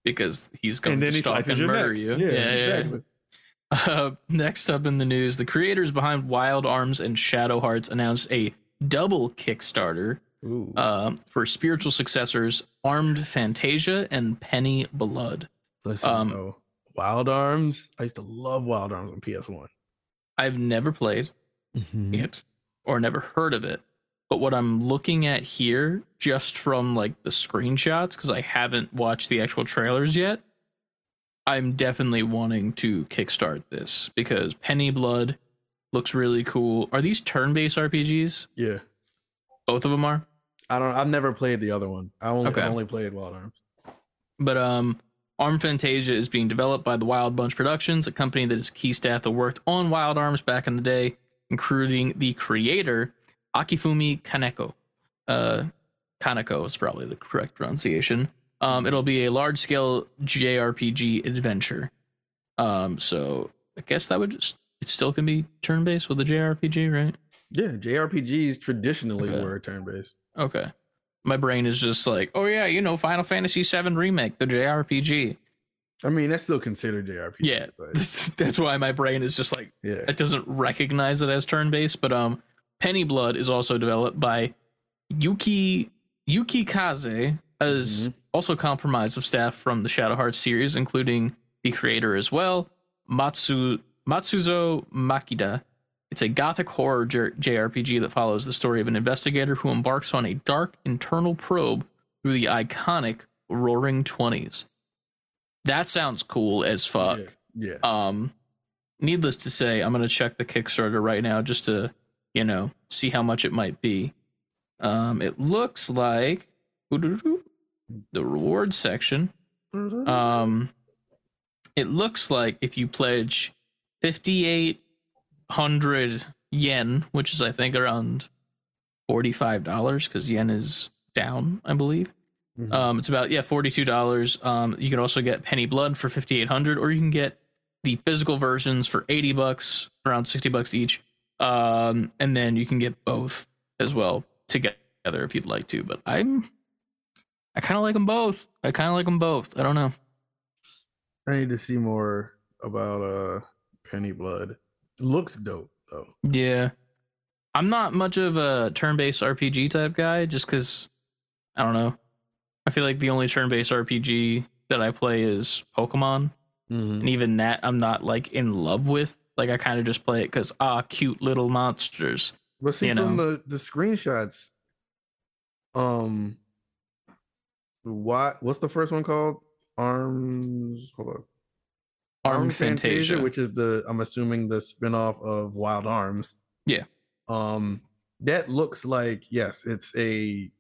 Speaker 1: because he's going to
Speaker 2: he
Speaker 1: stalk
Speaker 2: slices
Speaker 1: and
Speaker 2: your
Speaker 1: murder
Speaker 2: neck.
Speaker 1: you. Yeah. Yeah. yeah.
Speaker 2: exactly.
Speaker 1: Uh, next up in the news, the creators behind Wild Arms and Shadow Hearts announced a double Kickstarter
Speaker 2: Ooh.
Speaker 1: um, for spiritual successors Armed Fantasia and Penny Blood.
Speaker 2: Listen,
Speaker 1: um,
Speaker 2: bro, Wild Arms. I used to love Wild Arms on PS One.
Speaker 1: I've never played it or never heard of it, but what I'm looking at here, just from like the screenshots, because I haven't watched the actual trailers yet, I'm definitely wanting to kickstart this because Penny Blood looks really cool. Are these turn-based RPGs?
Speaker 2: Yeah,
Speaker 1: Both of them are.
Speaker 2: I don't. I've never played the other one. I only
Speaker 1: Okay.
Speaker 2: I only played Wild Arms.
Speaker 1: But um, Arm Fantasia is being developed by the Wild Bunch Productions, a company that is key staff that worked on Wild Arms back in the day, including the creator Akifumi Kaneko. Uh, Kaneko is probably the correct pronunciation. Um, it'll be a large scale JRPG adventure. Um, so I guess that would just it still can be turn based with a JRPG, right?
Speaker 2: Yeah, JRPGs traditionally
Speaker 1: Okay.
Speaker 2: were turn based.
Speaker 1: Okay. My brain is just like, oh yeah, you know, Final Fantasy VII remake, the JRPG.
Speaker 2: I mean, that's still considered JRPG.
Speaker 1: Yeah.
Speaker 2: but
Speaker 1: That's why my brain is just like
Speaker 2: yeah.
Speaker 1: it doesn't recognize it as turn based, but um Penny Blood is also developed by Yuki Yuki Kaze as
Speaker 2: Mhm.
Speaker 1: also comprised of staff from the Shadow Hearts series, including the creator as well, Matsu Matsuzo Makida. It's a gothic horror J- JRPG that follows the story of an investigator who embarks on a dark internal probe through the iconic Roaring Twenties. That sounds cool as fuck.
Speaker 2: Yeah. yeah.
Speaker 1: Um, needless to say, I'm gonna check the Kickstarter right now just to, you know, see how much it might be. Um, it looks like the reward section. Um, it looks like if you pledge 5,800 yen, which is I think around forty-five dollars, because yen is down, I believe.
Speaker 2: Mhm.
Speaker 1: Um, it's about yeah, forty-two dollars. Um, you can also get Penny Blood for fifty-eight hundred, or you can get the physical versions for eighty bucks, around sixty bucks each. Um, and then you can get both as well together if you'd like to. But I'm, I kind of like them both. I kind of like them both. I don't know.
Speaker 2: I need to see more about uh Penny Blood. Looks dope though.
Speaker 1: Yeah. I'm not much of a turn based RPG type guy just because I don't know. I feel like the only turn based RPG that I play is Pokemon. And even that, I'm not like in love with. Like, I kind of just play it because, ah, cute little monsters.
Speaker 2: But see
Speaker 1: you
Speaker 2: from the the screenshots, um, what what's the first one called? Arms. Hold on.
Speaker 1: Armed Fantasia.
Speaker 2: which is the I'm assuming the spinoff of Wild Arms.
Speaker 1: Yeah.
Speaker 2: Um, that looks like yes, it's a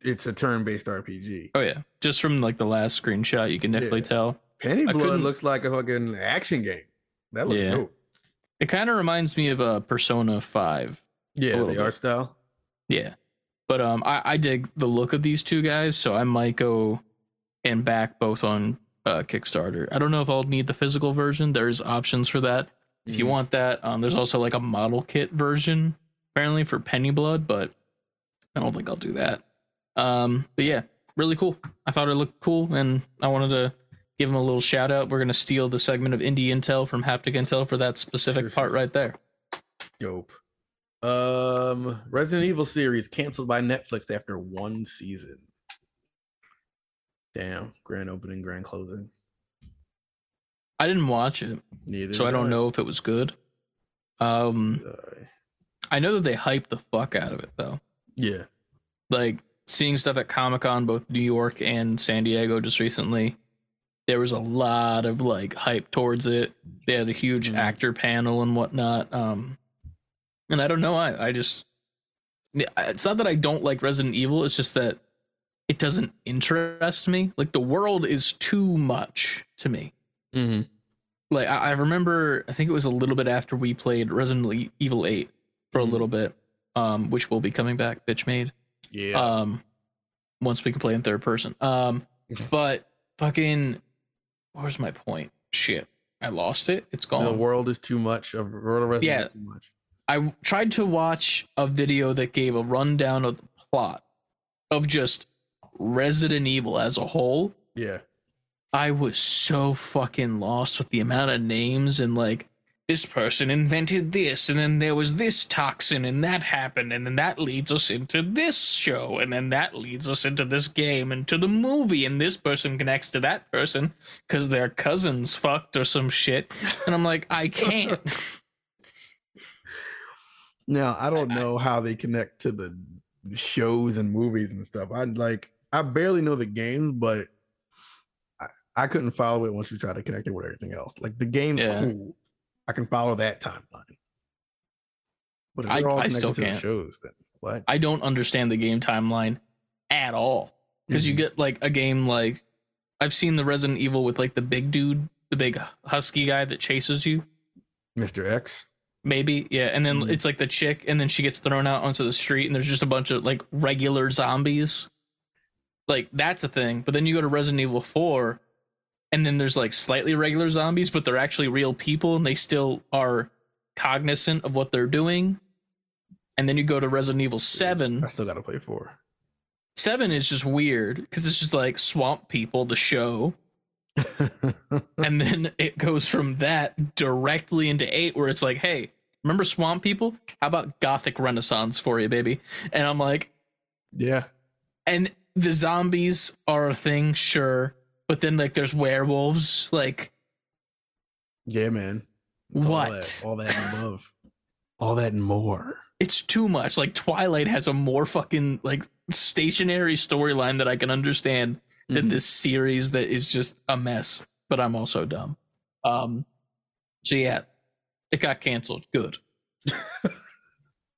Speaker 2: it's a turn based RPG.
Speaker 1: oh, yeah. Just from like the last screenshot, you can definitely
Speaker 2: Yeah.
Speaker 1: tell.
Speaker 2: Penny
Speaker 1: I
Speaker 2: Blood
Speaker 1: couldn't-
Speaker 2: looks like a fucking action game. That looks
Speaker 1: Yeah.
Speaker 2: dope.
Speaker 1: It kind of reminds me of uh, Persona 5.
Speaker 2: Yeah, the
Speaker 1: little bit.
Speaker 2: art style.
Speaker 1: Yeah. But um I, I dig the look of these two guys, so I might go and back both on uh Kickstarter. I don't know if I'll need the physical version. There's options for that. If you
Speaker 2: Mhm.
Speaker 1: want that, um there's also like a model kit version apparently for Penny Blood, but I don't think I'll do that. Um but yeah, really cool. I thought it looked cool and I wanted to give him a little shout out. We're gonna steal the segment of Indie Intel from Haptic Intel for that specific
Speaker 2: Sure, sure,
Speaker 1: part
Speaker 2: sure.
Speaker 1: right there.
Speaker 2: Dope. Um, Resident Evil series canceled by Netflix after one season. Damn, grand opening, grand closing.
Speaker 1: I didn't watch it,
Speaker 2: Neither.
Speaker 1: so I
Speaker 2: did
Speaker 1: don't know if it was good. Um
Speaker 2: Uh,
Speaker 1: I know that they hyped the fuck out of it though.
Speaker 2: yeah,
Speaker 1: Like seeing stuff at Comic Con, both New York and San Diego, just recently, there was a lot of like hype towards it. They had a huge
Speaker 2: Mhm.
Speaker 1: actor panel and whatnot. Um, and I don't know, I I just Yeah, it's not that I don't like Resident Evil. It's just that it doesn't interest me. Like the world is too much to me.
Speaker 2: mm-hmm.
Speaker 1: Like I, I remember, I think it was a little bit after we played Resident Evil Eight for
Speaker 2: Mhm.
Speaker 1: a little bit, um, which will be coming back, bitch made.
Speaker 2: yeah.
Speaker 1: Um, once we can play in third person. Um, but fucking, what was my point? Shit, I lost it. It's gone.
Speaker 2: the world is too much. Of world of Resident
Speaker 1: Yeah.
Speaker 2: is too much.
Speaker 1: I tried to watch a video that gave a rundown of the plot of just Resident Evil as a whole.
Speaker 2: Yeah,
Speaker 1: I was so fucking lost with the amount of names and like this person invented this and then there was this toxin and that happened and then that leads us into this show and then that leads us into this game and to the movie and this person connects to that person cuz their cousins fucked or some shit and I'm like I can't
Speaker 2: Now I don't know how they connect to the shows and movies and stuff. I like I barely know the games, but I, I couldn't follow it once you try to connect it with everything else. Like the game's
Speaker 1: Yeah.
Speaker 2: cool. I can follow that timeline. But if
Speaker 1: I-
Speaker 2: they're all
Speaker 1: I
Speaker 2: connected
Speaker 1: still
Speaker 2: to the
Speaker 1: can't.
Speaker 2: shows, then what?
Speaker 1: I don't understand the game timeline at all because Uh,
Speaker 2: Mm-hmm.
Speaker 1: you get like a game like I've seen the Resident Evil with like the big dude, the big husky guy that chases you.
Speaker 2: Mr. Mm-hmm. X.
Speaker 1: Maybe, yeah. And then
Speaker 2: Mhm.
Speaker 1: it's like the chick, and then she gets thrown out onto the street, and there's just a bunch of like regular zombies. Like that's a thing. But then you go to Resident Evil 4 and then there's like slightly regular zombies, but they're actually real people and they still are cognizant of what they're doing. And then you go to Resident Evil 7.
Speaker 2: I still got to play four.
Speaker 1: Seven is just weird because it's just like Swamp People, the show, and then it goes from that directly into eight, where it's like, hey, remember Swamp People? How about Gothic Renaissance for you, baby? And I'm like,
Speaker 2: yeah.
Speaker 1: and the zombies are a thing, sure, but then like there's werewolves, like
Speaker 2: Yeah, man. It's All that,
Speaker 1: what?
Speaker 2: all that and above.
Speaker 3: All that and more.
Speaker 1: It's too much. Like Twilight has a more fucking like stationary storyline that I can understand
Speaker 2: Mm-hmm.
Speaker 1: than this series that is just a mess. But I'm also dumb. Um, so yeah, it got canceled. Good.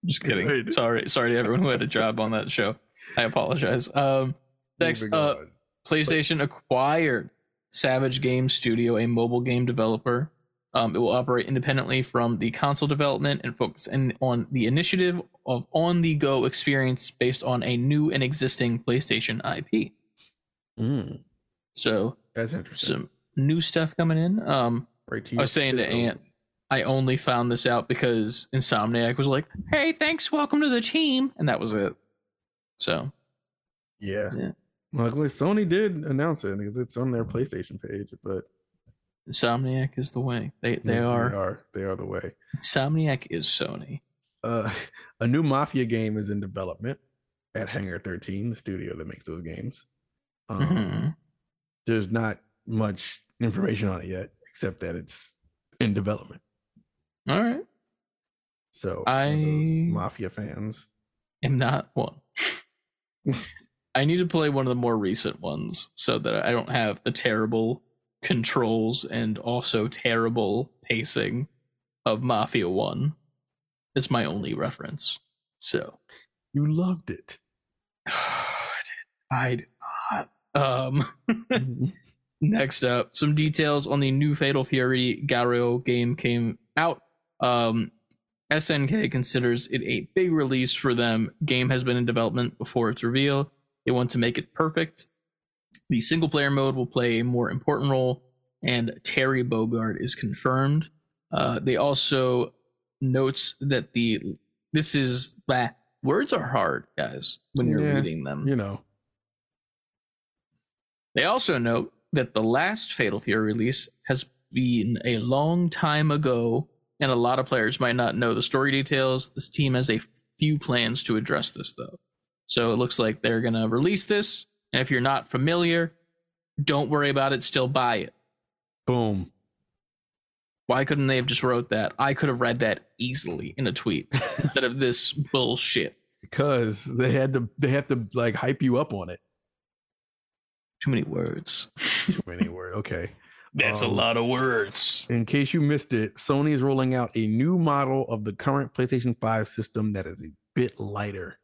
Speaker 1: just kidding.
Speaker 2: Good.
Speaker 1: Sorry, sorry to everyone who had a job on that show. I apologize. Um, next,
Speaker 2: Moving
Speaker 1: uh,
Speaker 2: on.
Speaker 1: PlayStation acquired Savage Game Studio, a mobile game developer. Um, it will operate independently from the console development and focus in, on the initiative of on-the-go experience based on a new and existing PlayStation IP.
Speaker 2: Mm,
Speaker 1: So
Speaker 3: That's interesting.
Speaker 1: some new stuff coming in. Um,
Speaker 2: right to
Speaker 1: I was saying to
Speaker 2: So-
Speaker 1: Ant, I only found this out because Insomniac was like, "Hey, thanks, welcome to the team," and that was it. So
Speaker 2: Yeah.
Speaker 1: Yeah.
Speaker 2: Luckily, Sony did announce it because it's on their PlayStation page, but
Speaker 1: Insomniac is the way. They they
Speaker 2: yes,
Speaker 1: are.
Speaker 2: they are they are the way.
Speaker 1: Insomniac is Sony.
Speaker 2: Uh, a new Mafia game is in development at Hangar 13, the studio that makes those games. Um,
Speaker 1: Mhm.
Speaker 2: There's not much information on it yet, except that it's in development.
Speaker 1: All right,
Speaker 2: So one of those
Speaker 1: I-
Speaker 2: Mafia fans,
Speaker 1: am not one. I need to play one of the more recent ones so that I don't have the terrible controls and also terrible pacing of Mafia One. It's my only reference. So.
Speaker 2: you loved it.
Speaker 1: I did not. Um, next up, some details on the new Fatal Fury Gario game came out. Um, SNK considers it a big release for them. Game has been in development before its reveal. They want to make it perfect. The single player mode will play a more important role, and Terry Bogard is confirmed. Uh, they also notes that the this is that words are hard, guys, when you're
Speaker 2: Yeah.
Speaker 1: reading them.
Speaker 2: you know,
Speaker 1: They also note that the last Fatal Fury release has been a long time ago, and a lot of players might not know the story details. This team has a few plans to address this, though. So it looks like they're going to release this. And if you're not familiar, don't worry about it, still buy it.
Speaker 2: boom.
Speaker 1: Why couldn't they have just wrote that? I could have read that easily in a tweet instead of this bullshit.
Speaker 2: Because they had to, they have to like hype you up on it.
Speaker 1: Too many words.
Speaker 2: Too many words. Okay.
Speaker 1: That's
Speaker 2: Um,
Speaker 1: a lot of words.
Speaker 2: In case you missed it, Sony is rolling out a new model of the current PlayStation 5 system that is a bit lighter.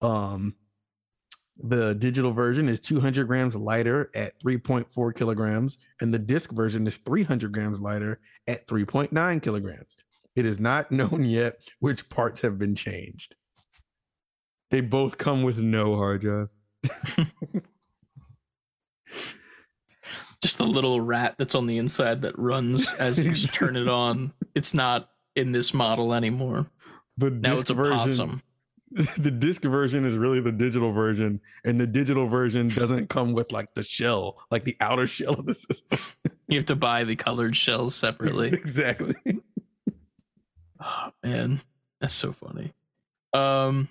Speaker 2: Um, the digital version is 200 grams lighter at 3.4 kilograms, and the disc version is 300 grams lighter at 3.9 kilograms. It is not known yet which parts have been changed. They both come with no hard drive.
Speaker 1: just the little rat that's on the inside that runs as you just turn it on. It's not in this model anymore.
Speaker 2: The
Speaker 1: Now
Speaker 2: disc
Speaker 1: it's a
Speaker 2: version-
Speaker 1: possum.
Speaker 2: the disc version is really the digital version, and the digital version doesn't come with like the shell, like the outer shell of the system.
Speaker 1: You have to buy the colored shells separately.
Speaker 2: exactly.
Speaker 1: oh man, that's so funny. Um,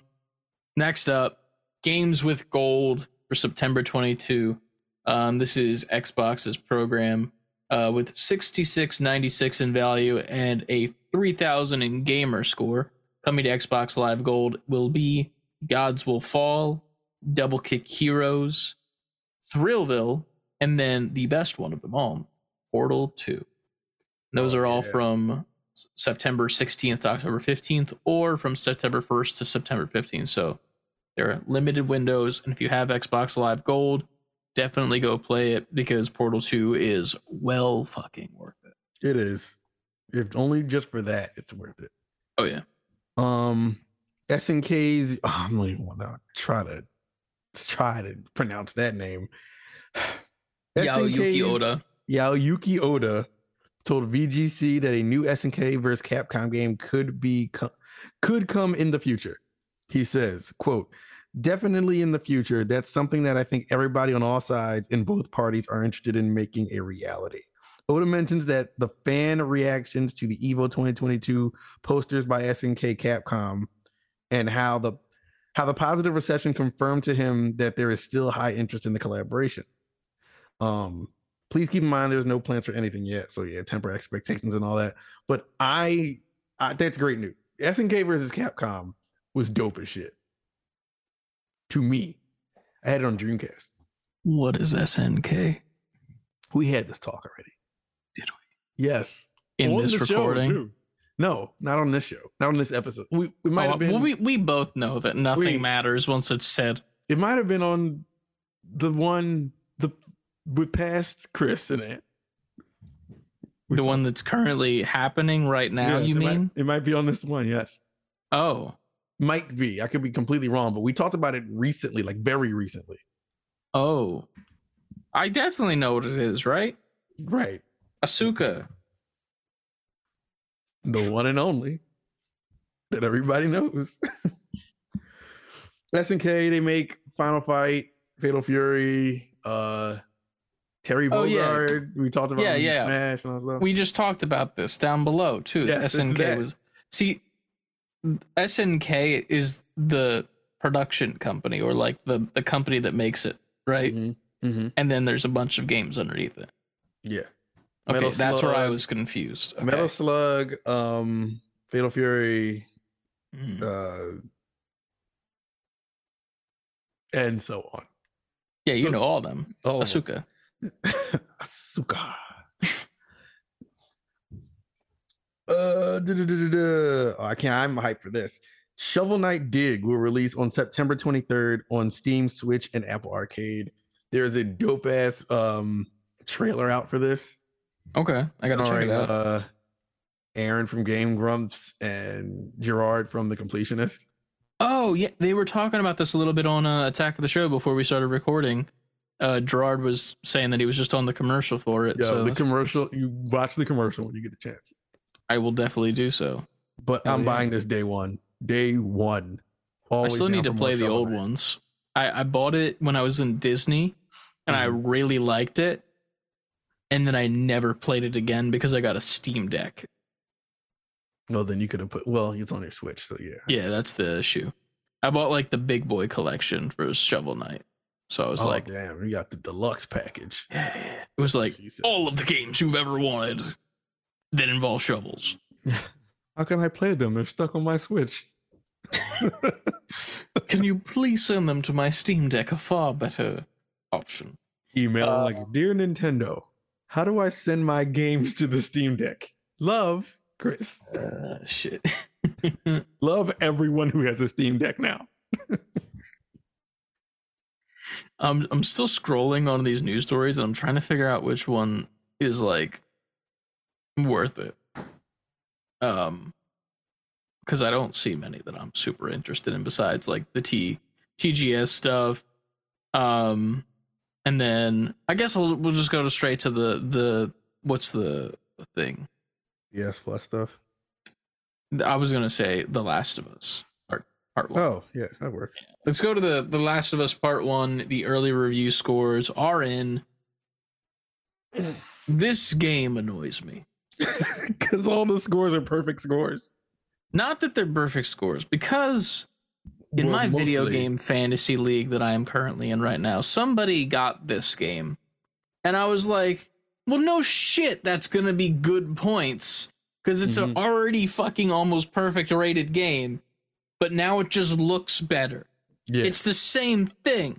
Speaker 1: next up, games with gold for September 22. Um, this is Xbox's program uh, with 66.96 in value and a 3,000 in gamer score. Coming to Xbox Live Gold will be Gods Will Fall, Double Kick Heroes, Thrillville, and then the best one of them all, Portal 2. Those
Speaker 2: Oh,
Speaker 1: are all
Speaker 2: yeah.
Speaker 1: from S- September 16th to October 15th, or from September 1st to September 15th. So there are limited windows, and if you have Xbox Live Gold, definitely go play it because Portal 2 is well fucking worth it.
Speaker 2: It is. If only just for that, it's worth it.
Speaker 1: Oh yeah.
Speaker 2: Um, SNK's. Oh, I'm not even want to try to try to pronounce that name.
Speaker 1: Yuki
Speaker 2: SNK's
Speaker 1: Oda.
Speaker 2: Yaoyuki Oda told VGC that a new SNK versus Capcom game could be co- could come in the future. He says, "quote Definitely in the future. That's something that I think everybody on all sides and both parties are interested in making a reality." Oda mentions that the fan reactions to the Evo 2022 posters by SNK Capcom and how the how the positive reception confirmed to him that there is still high interest in the collaboration. Um, please keep in mind there's no plans for anything yet, so yeah, temper expectations and all that. But I, I that's great news. SNK versus Capcom was dope as shit. To me, I had it on Dreamcast.
Speaker 1: What is SNK?
Speaker 2: We had this talk already.
Speaker 1: Did
Speaker 2: we? Yes.
Speaker 1: In
Speaker 4: On
Speaker 1: this
Speaker 4: the show,
Speaker 1: recording.
Speaker 4: too.
Speaker 2: No, not on this show. Not on this episode. We, we might
Speaker 1: Oh,
Speaker 2: have been.
Speaker 1: Well, we, we both know that nothing
Speaker 2: We-
Speaker 1: matters once it's said.
Speaker 2: It might have been on the one the with past Chris in it.
Speaker 1: the one that's currently happening right now,
Speaker 2: Yes,
Speaker 1: you
Speaker 2: it might-
Speaker 1: mean?
Speaker 2: it might be on this one, yes.
Speaker 1: Oh,
Speaker 2: Might be. I could be completely wrong, but we talked about it recently, like very recently.
Speaker 1: oh. I definitely know what it is, right?
Speaker 2: Right.
Speaker 1: Asuka.
Speaker 2: The one and only that everybody knows. SNK, they make Final Fight, Fatal Fury, uh Terry
Speaker 1: Oh, yeah.
Speaker 2: Bogard. We talked about
Speaker 1: Yeah,
Speaker 2: him in
Speaker 1: yeah.
Speaker 2: Smash and all that stuff.
Speaker 1: We just talked about this down below, too.
Speaker 2: Yes, it's
Speaker 1: SNK
Speaker 2: that.
Speaker 1: was. See, SNK is the production company or like the, the company that makes it, right?
Speaker 2: Mhm, mhm.
Speaker 1: And then there's a bunch of games underneath it.
Speaker 2: Yeah.
Speaker 1: Okay,
Speaker 2: Metal
Speaker 1: that's where I
Speaker 2: Slug.
Speaker 1: was confused. Okay.
Speaker 2: Metal Slug, um, Fatal Fury,
Speaker 1: Mm.
Speaker 2: uh, and so on.
Speaker 1: Yeah, you know all them.
Speaker 2: Oh,
Speaker 1: Asuka.
Speaker 2: Asuka. uh, duh-duh-duh-duh-duh. Oh, I can't. I'm hyped for this. Shovel Knight Dig will release on September 23rd on Steam, Switch, and Apple Arcade. There's a dope ass um trailer out for this.
Speaker 1: Okay, I gotta
Speaker 2: All
Speaker 1: check
Speaker 2: right,
Speaker 1: it out.
Speaker 2: uh, Aaron from Game Grumps and Gerard from The Completionist.
Speaker 1: Oh yeah, they were talking about this a little bit on uh, Attack of the Show before we started recording. Uh, Gerard was saying that he was just on the commercial for it,
Speaker 2: Yeah,
Speaker 1: so
Speaker 2: the
Speaker 1: that's-
Speaker 2: commercial. You watch the commercial when you get a chance.
Speaker 1: I will definitely do so.
Speaker 2: But
Speaker 1: Hell
Speaker 2: I'm
Speaker 1: yeah.
Speaker 2: buying this day one. Day one.
Speaker 1: I
Speaker 2: Always
Speaker 1: still
Speaker 2: down
Speaker 1: need to
Speaker 2: for more
Speaker 1: play the
Speaker 2: Shovel
Speaker 1: old
Speaker 2: Knight.
Speaker 1: ones. I, I bought it when I was in Disney, and I
Speaker 2: Mhm.
Speaker 1: really liked it. And then I never played it again because I got a Steam Deck.
Speaker 2: Well, then you could have put. Well, it's on your Switch, so yeah.
Speaker 1: Yeah, that's the issue. I bought like the Big Boy collection for Shovel Knight, so I was
Speaker 2: oh,
Speaker 1: like,
Speaker 2: damn, you got the deluxe package.
Speaker 1: yeah. it was like
Speaker 2: Jesus.
Speaker 1: all of the games you've ever wanted that involve shovels.
Speaker 2: How can I play them? They're stuck on my Switch.
Speaker 1: Can you please send them to my Steam Deck? A far better option.
Speaker 2: Email
Speaker 1: Uh,
Speaker 2: like, dear Nintendo, how do I send my games to the Steam Deck? Love, Chris.
Speaker 1: Uh, shit.
Speaker 2: Love everyone who has a Steam Deck now.
Speaker 1: I'm I'm still scrolling on these news stories and I'm trying to figure out which one is like worth it. Um, because I don't see many that I'm super interested in besides like the T TGS stuff. Um, and then I guess we'll we'll just go to straight to the the what's the thing.
Speaker 2: Yes, plus stuff.
Speaker 1: I was gonna say The Last of Us part part one.
Speaker 2: Oh, yeah, that works.
Speaker 1: Let's go to the The Last of Us part one. The early review scores are in. This game annoys me.
Speaker 2: Because all the scores are perfect scores.
Speaker 1: Not that they're perfect scores, because in my video game fantasy league that I am currently in right now, somebody got this game, and I was like, "Well, no shit, that's gonna be good points because it's an
Speaker 2: Mhm.
Speaker 1: already fucking almost perfect rated game, but now it just looks better."
Speaker 2: yeah,
Speaker 1: It's the same thing.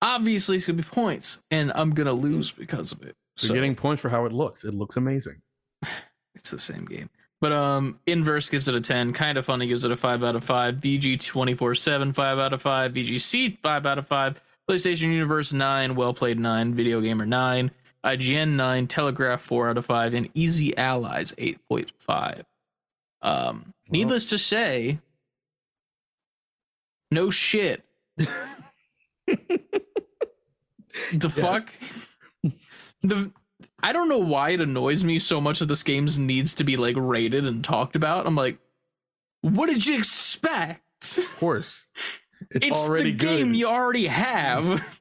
Speaker 1: Obviously, it's gonna be points, and I'm gonna lose because of it.
Speaker 2: so
Speaker 1: So
Speaker 2: getting points for how it looks. It looks amazing.
Speaker 1: it's the same game. But um, inverse gives it a ten. Kind of funny gives it a five out of five. VG twenty four seven five out of five. VGC five out of five. PlayStation Universe nine. Well played nine. Video gamer nine. IGN nine. Telegraph four out of five. And Easy Allies eight point five. Um,
Speaker 2: Well.
Speaker 1: needless to say, no shit. The fuck? the I don't know why it annoys me so much that this game needs to be like rated and talked about. I'm like, what did you expect? It's,
Speaker 2: Of course. It's, already
Speaker 1: the
Speaker 2: good.
Speaker 1: game you already have,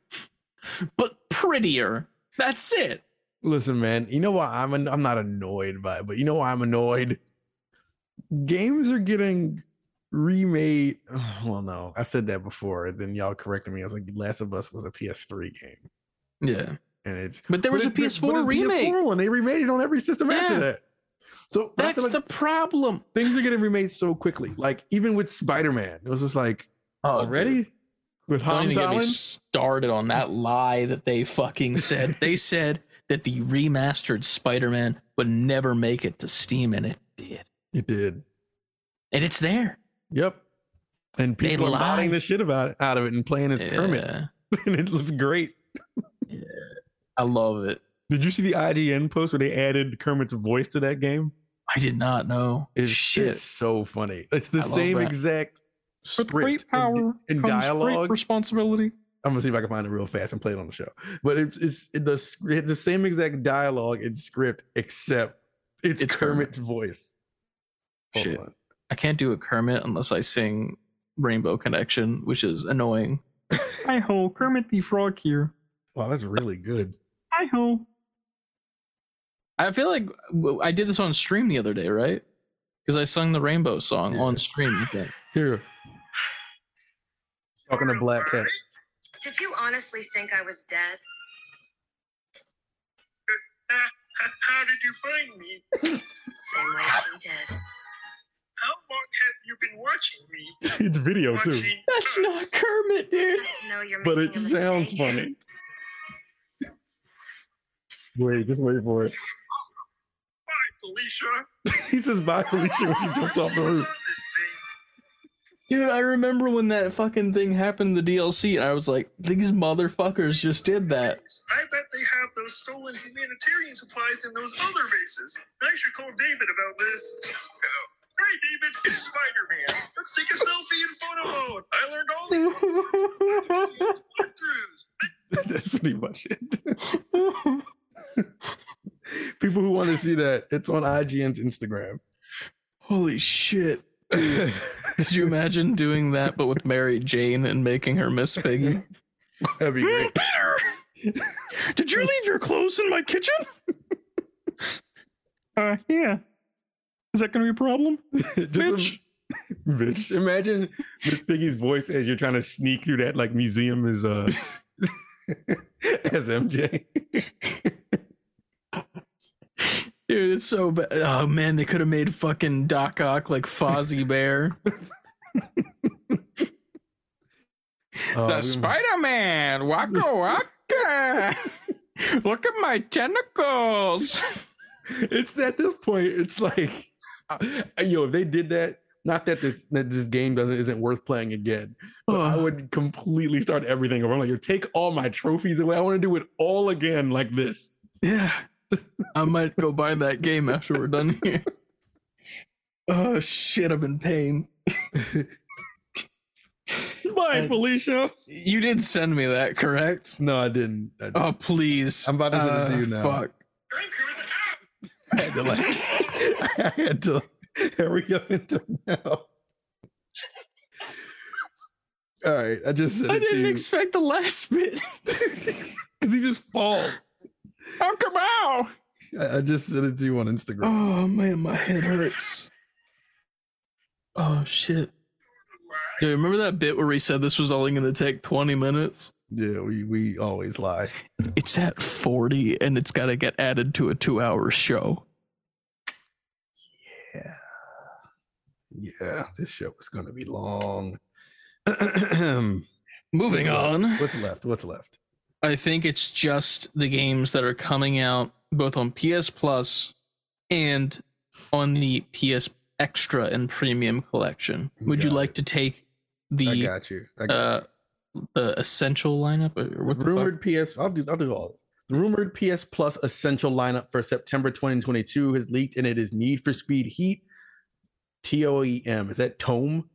Speaker 1: but prettier. That's it.
Speaker 2: Listen, man, you know why I'm an- I'm not annoyed by it, but you know why I'm annoyed? Games are getting remade. Well, no, I said that before, and then y'all corrected me. I was like, Last of Us was a PS3 game,
Speaker 1: Yeah,
Speaker 2: and it's
Speaker 1: but there was
Speaker 2: but
Speaker 1: a
Speaker 2: it- but
Speaker 1: PS4
Speaker 2: it's
Speaker 1: remake.
Speaker 2: PS4 one. They remade it on every system
Speaker 1: Yeah.
Speaker 2: after that. So but I feel
Speaker 1: That's
Speaker 2: like
Speaker 1: the problem.
Speaker 2: things are getting remade so quickly. Like even with Spider Man, it was just like
Speaker 1: Oh,
Speaker 2: already with
Speaker 1: Don't
Speaker 2: Tom
Speaker 1: even get me
Speaker 2: Holland.
Speaker 1: started on that lie that they fucking said. they said that the remastered Spider-Man would never make it to Steam, and it did.
Speaker 2: It did.
Speaker 1: And it's there.
Speaker 2: Yep. And
Speaker 1: They
Speaker 2: people are buying
Speaker 1: lied.
Speaker 2: the shit about it, out of it and playing as Kermit,
Speaker 1: Yeah.
Speaker 2: and it looks great.
Speaker 1: I love it.
Speaker 2: Did you see the IGN post where they added Kermit's voice to that game?
Speaker 1: I did not know.
Speaker 2: It's,
Speaker 1: Shit.
Speaker 2: it's so funny. It's the
Speaker 1: I love
Speaker 2: same
Speaker 1: that.
Speaker 2: exact script and, and dialogue.
Speaker 1: responsibility.
Speaker 2: I'm gonna see if I can find it real fast and play it on the show. But it's it's it- the sc- it's the same exact dialogue and script except it's,
Speaker 1: It's Kermit.
Speaker 2: Kermit's voice.
Speaker 1: Shit.
Speaker 2: on.
Speaker 1: I can't do a Kermit unless I sing Rainbow Connection, which is annoying. Hi ho, Kermit the Frog here.
Speaker 2: Wow, that's really good.
Speaker 1: Hi ho. I feel like w- I did this on stream the other day, right? Because I sung the Rainbow song
Speaker 2: Yeah.
Speaker 1: on stream. I think.
Speaker 2: Here. Talking to Black Cat.
Speaker 5: Did you honestly think I was dead?
Speaker 6: How did you find me?
Speaker 5: Same way she did.
Speaker 6: How long have you been watching me?
Speaker 2: It's video too.
Speaker 6: Watching
Speaker 1: That's not Kermit, dude.
Speaker 5: No, you're
Speaker 2: But it
Speaker 5: making a
Speaker 2: sounds funny.
Speaker 5: mistake.
Speaker 2: Wait, just wait for it.
Speaker 6: Bye, Felicia.
Speaker 2: He says bye Felicia when he jumps
Speaker 6: Let's
Speaker 2: off
Speaker 6: see
Speaker 2: the
Speaker 6: what's
Speaker 2: roof.
Speaker 6: on this thing.
Speaker 1: Dude, I remember when that fucking thing happened in the DLC, and I was like, these motherfuckers just did that.
Speaker 6: I bet they have those stolen humanitarian supplies in those other vases. I should call David about this. Hey, David, it's Spider Man. Let's take a selfie in photo mode. I learned all these walkthroughs.
Speaker 2: That's pretty much it. People who want to see that, it's on IGN's Instagram.
Speaker 1: Holy shit. Could you imagine doing that, but with Mary Jane and making her Miss Piggy?
Speaker 2: That'd be great.
Speaker 1: Did you leave your clothes in my kitchen? Uh, yeah. Is that gonna be a problem?
Speaker 2: Just im- bitch. Imagine Miss Piggy's voice as you're trying to sneak through that like museum is uh as MJ.
Speaker 1: Dude, it's so bad. Oh man, they could have made fucking Doc Ock like Fozzie Bear. Oh,
Speaker 2: Uh, we-
Speaker 1: Man, Waka Waka. Look at my tentacles.
Speaker 2: it's at this point, it's like I- yo, if they did that, not that this that this game doesn't isn't worth playing again, but I would completely start everything over. I'm like, yo, take all my trophies away. I want to do it all again like this.
Speaker 1: Yeah. I might go buy that game after we're done here. Oh shit, I'm in pain.
Speaker 2: Bye,
Speaker 1: I-
Speaker 2: Felicia.
Speaker 1: You did send me that, correct?
Speaker 2: No, I didn't. I, didn't.
Speaker 1: Oh please. Uh,
Speaker 2: I'm about to send it to you now.
Speaker 1: Fuck.
Speaker 6: Drink with an app.
Speaker 2: Oh, I had to like, I had to hurry up until now. All right, I just said
Speaker 1: I
Speaker 2: it to
Speaker 1: didn't
Speaker 2: you.
Speaker 1: expect the last bit.
Speaker 2: 'Cause he just falls.
Speaker 1: Oh come out.
Speaker 2: I, I just sent it to you on Instagram.
Speaker 1: Oh man, my head hurts. Oh shit. Dude, remember that bit where we said this was only gonna take 20 minutes?
Speaker 2: Yeah, we we always lie.
Speaker 1: It's at 40 and it's gotta get added to a two hour show.
Speaker 2: Yeah, this show is gonna be long. What's
Speaker 1: Moving on.
Speaker 2: left? What's left? What's left?
Speaker 1: I think it's just the games that are coming out both on PS Plus and on the PS Extra and Premium collection. Would you
Speaker 2: Got
Speaker 1: like to take
Speaker 2: I
Speaker 1: the
Speaker 2: got you. I got
Speaker 1: uh, the essential lineup or
Speaker 2: you.
Speaker 1: what the fuck?
Speaker 2: rumored PS. I'll do. I'll do all. The rumored PS Plus essential lineup for September 2022 has leaked, and it is Need for Speed Heat. T O E M. Is that Tome?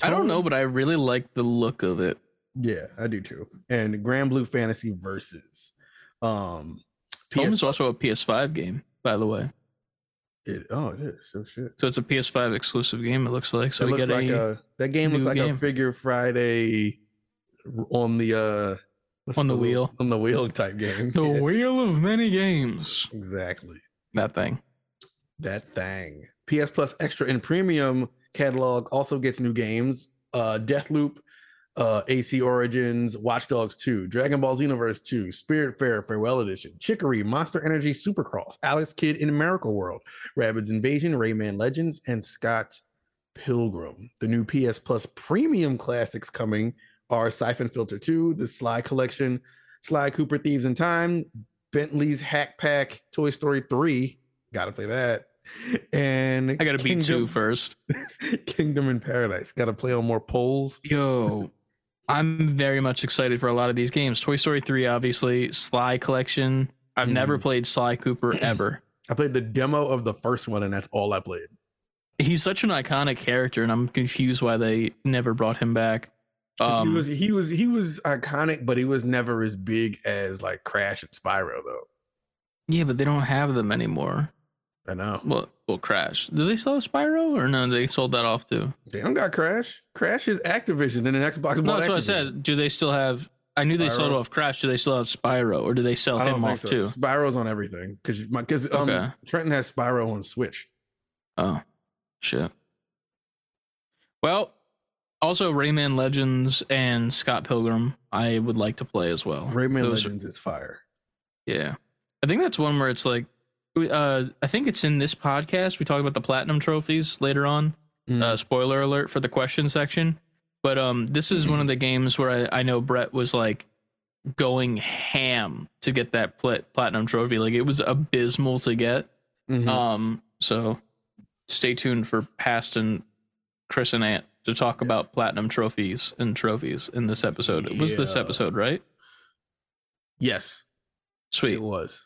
Speaker 1: I don't know, but I really like the look of it.
Speaker 2: Yeah, I do too. And Grand Blue Fantasy versus. Um,
Speaker 1: Home
Speaker 2: PS
Speaker 1: is also a PS5 game, by the way.
Speaker 2: it, oh, it is. Oh shit.
Speaker 1: So it's a PS5 exclusive game. It looks like. So
Speaker 2: it
Speaker 1: we
Speaker 2: looks
Speaker 1: get
Speaker 2: like
Speaker 1: a,
Speaker 2: a, that game looks
Speaker 1: new
Speaker 2: like a
Speaker 1: game.
Speaker 2: Figure Friday on the uh what's
Speaker 1: On the
Speaker 2: little-
Speaker 1: wheel.
Speaker 2: on the wheel type game.
Speaker 1: the
Speaker 2: Yeah,
Speaker 1: wheel of many games.
Speaker 2: Exactly.
Speaker 1: That thing.
Speaker 2: That thing. PS Plus Extra and Premium catalog also gets new games. Uh Deathloop, uh AC Origins, Watch Dogs 2, Dragon Ball Xenoverse 2, Spirit Fair Farewell Edition, Chicory, Monster Energy Supercross, Alex Kidd in Miracle World, Rabbids Invasion, Rayman Legends, and Scott Pilgrim. The new PS Plus Premium classics coming are Siphon Filter 2, The Sly Collection, Sly Cooper Thieves in Time, Bentley's Hack Pack, Toy Story 3. Gotta play that. And
Speaker 1: I gotta beat two first.
Speaker 2: Kingdom in Paradise. Gotta play on more polls.
Speaker 1: Yo, I'm very much excited for a lot of these games. Toy Story 3, obviously. Sly Collection. I've
Speaker 2: Mm-hmm.
Speaker 1: never played Sly Cooper ever.
Speaker 2: I played the demo of the first one, and that's all I played.
Speaker 1: He's such an iconic character, and I'm confused why they never brought him back.
Speaker 2: 'Cause
Speaker 1: Um,
Speaker 2: he was he was he was iconic, but he was never as big as like Crash and Spyro, though.
Speaker 1: yeah, but they don't have them anymore.
Speaker 2: I know
Speaker 1: Well, well, Crash. Do they sell Spyro or no? They sold that off too.
Speaker 2: they don't got Crash. Crash is Activision, and an Xbox.
Speaker 1: No,
Speaker 2: bought
Speaker 1: that's what I
Speaker 2: Activision.
Speaker 1: said. Do they still have? I knew they sold
Speaker 2: Spyro?
Speaker 1: off Crash. Do they still have Spyro, or do they sell
Speaker 2: I don't
Speaker 1: him
Speaker 2: think
Speaker 1: off
Speaker 2: so.
Speaker 1: too?
Speaker 2: Spyro's on everything because my because um
Speaker 1: Okay.
Speaker 2: Trenton has Spyro on Switch.
Speaker 1: Oh, shit. Well, also Rayman Legends and Scott Pilgrim. I would like to play as well.
Speaker 2: Rayman
Speaker 1: Those-
Speaker 2: Legends is fire.
Speaker 1: Yeah, I think that's one where it's like, we- uh, I think it's in this podcast we talk about the platinum trophies later on.
Speaker 2: Hmm. Mm-hmm.
Speaker 1: uh, spoiler alert for the question section. But um, this is one of the games where I, I know Brett was like going ham to get that pl- platinum trophy. Like it was abysmal to get.
Speaker 2: Mhm.
Speaker 1: Um, so stay tuned for past and Chris and Ant to talk about platinum trophies and trophies in this episode. It was this
Speaker 2: Yeah.
Speaker 1: episode, right?
Speaker 2: yes,
Speaker 1: Sweet.
Speaker 2: it was.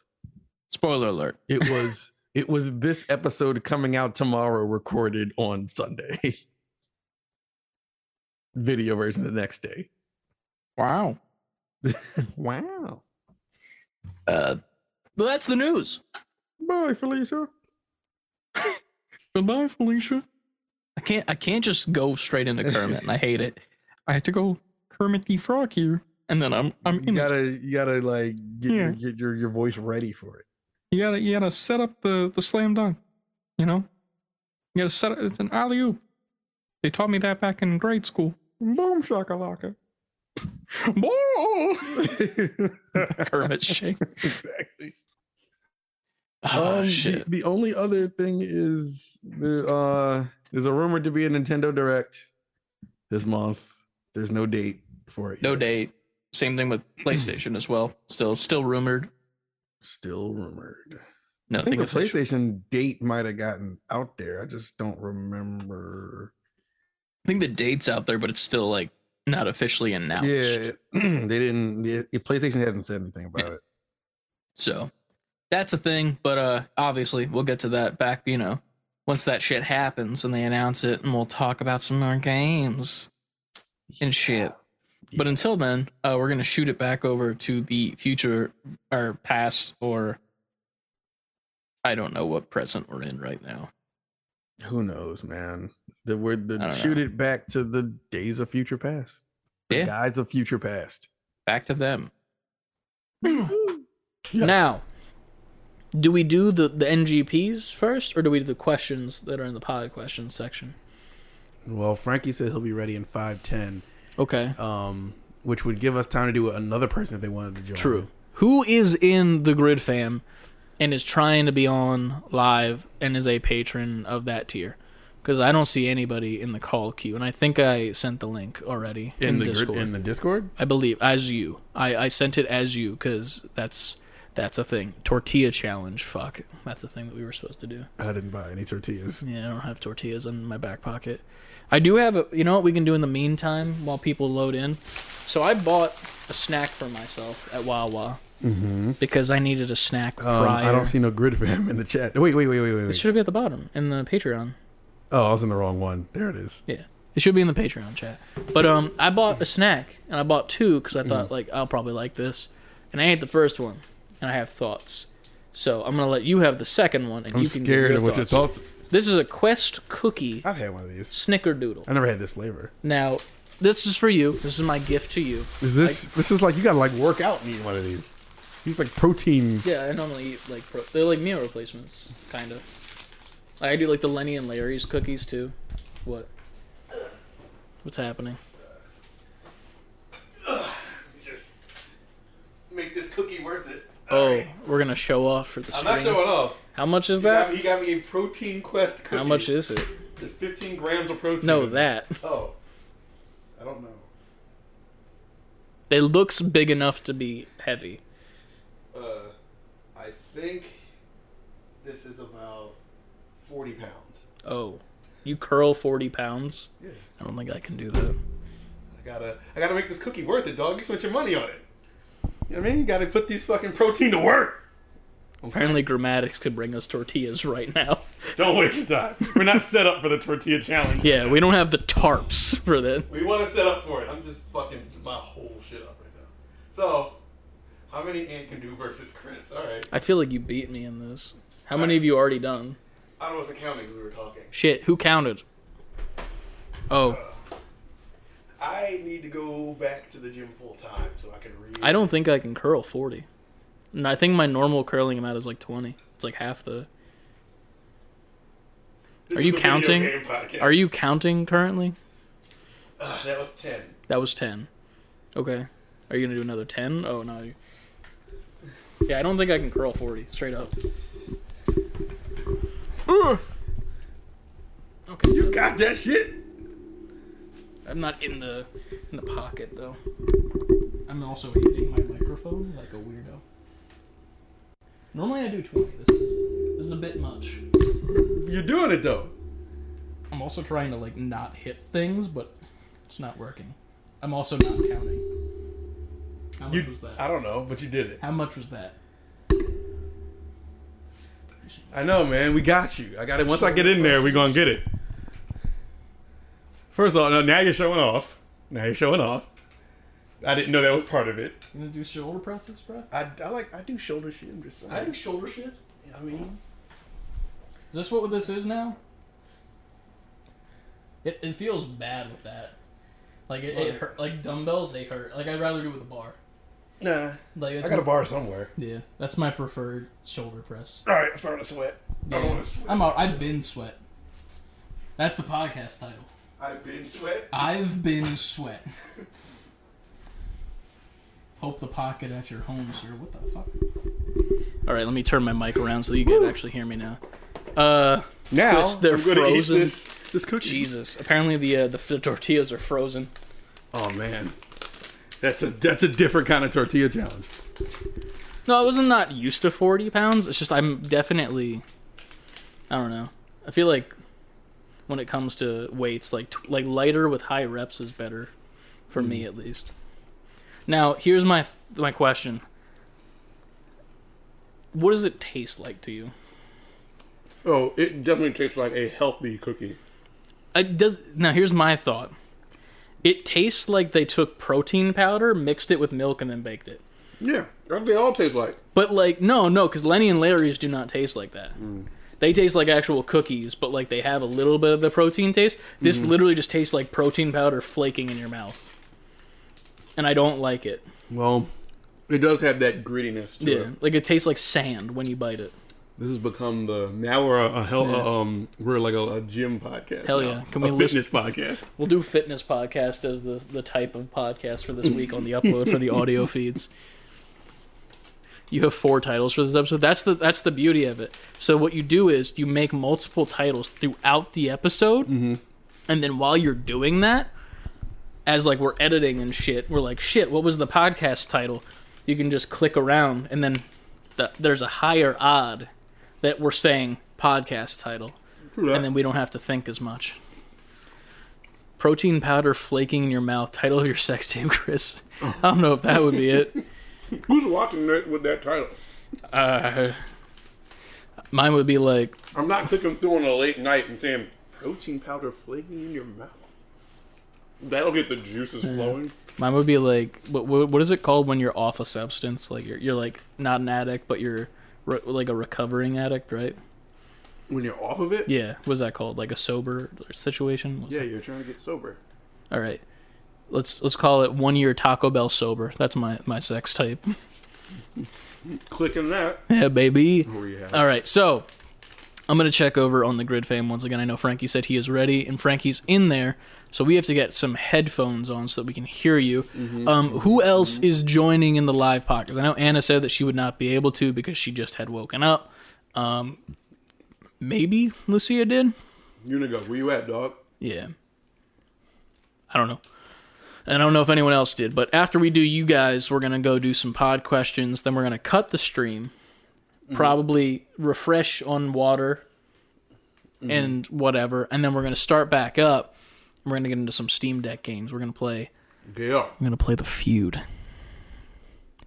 Speaker 1: Spoiler alert.
Speaker 2: It was. It was this episode coming out tomorrow, recorded on Sunday. Video version the next day.
Speaker 1: Wow.
Speaker 2: Wow.
Speaker 1: Uh, well, that's the news.
Speaker 2: Bye, Felicia.
Speaker 1: Goodbye, Felicia. I can't. I can't just go straight into Kermit, and I hate it. I have to go Kermit the Frog here, and then I'm I'm
Speaker 2: you
Speaker 1: in. it.
Speaker 2: gotta you gotta like get,
Speaker 1: Yeah.
Speaker 2: your, get your your voice ready for it.
Speaker 1: You gotta you gotta set up the the slam dunk. You know, you gotta set up. It's an alley oop. They taught me that back in grade school.
Speaker 2: Boom shakalaka.
Speaker 1: Whoa! Kermit shake.
Speaker 2: exactly.
Speaker 1: Oh
Speaker 2: Um, the-
Speaker 1: shit!
Speaker 2: The, only other thing is the uh there's a rumor to be a Nintendo Direct this month. There's no date for it.
Speaker 1: No
Speaker 2: yet.
Speaker 1: date. Same thing with PlayStation as well. Still still rumored.
Speaker 2: Still rumored. I
Speaker 1: Nothing
Speaker 2: think the
Speaker 1: official.
Speaker 2: PlayStation date might have gotten out there. I just don't remember.
Speaker 1: I think the date's out there, but it's still like not officially announced.
Speaker 2: Yeah, they didn't. The, the PlayStation hasn't said anything about it.
Speaker 1: So that's a thing, but uh obviously we'll get to that back, you know, once that shit happens and they announce it and we'll talk about some more games and shit. But until then, uh, we're gonna shoot it back over to the future or past or I don't know what present we're in right now.
Speaker 2: Who knows, man? The word
Speaker 1: I
Speaker 2: the
Speaker 1: don't
Speaker 2: shoot
Speaker 1: know.
Speaker 2: it back to the days of future past. The
Speaker 1: Yeah.
Speaker 2: guys of future past.
Speaker 1: Back to them.
Speaker 7: Now, do we do the, the NGPs first, or do we do the questions that are in the pod questions section?
Speaker 8: Well, Frankie said he'll be ready in five ten,
Speaker 7: Okay.
Speaker 8: um, which would give us time to do another person if they wanted to join.
Speaker 7: True. Who is in the grid fam and is trying to be on live and is a patron of that tier? Because I don't see anybody in the call queue, and I think I sent the link already
Speaker 8: in, the
Speaker 7: Discord.
Speaker 8: Discord. in the Discord.
Speaker 7: I believe as you. I, I sent it as you because that's that's a thing. Tortilla challenge. Fuck, that's a thing that we were supposed to do.
Speaker 8: I didn't buy any tortillas.
Speaker 7: Yeah, I don't have tortillas in my back pocket. I do have, a, you know what we can do in the meantime while people load in? So I bought a snack for myself at Wawa because I needed a snack
Speaker 8: Mm-hmm. Um,
Speaker 7: prior.
Speaker 8: I don't see no grid fam in the chat. Wait, wait, wait, wait, wait.
Speaker 7: It
Speaker 8: wait.
Speaker 7: should be at the bottom in the Patreon.
Speaker 8: Oh, I was in the wrong one. There it is.
Speaker 7: Yeah.
Speaker 1: It should be in the Patreon chat. But um, I bought a snack and I bought two because I
Speaker 8: Mm.
Speaker 1: thought like I'll probably like this, and I ate the first one, and I have thoughts. So I'm gonna let you have the second one, and
Speaker 8: I'm
Speaker 1: you can give
Speaker 8: scared
Speaker 1: your
Speaker 8: of what your
Speaker 1: thoughts.
Speaker 8: thoughts. Ah.
Speaker 1: This is a Quest cookie
Speaker 8: I've had one of these.
Speaker 1: snickerdoodle.
Speaker 8: I never had this flavor.
Speaker 1: Now, this is for you. This is my gift to you.
Speaker 8: Is this? this is like you gotta like work out and eat one of these. These like protein.
Speaker 1: Yeah, I normally eat like pro- they're like meal replacements, kind of. Like, I do like the Lenny and Larry's cookies too. What? What's happening?
Speaker 8: Just make this cookie worth it.
Speaker 1: Oh, we're gonna show off for the
Speaker 8: I'm not
Speaker 1: stream.
Speaker 8: showing off.
Speaker 1: How much is
Speaker 8: He got,
Speaker 1: that?
Speaker 8: me, he got me a protein quest cookie.
Speaker 1: How much is it?
Speaker 8: There's 15 grams of protein.
Speaker 1: No,
Speaker 8: in it.
Speaker 1: that.
Speaker 8: Oh, I don't know.
Speaker 1: It looks big enough to be heavy.
Speaker 8: Uh, I think this is about 40 pounds.
Speaker 1: Oh, you curl forty pounds?
Speaker 8: Yeah.
Speaker 1: I don't think I can do that.
Speaker 8: I gotta, I gotta make this cookie worth it, dog. You spent your money on it. You know what I mean? You gotta put these fucking protein to work.
Speaker 1: Apparently, grammatics could bring us tortillas right now.
Speaker 8: Don't waste your time. We're not set up for the tortilla challenge.
Speaker 1: Yeah, we don't have the tarps for that.
Speaker 8: We want to set up for it. I'm just fucking my whole shit up right now. So, how many Ant can do versus Chris? All right.
Speaker 1: I feel like you beat me in this. How many of you already done?
Speaker 8: I wasn't counting as we were talking.
Speaker 1: Shit, who counted? Oh,
Speaker 8: I need to go back to the gym full time so I can read.
Speaker 1: I don't think I can curl 40. And I think my normal curling amount is like 20. It's like half the.
Speaker 8: This
Speaker 1: Are
Speaker 8: is
Speaker 1: you
Speaker 8: the video
Speaker 1: counting?
Speaker 8: game podcast.
Speaker 1: Are you counting currently?
Speaker 8: Ah, that was ten.
Speaker 1: That was 10. Okay. Are you going to do another 10? Oh, no. you- Yeah, I don't think I can curl 40. Straight up. Ugh. Okay.
Speaker 8: You got that shit.
Speaker 1: I'm not in the in the pocket though. I'm also hitting my microphone like a weirdo. Normally I do 20. This is this is a bit much.
Speaker 8: You're doing it though.
Speaker 1: I'm also trying to like not hit things, but it's not working. I'm also not counting. How much
Speaker 8: You,
Speaker 1: was that?
Speaker 8: I don't know, but you did it.
Speaker 1: How much was that?
Speaker 8: I know, man. We got you. I got it. Once I get in there, we gonna get it. First of all, no, now you're showing off. Now you're showing off. I didn't know that was part of it.
Speaker 1: You gonna do shoulder presses, bro?
Speaker 8: I, I like I do shoulder shit. I'm just saying.
Speaker 1: I do shoulder shit. Is
Speaker 8: I mean,
Speaker 1: this what this is now? It, it feels bad with that. Like it, it hurt. Like dumbbells, they hurt. Like I'd rather do it with a bar.
Speaker 8: nah.
Speaker 1: Like
Speaker 8: I
Speaker 1: that's
Speaker 8: got a
Speaker 1: my,
Speaker 8: bar somewhere.
Speaker 1: yeah, that's my preferred shoulder press.
Speaker 8: All right, I'm starting to sweat. I don't
Speaker 1: Yeah.
Speaker 8: want to sweat.
Speaker 1: I'm out. I've been sweat. That's the podcast title.
Speaker 8: I've been sweat.
Speaker 1: Ah, I've been sweat. Hope the pocket at your home, sir. What the fuck? All right, let me turn my mic around so you can actually hear me now. Uh,
Speaker 8: Now
Speaker 1: Chris, they're
Speaker 8: I'm gonna
Speaker 1: frozen.
Speaker 8: Eat this, this cookie.
Speaker 1: Jesus. Apparently the uh, the, the tortillas are frozen.
Speaker 8: Oh man, that's a that's a different kind of tortilla challenge.
Speaker 1: No, I wasn't not used to 40 pounds. It's just I'm definitely, I don't know. I feel like when it comes to weights, like t- like lighter with high reps is better for me at least. Now here's my my question. What does it taste like to you?
Speaker 8: Oh, it definitely tastes like a healthy cookie.
Speaker 1: It does now. Here's my thought. It tastes like they took protein powder, mixed it with milk, and then baked it.
Speaker 8: Yeah, that's what they all taste like.
Speaker 1: But like, no, no, because Lenny and Larry's do not taste like that. They taste like actual cookies, but like they have a little bit of the protein taste. This literally just tastes like protein powder flaking in your mouth, and I don't like it.
Speaker 8: Well, it does have that grittiness to
Speaker 1: Yeah,
Speaker 8: it.
Speaker 1: like it tastes like sand when you bite it.
Speaker 8: This has become the now we're a, a hell um we're like a, a gym podcast.
Speaker 1: Hell
Speaker 8: now.
Speaker 1: yeah. Can
Speaker 8: a
Speaker 1: we list-
Speaker 8: fitness podcast?
Speaker 1: We'll do fitness podcast as the the type of podcast for this week on the upload for the audio feeds. You have four titles for this episode. That's the that's the beauty of it. So what you do is you make multiple titles throughout the episode, and then while you're doing that, as like we're editing and shit, we're like shit. What was the podcast title? You can just click around, and then the, there's a higher odd that we're saying podcast title and then we don't have to think as much. Protein powder flaking in your mouth. Title of your sex tape, Chris. I don't know if that would be it.
Speaker 8: Who's watching that with that title?
Speaker 1: Uh, mine would be like
Speaker 8: I'm not clicking through on a late night and saying protein powder flaking in your mouth. That'll get the juices flowing.
Speaker 1: Mine would be like what, what what is it called when you're off a substance? Like you're you're like not an addict, but you're re- like a recovering addict, right?
Speaker 8: When you're off of it,
Speaker 1: Yeah. What's that called? Like a sober situation? What's
Speaker 8: yeah,
Speaker 1: that-
Speaker 8: you're trying to get sober.
Speaker 1: All right. Let's let's call it one year Taco Bell sober. That's my my sex type.
Speaker 8: Clicking that.
Speaker 1: yeah, baby.
Speaker 8: Where you have
Speaker 1: All right, so I'm gonna check over on the grid fam once again. I know Frankie said he is ready, and Frankie's in there, so we have to get some headphones on so that we can hear you. Um, who else is joining in the live podcast? I know Anna said that she would not be able to because she just had woken up. Um, maybe Lucia did.
Speaker 8: Unigo, where you at, dog?
Speaker 1: Yeah. I don't know. And I don't know if anyone else did, but after we do you guys, we're going to go do some pod questions. Then we're going to cut the stream, probably refresh on water and whatever. And then we're going to start back up. We're going to get into some Steam Deck games. We're going to play.
Speaker 8: Yeah,
Speaker 1: We're going to play the feud.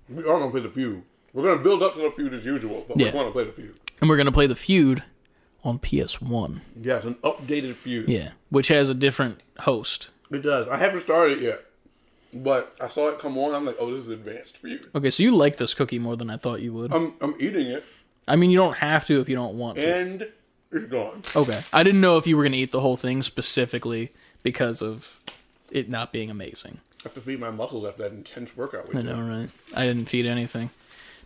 Speaker 8: we are gonna play the feud. We're gonna build up to the feud as usual, but
Speaker 1: Yeah.
Speaker 8: we're gonna play the feud.
Speaker 1: And we're going to play the feud on PS1.
Speaker 8: Yeah, it's an updated feud.
Speaker 1: Yeah. Which has a different host.
Speaker 8: It does. I haven't started it yet, but I saw it come on. I'm like, oh, this is advanced feud.
Speaker 1: Okay, so you like this cookie more than I thought you would.
Speaker 8: I'm I'm eating it,
Speaker 1: I mean, you don't have to if you don't want to.
Speaker 8: and it's gone.
Speaker 1: Okay. I didn't know if you were going to eat the whole thing specifically because of it not being amazing.
Speaker 8: I have to feed my muscles after that intense workout. We
Speaker 1: I
Speaker 8: did.
Speaker 1: know, right? I didn't feed anything.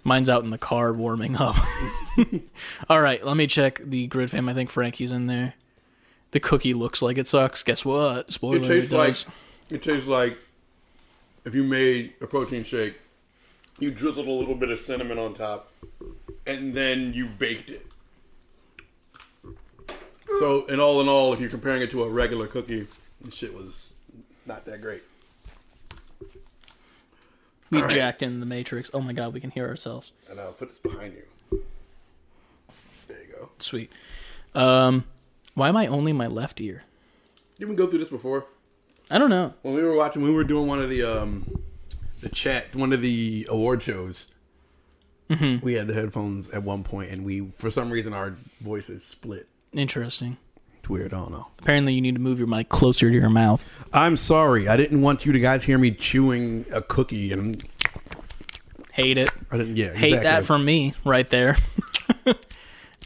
Speaker 1: Mine's out in the car warming up. All right, let me check the grid fam. I think Frankie's in there. The cookie looks like it sucks. Guess what? Spoiler.
Speaker 8: It tastes
Speaker 1: it
Speaker 8: like
Speaker 1: does.
Speaker 8: it tastes like if you made a protein shake, you drizzled a little bit of cinnamon on top, and then you baked it. So, in all in all, if you're comparing it to a regular cookie, the shit was not that great.
Speaker 1: we jacked in the Matrix. Oh my god, we can hear ourselves.
Speaker 8: And I'll put this behind you. There you go.
Speaker 1: Sweet. Um, why am I only my left ear?
Speaker 8: Didn't we go through this before?
Speaker 1: I don't know.
Speaker 8: When we were watching, we were doing one of the um, the chat, one of the award shows. We had the headphones at one point, and we, for some reason, our voices split.
Speaker 1: Interesting.
Speaker 8: It's weird. I don't know.
Speaker 1: Apparently, you need to move your mic closer to your mouth.
Speaker 8: I'm sorry. I didn't want you to guys hear me chewing a cookie, and
Speaker 1: Hate it.
Speaker 8: I didn't. Yeah,
Speaker 1: Hate
Speaker 8: exactly.
Speaker 1: that from me right there.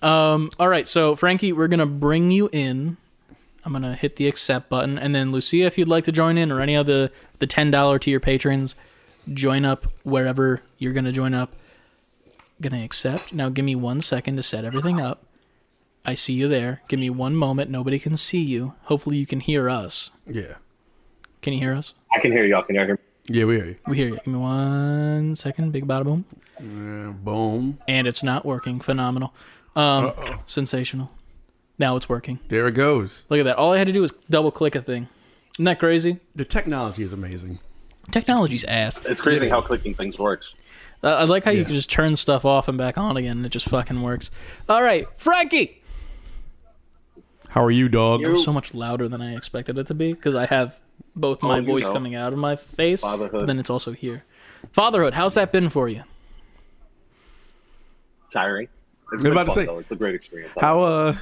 Speaker 1: um, all right, so Frankie, we're gonna bring you in. I'm gonna hit the accept button, and then Lucia, if you'd like to join in, or any of the the ten dollar tier patrons, join up wherever you're gonna join up. Gonna accept now. Give me one second to set everything up. I see you there. Give me one moment. Nobody can see you. Hopefully, you can hear us.
Speaker 8: Yeah,
Speaker 1: Can you hear us?
Speaker 9: I can hear y'all. Can y'all hear me?
Speaker 8: yeah, we hear you.
Speaker 1: We hear you. Give me one second. Big bada boom.
Speaker 8: Yeah, boom.
Speaker 1: and it's not working. Phenomenal. Um, sensational. Now it's working.
Speaker 8: There it goes.
Speaker 1: Look at that. All I had to do was double click a thing. Isn't that crazy?
Speaker 8: The technology is amazing.
Speaker 1: Technology's ass.
Speaker 9: It's crazy how clicking things works.
Speaker 1: I I like how you
Speaker 8: Yeah.
Speaker 1: can just turn stuff off and back on again, and it just fucking works. All right, Frankie.
Speaker 8: How are you, dog?
Speaker 1: That was so much louder than I expected it to be because I have both my
Speaker 9: Oh, you
Speaker 1: voice
Speaker 9: know.
Speaker 1: coming out of my face, but
Speaker 9: Fatherhood.
Speaker 1: then it's also here. Fatherhood. How's that been for you?
Speaker 9: Tiring. It's
Speaker 8: I'm
Speaker 9: been
Speaker 8: about to
Speaker 9: fun,
Speaker 8: say-
Speaker 9: though. It's a great experience.
Speaker 8: How uh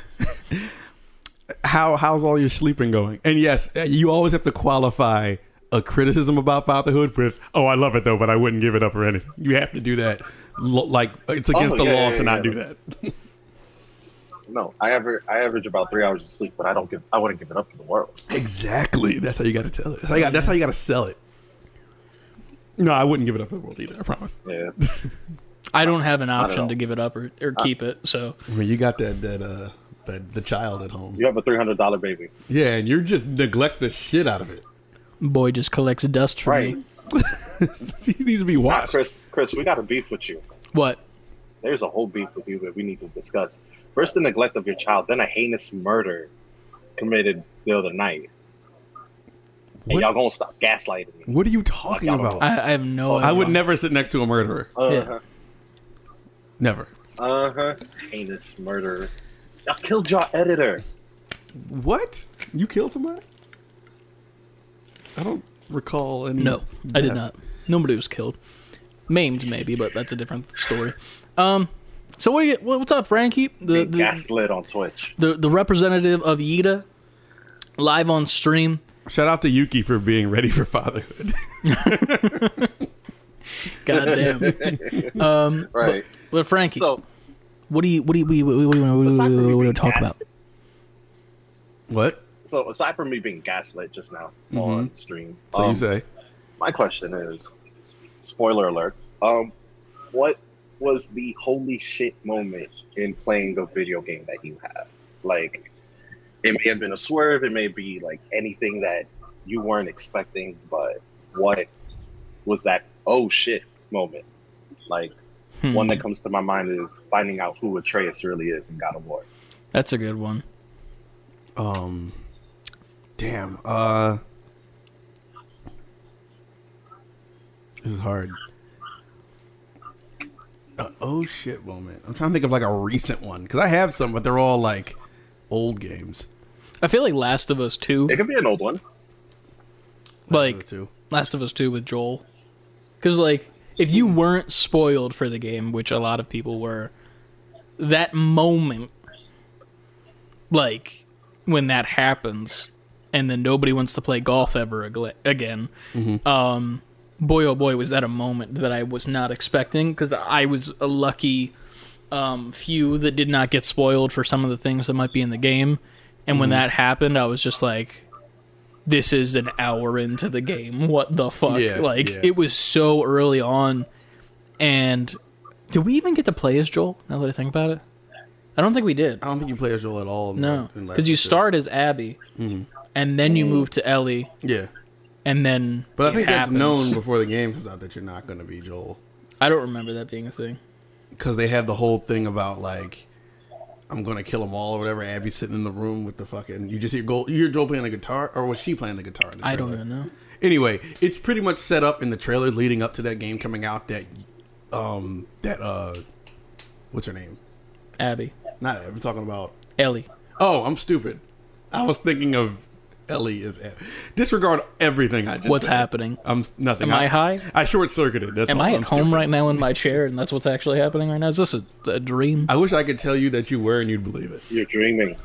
Speaker 8: how how's all your sleeping going? And yes, uh, you always have to qualify a criticism about fatherhood with, "Oh, I love it though, but I wouldn't give it up for anything." You have to do that. Lo- Like it's against the
Speaker 9: yeah,
Speaker 8: law
Speaker 9: yeah,
Speaker 8: to
Speaker 9: yeah,
Speaker 8: not
Speaker 9: yeah.
Speaker 8: do that.
Speaker 9: No, I average I average about three hours of sleep, but I don't give I wouldn't give it up to the world.
Speaker 8: Exactly. That's how you got to tell it. That's how you got, that's how you got to sell it. No, I wouldn't give it up for the world either. I promise.
Speaker 9: Yeah,
Speaker 1: I don't have an option
Speaker 9: all.
Speaker 1: to give it up or, or keep it, so
Speaker 8: I mean, you got that that uh that the child at home.
Speaker 9: you have a three hundred dollar baby,
Speaker 8: Yeah, and you're just neglect the shit out of it.
Speaker 1: boy just collects dust for me.
Speaker 8: he needs to be watched.
Speaker 9: Chris? Chris, we got a beef with you.
Speaker 1: What?
Speaker 9: There's a whole beef with you that we need to discuss. First, the neglect of your child, then a heinous murder committed the other night. And
Speaker 8: What?
Speaker 9: y'all gonna stop gaslighting me?
Speaker 8: What are you talking
Speaker 9: Like, I
Speaker 8: about?
Speaker 1: I, I have no idea.
Speaker 8: I would never sit next to a murderer.
Speaker 9: Uh
Speaker 1: Yeah.
Speaker 9: huh.
Speaker 8: Never.
Speaker 9: Uh huh. Heinous murder. Y'all killed your editor.
Speaker 8: Uh, What? You killed somebody? I don't recall any.
Speaker 1: No, I did
Speaker 8: death.
Speaker 1: not. Nobody was killed. Maimed, maybe, but that's a different story. Um, so what do you? what- What's up, Frankie? The
Speaker 9: Being
Speaker 1: the,
Speaker 9: gaslit on Twitch.
Speaker 1: the the representative of Yida, live on stream.
Speaker 8: Shout out to Yuki for being ready for fatherhood.
Speaker 1: God damn. um,
Speaker 9: Right.
Speaker 1: but Frankie,
Speaker 9: So
Speaker 1: what do you what do you what do you what do you, what do you, what do
Speaker 9: aside
Speaker 1: you, what do
Speaker 9: from me
Speaker 1: you
Speaker 9: being
Speaker 1: wanna talk about?
Speaker 9: gaslit-
Speaker 8: What?
Speaker 9: So aside from me being gaslit just now on stream,
Speaker 8: Mm-hmm. So you
Speaker 9: um,
Speaker 8: say?
Speaker 9: my question is, spoiler alert. Um, what was the holy shit moment in playing the video game that you have? Like, it may have been a swerve. It may be like anything that you weren't expecting. But what was that? Oh shit! Moment. Like
Speaker 1: Hmm,
Speaker 9: one that comes to my mind is finding out who Atreus really is in God of War.
Speaker 1: That's a good one.
Speaker 8: Um, damn. Uh, this is hard. Uh, oh shit moment. I'm trying to think of like a recent one because I have some, but they're all like old games.
Speaker 1: I feel like Last of Us Two,
Speaker 9: It could be an old one.
Speaker 1: like
Speaker 8: too.
Speaker 1: Last of Us Two with Joel, because like if you weren't spoiled for the game, which a lot of people were, that moment, like when that happens, and then nobody wants to play golf ever agla- again.
Speaker 8: Mm-hmm.
Speaker 1: Um, boy, oh boy, was that a moment that I was not expecting because I was a lucky um, few that did not get spoiled for some of the things that might be in the game. And
Speaker 8: Mm-hmm.
Speaker 1: when that happened, I was just like, this is an hour into the game. What the fuck?
Speaker 8: Yeah,
Speaker 1: like,
Speaker 8: yeah.
Speaker 1: it was so early on. And did we even get to play as Joel now that I think about it? I don't think we did.
Speaker 8: I don't think you play as Joel at all. in-
Speaker 1: No.
Speaker 8: in Last
Speaker 1: Because you
Speaker 8: of Us.
Speaker 1: start as Abby, and then
Speaker 8: Mm.
Speaker 1: you move to Ellie,
Speaker 8: Yeah,
Speaker 1: and then.
Speaker 8: but I
Speaker 1: it
Speaker 8: think that's
Speaker 1: happens.
Speaker 8: known before the game comes out that you're not going to be Joel.
Speaker 1: I don't remember that being a thing.
Speaker 8: because they have the whole thing about like I'm gonna kill them all or whatever. Abby's sitting in the room with the fucking. You just hear Joel. You hear Joel playing the guitar, or was she playing the guitar? In the
Speaker 1: I don't
Speaker 8: trailer?
Speaker 1: even know.
Speaker 8: Anyway, it's pretty much set up in the trailers leading up to that game coming out. That, um, that uh, what's her name?
Speaker 1: Abby,
Speaker 8: Not Abby. I'm talking about.
Speaker 1: Ellie.
Speaker 8: Oh, I'm stupid. I was thinking of Ellie as Abby. Disregard everything I just.
Speaker 1: What's
Speaker 8: said.
Speaker 1: happening?
Speaker 8: I'm s- nothing.
Speaker 1: Am I high?
Speaker 8: I short circuited. That's
Speaker 1: Am
Speaker 8: all.
Speaker 1: I at
Speaker 8: I'm
Speaker 1: home
Speaker 8: stupid.
Speaker 1: right now in my chair, and that's what's actually happening right now? Is this a, a dream?
Speaker 8: I wish I could tell you that you were and you'd believe it.
Speaker 9: You're dreaming.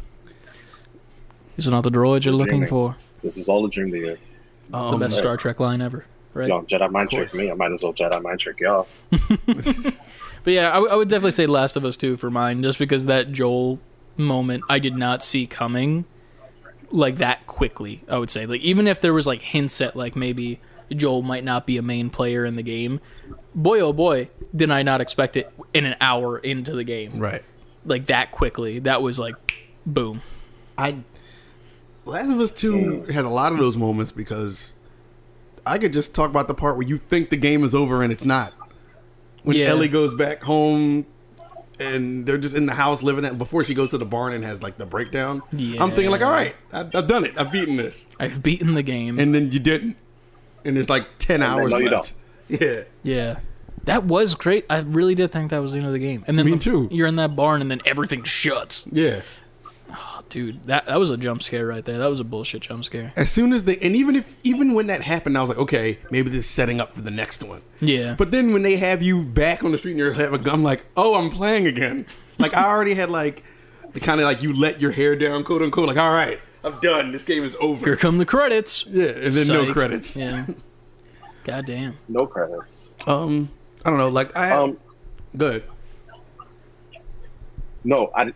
Speaker 1: These are not the droids you're looking
Speaker 9: Dreaming.
Speaker 1: for.
Speaker 9: This is all a dream to you.
Speaker 1: It's the best Star Trek line ever, right?
Speaker 9: Y'all Jedi mind trick me. I might as well Jedi mind trick y'all.
Speaker 1: But yeah, I, w- I would definitely say Last of Us 2 for mine, just because that Joel moment I did not see coming like that quickly, I would say. Like even if there was like hints at like maybe Joel might not be a main player in the game, boy oh boy, did I not expect it in an hour into the game.
Speaker 8: Right.
Speaker 1: Like that quickly. That was like boom.
Speaker 8: I Last of Us Two has a lot of those moments because I could just talk about the part where you think the game is over and it's not. When
Speaker 1: Yeah.
Speaker 8: Ellie goes back home and they're just in the house living it before she goes to the barn and has like the breakdown. I'm thinking like,
Speaker 1: Yeah.
Speaker 8: all right, I, I've done it, I've beaten this,
Speaker 1: I've beaten the game.
Speaker 8: and then you didn't, and there's like ten hours
Speaker 9: no, you
Speaker 8: left. Yeah,
Speaker 1: yeah. That was great. I really did think that was the end of the game. And then
Speaker 8: Me
Speaker 1: the-
Speaker 8: too.
Speaker 1: you're in that barn and then everything shuts.
Speaker 8: yeah.
Speaker 1: Dude, that that was a jump scare right there. That was a bullshit jump scare.
Speaker 8: As soon as they, and even if, even when that happened, I was like, okay, maybe this is setting up for the next one.
Speaker 1: Yeah.
Speaker 8: But then when they have you back on the street and you're having a gun, I'm like, oh, I'm playing again. Like I already had like the kind of like you let your hair down, quote unquote. Like all right, I'm done. This game is over.
Speaker 1: here come the credits.
Speaker 8: yeah, and then no
Speaker 1: Psych.
Speaker 8: credits.
Speaker 1: Yeah. God damn.
Speaker 9: No credits.
Speaker 8: Um, I don't know. Like I
Speaker 9: Um,
Speaker 8: good.
Speaker 9: no, I,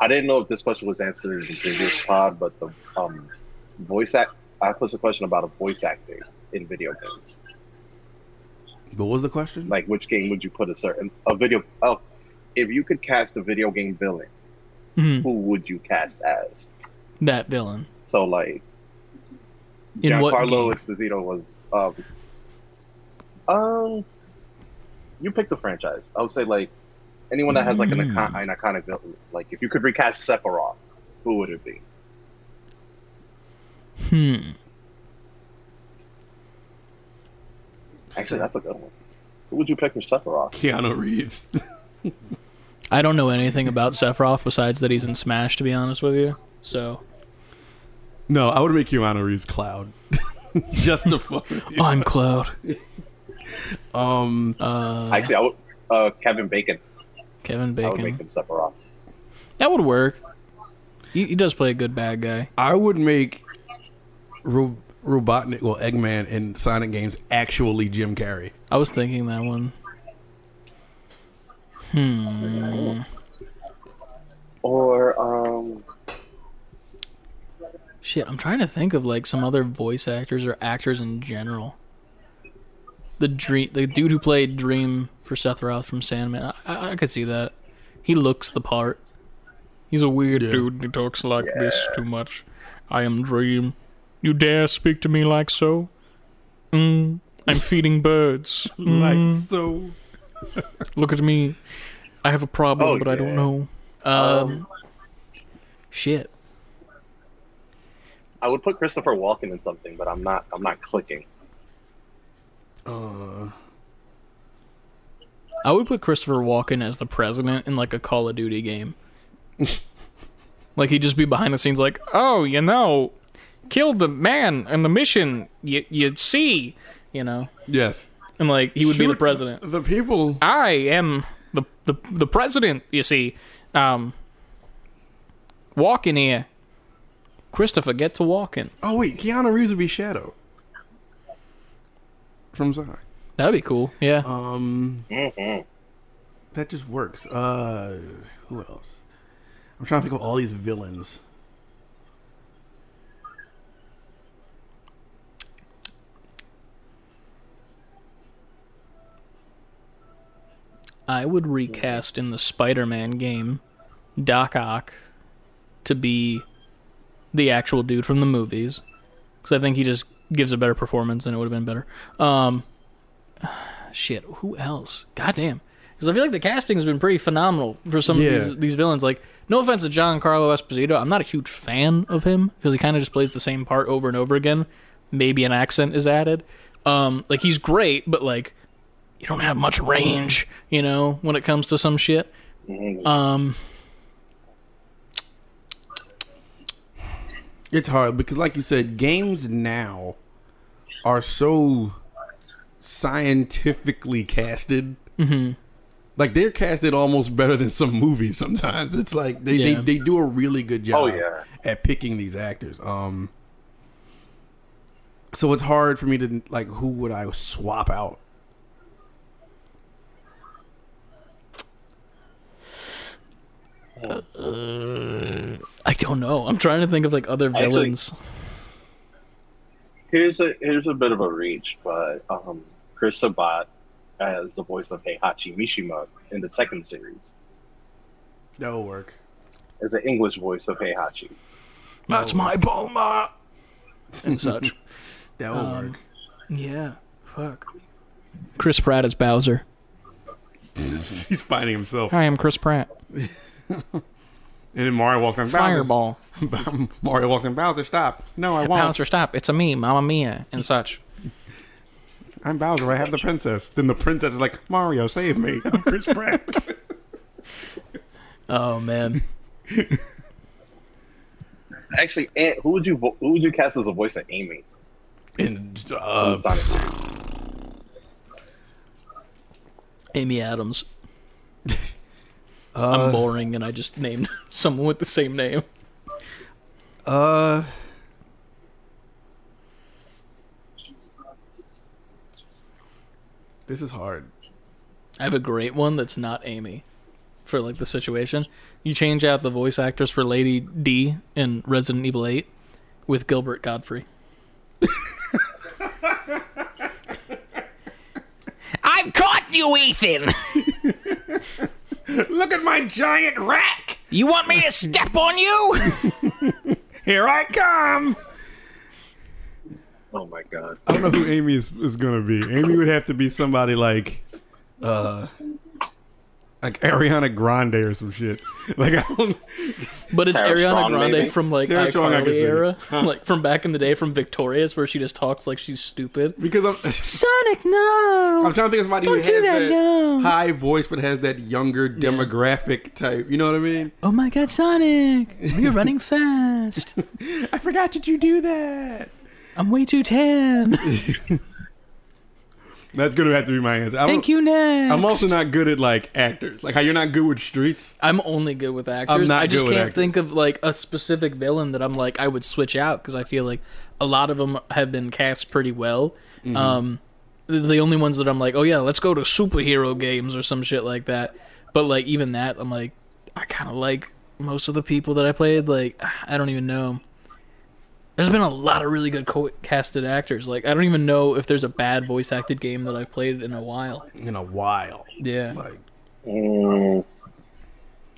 Speaker 9: I didn't know if this question was answered in the previous pod, but the um, voice act. I posed a question about a voice acting in video games.
Speaker 8: What was the question?
Speaker 9: Like, which game would you put a certain a video? Oh, if you could cast a video game villain,
Speaker 1: Mhm.
Speaker 9: who would you cast as?
Speaker 1: That villain.
Speaker 9: So, like,
Speaker 1: In what
Speaker 9: Giancarlo
Speaker 1: game?
Speaker 9: Esposito was. Um, um, you pick the franchise. I would say like anyone that has like an,
Speaker 1: Mm.
Speaker 9: icon- an iconic villain. Like if you could recast Sephiroth, who would it be?
Speaker 1: Hmm.
Speaker 9: Actually, that's a good one. Who would you pick for Sephiroth?
Speaker 8: Keanu Reeves.
Speaker 1: I don't know anything about Sephiroth besides that he's in Smash, to be honest with you. So
Speaker 8: no, I would make Keanu Reeves Cloud. Just the fuck. with you.
Speaker 1: I'm Cloud.
Speaker 8: Um,
Speaker 1: Uh,
Speaker 9: Actually, I would. Uh, Kevin Bacon.
Speaker 1: Kevin
Speaker 9: I would make
Speaker 1: Bacon.
Speaker 9: him Sephiroth.
Speaker 1: That would work. He, he does play a good bad guy.
Speaker 8: I would make Ro- Robotnik, well, Eggman in Sonic games actually Jim Carrey?
Speaker 1: I was thinking that one. Hmm.
Speaker 9: Or um,
Speaker 1: Shit, I'm trying to think of like some other voice actors or actors in general. The dream, the dude who played Dream for Seth Roth from Sandman, I, I, I could see that. He looks the part. He's a weird
Speaker 8: Yeah.
Speaker 1: dude. He talks like this too much. I am Dream. You dare speak to me like so? Mm, I'm feeding birds.
Speaker 8: Like so.
Speaker 1: Look at me. I have a problem,
Speaker 9: Oh,
Speaker 1: but I don't
Speaker 9: yeah.
Speaker 1: know. Um, shit.
Speaker 9: I would put Christopher Walken in something, but I'm not. I'm not clicking.
Speaker 8: Uh,
Speaker 1: I would put Christopher Walken as the president in like a Call of Duty game. like he'd just be behind the scenes, like, oh, you know, kill the man and the mission. You you'd see, you know,
Speaker 8: yes.
Speaker 1: and like he would be the
Speaker 8: Shoot
Speaker 1: president.
Speaker 8: The people.
Speaker 1: I am the the the president. You see, um, walking here. Christopher, get to walking.
Speaker 8: Oh wait, Keanu Reeves would be Shadow from Sonic.
Speaker 1: That'd be cool. Yeah.
Speaker 8: Um,
Speaker 9: Mhm.
Speaker 8: that just works. Uh, who else? I'm trying to think of all these villains.
Speaker 1: I would recast in the Spider-Man game Doc Ock to be the actual dude from the movies because I think he just gives a better performance and it would have been better. Um, shit, who else? Goddamn, because I feel like the casting has been pretty phenomenal for some
Speaker 8: Yeah.
Speaker 1: of these, these villains. Like, no offense to John Carlo Esposito, I'm not a huge fan of him because he kind of just plays the same part over and over again. Maybe an accent is added. Um, like he's great, but like you don't have much range, you know, when it comes to some shit. Um,
Speaker 8: It's hard because, like you said, games now are so scientifically casted. Mm-hmm. Like they're casted almost better than some movies. Sometimes it's like they,
Speaker 1: Yeah.
Speaker 8: they, they do a really good job
Speaker 9: Oh, yeah.
Speaker 8: at picking these actors. Um, so it's hard for me to like who would I swap out?
Speaker 1: Uh, I don't know. I'm trying to think of like other
Speaker 9: Actually-
Speaker 1: villains.
Speaker 9: Here's a here's a bit of a reach, but um, Chris Sabat as the voice of Heihachi Mishima in the Tekken series
Speaker 8: That'll work.
Speaker 9: is an English voice of Heihachi.
Speaker 1: That's my Bulma and such.
Speaker 8: That'll
Speaker 1: Um,
Speaker 8: work.
Speaker 1: yeah. Fuck. Chris Pratt as Bowser.
Speaker 8: He's fighting himself,
Speaker 1: I am Chris Pratt.
Speaker 8: and then Mario walks in.
Speaker 1: Fireball.
Speaker 8: Bowser. Mario walks in. Bowser, stop! No, I won't.
Speaker 1: Bowser, stop. It's a me, Mamma Mia, and such.
Speaker 8: I'm Bowser. I have the princess. Then the princess is like, Mario, save me. I'm Chris Pratt.
Speaker 1: Oh man.
Speaker 9: Actually, Aunt, who would you vo- who would you cast as a voice of Amy
Speaker 8: and
Speaker 9: from
Speaker 8: uh,
Speaker 9: the Sonic series?
Speaker 1: Amy Adams. Uh, I'm boring, and I just named someone with the same name.
Speaker 8: uh, this is hard.
Speaker 1: I have a great one that's not Amy for like the situation. You change out the voice actress for Lady D in Resident Evil 8 with Gilbert Godfrey. I've caught you, Ethan.
Speaker 8: Look at my giant rack.
Speaker 1: You want me to step on you?
Speaker 8: Here I come.
Speaker 9: Oh my god!
Speaker 8: I don't know who Amy is, is gonna be. Amy would have to be somebody like, uh, like Ariana Grande or some shit. Like I don't.
Speaker 1: But it's
Speaker 9: Tara
Speaker 1: Ariana
Speaker 9: Strong,
Speaker 1: Grande
Speaker 9: maybe?
Speaker 1: from like
Speaker 8: Tara Strong, I can
Speaker 1: iCarly
Speaker 8: see.
Speaker 1: era, like from back in the day, from Victorious, where she just talks like she's stupid.
Speaker 8: Because I'm
Speaker 1: Sonic, no.
Speaker 8: I'm trying to think of somebody who
Speaker 1: Don't
Speaker 8: has
Speaker 1: do that,
Speaker 8: that,
Speaker 1: no.
Speaker 8: high voice but has that younger demographic type. You know what I mean?
Speaker 1: Oh my God, Sonic! You're running fast.
Speaker 8: I forgot that you do that.
Speaker 1: I'm way too tan.
Speaker 8: That's gonna have to be my answer. I'm,
Speaker 1: Thank you, next.
Speaker 8: I'm also not good at like actors. Like how you're not good with streets.
Speaker 1: I'm only good with actors.
Speaker 8: not
Speaker 1: I just
Speaker 8: good with
Speaker 1: can't
Speaker 8: actors.
Speaker 1: think of like a specific villain that I'm like I would switch out because I feel like a lot of them have been cast pretty well.
Speaker 8: Mm-hmm.
Speaker 1: Um, the- the only ones that I'm like, oh yeah, let's go to superhero games or some shit like that. But like even that, I'm like, I kind of like most of the people that I played. Like I don't even know. There's been a lot of really good co- casted actors. Like I don't even know if there's a bad voice acted game that I've played in a while.
Speaker 8: In a while.
Speaker 1: Yeah.
Speaker 8: Like
Speaker 9: Mm,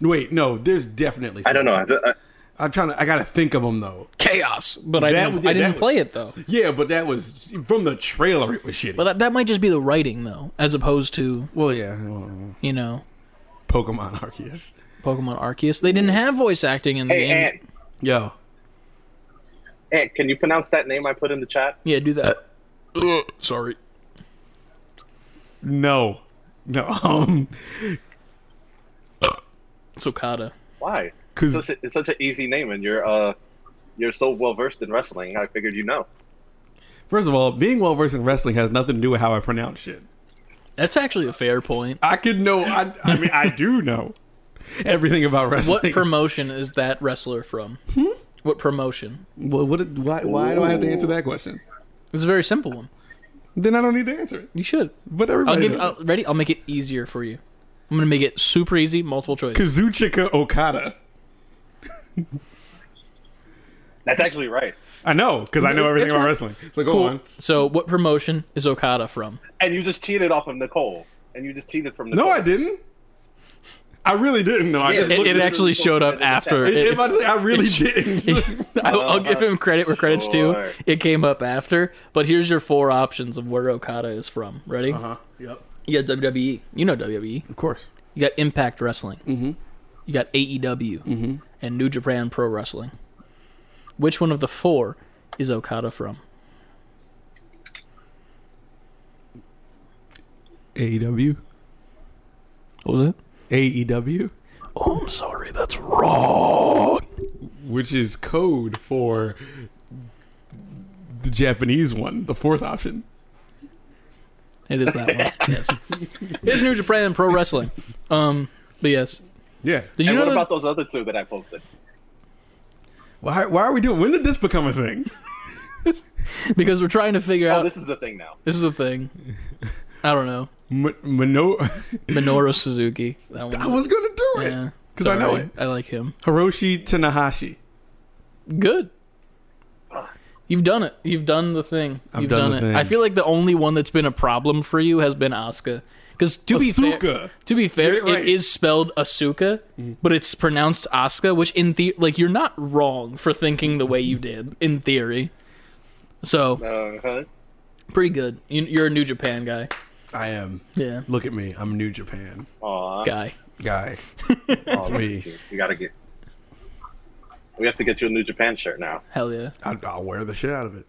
Speaker 8: wait, no, there's definitely
Speaker 9: I don't know. I, I,
Speaker 8: I'm trying to I gotta think of them though.
Speaker 1: Chaos, but I
Speaker 8: That
Speaker 1: didn't,
Speaker 8: was- yeah,
Speaker 1: I didn't
Speaker 8: that was-
Speaker 1: play it though.
Speaker 8: Yeah, but that was from the trailer it was shitty.
Speaker 1: But that, that might just be the writing, though, as opposed to
Speaker 8: well yeah. well,
Speaker 1: you know
Speaker 8: Pokemon Arceus.
Speaker 1: Pokemon Arceus. They didn't have voice acting in the
Speaker 9: hey,
Speaker 1: game.
Speaker 9: Ant,
Speaker 8: Yo.
Speaker 9: Ant, can you pronounce that name I put in the chat?
Speaker 1: Yeah, do that. Sorry.
Speaker 8: No. No. Um
Speaker 1: It's Okada.
Speaker 9: Why? It's
Speaker 8: cause
Speaker 9: such, a, it's such an easy name, and you're uh, you're so well versed in wrestling. I figured you know.
Speaker 8: first of all, being well versed in wrestling has nothing to do with how I pronounce shit.
Speaker 1: That's actually a fair point.
Speaker 8: I could know I, I mean I do know everything about wrestling.
Speaker 1: What promotion is that wrestler from? What promotion?
Speaker 8: Well, what? Why? Why do I have to answer that question?
Speaker 1: It's a very simple one.
Speaker 8: Then I don't need to answer it.
Speaker 1: You should.
Speaker 8: But
Speaker 1: I'll
Speaker 8: everybody
Speaker 1: give.
Speaker 8: knows
Speaker 1: I'll,
Speaker 8: it.
Speaker 1: ready? I'll make it easier for you. I'm gonna make it super easy, multiple choice.
Speaker 8: Kazuchika Okada.
Speaker 9: That's actually right.
Speaker 8: I know because I know
Speaker 1: It's-
Speaker 8: everything
Speaker 1: it's
Speaker 8: about
Speaker 1: fine.
Speaker 8: wrestling. So go
Speaker 1: Cool.
Speaker 8: on.
Speaker 1: So, what promotion is Okada from?
Speaker 9: And you just cheated off of Nicole. And you just cheated from Nicole.
Speaker 8: No, I didn't. I really didn't. No, I
Speaker 9: Yeah,
Speaker 8: just
Speaker 1: It,
Speaker 8: looked
Speaker 1: it
Speaker 8: at
Speaker 1: actually
Speaker 9: Nicole
Speaker 1: showed up
Speaker 9: Kidman in the
Speaker 1: after.
Speaker 9: chat.
Speaker 8: It,
Speaker 1: it-
Speaker 8: if I, say I really didn't.
Speaker 1: I'll,
Speaker 9: Oh
Speaker 1: I'll give him credit where credit's
Speaker 9: sure.
Speaker 1: due. It came up after, but here's your four options of where Okada is from. Ready?
Speaker 9: Uh-huh.
Speaker 8: huh. Uh-huh. Yep.
Speaker 1: You got WWE. You know WWE.
Speaker 8: Of course.
Speaker 1: You got Impact Wrestling. Mm-hmm. You got AEW
Speaker 9: Mm-hmm.
Speaker 1: and New Japan Pro Wrestling. Which one of the four is Okada from?
Speaker 8: AEW.
Speaker 1: What was it?
Speaker 8: E AEW,
Speaker 1: Oh, I'm sorry. That's wrong.
Speaker 8: which is code for the Japanese one, the fourth option.
Speaker 1: It is that one. yes. It's New Japan Pro Wrestling. Um, but yes.
Speaker 8: Yeah.
Speaker 1: Did you
Speaker 9: And
Speaker 1: know
Speaker 9: what
Speaker 1: that-
Speaker 9: about those other two that I posted?
Speaker 8: Why? Why are we doing? When did this become a thing?
Speaker 1: because we're trying to figure
Speaker 9: Oh,
Speaker 1: out
Speaker 9: this is the thing now.
Speaker 1: this is a thing. I don't know.
Speaker 8: M- Mino-
Speaker 1: Minoru Suzuki. Eh. That
Speaker 8: I
Speaker 1: one.
Speaker 8: was gonna do it.
Speaker 1: Yeah.
Speaker 8: 'Cause I know
Speaker 1: Sorry.
Speaker 8: it.
Speaker 1: I like him.
Speaker 8: Hiroshi Tanahashi.
Speaker 1: Good. You've done it. You've done the thing.
Speaker 8: I've
Speaker 1: You've
Speaker 8: done
Speaker 1: done,
Speaker 8: the
Speaker 1: it.
Speaker 8: thing.
Speaker 1: I feel like the only one that's been a problem for you has been Asuka. Because to be
Speaker 8: Asuka.
Speaker 1: fair, to be fair,
Speaker 8: Get it right.
Speaker 1: it
Speaker 8: Mm-hmm.
Speaker 1: is spelled Asuka, but it's pronounced Asuka, which in the like you're not wrong for thinking the way you did in theory. So
Speaker 9: Uh-huh.
Speaker 1: pretty good. You, you're a New Japan guy.
Speaker 8: I am.
Speaker 1: Yeah,
Speaker 8: Look at me. I'm New Japan
Speaker 9: Aw,
Speaker 1: guy.
Speaker 8: guy.
Speaker 9: that's
Speaker 8: me.
Speaker 9: We gotta get. We have to get you a New Japan shirt now.
Speaker 1: Hell yeah.
Speaker 8: I, I'll wear the shit out of it.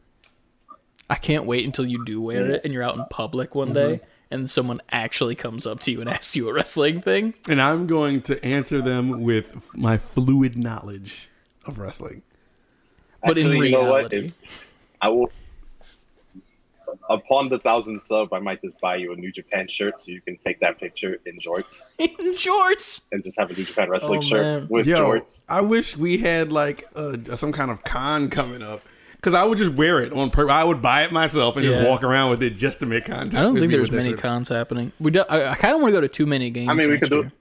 Speaker 1: I can't wait until you do wear it and you're out in public one
Speaker 8: Mm-hmm.
Speaker 1: day and someone actually comes up to you and asks you a wrestling thing.
Speaker 8: And I'm going to answer them with f- my fluid knowledge of wrestling.
Speaker 1: But in
Speaker 9: Actually, you know what?
Speaker 1: reality,
Speaker 9: If- I will. Upon the thousand sub, I might just buy you a New Japan shirt so you can take that picture in jorts
Speaker 1: in shorts.
Speaker 9: and just have a New Japan wrestling
Speaker 1: Oh,
Speaker 9: shirt
Speaker 1: man.
Speaker 9: with
Speaker 8: Yo,
Speaker 9: jorts.
Speaker 8: I wish we had like uh, some kind of con coming up. Cause I would just wear it on purpose. I would buy it myself and just
Speaker 1: Yeah.
Speaker 8: walk around with it just to make content.
Speaker 1: I don't
Speaker 8: It'd
Speaker 1: think
Speaker 8: be
Speaker 1: there's
Speaker 8: what that
Speaker 1: many
Speaker 8: should-
Speaker 1: cons happening. We do, I, I kind of want to go to too many games.
Speaker 9: I mean, we
Speaker 1: next
Speaker 9: could do.
Speaker 1: year.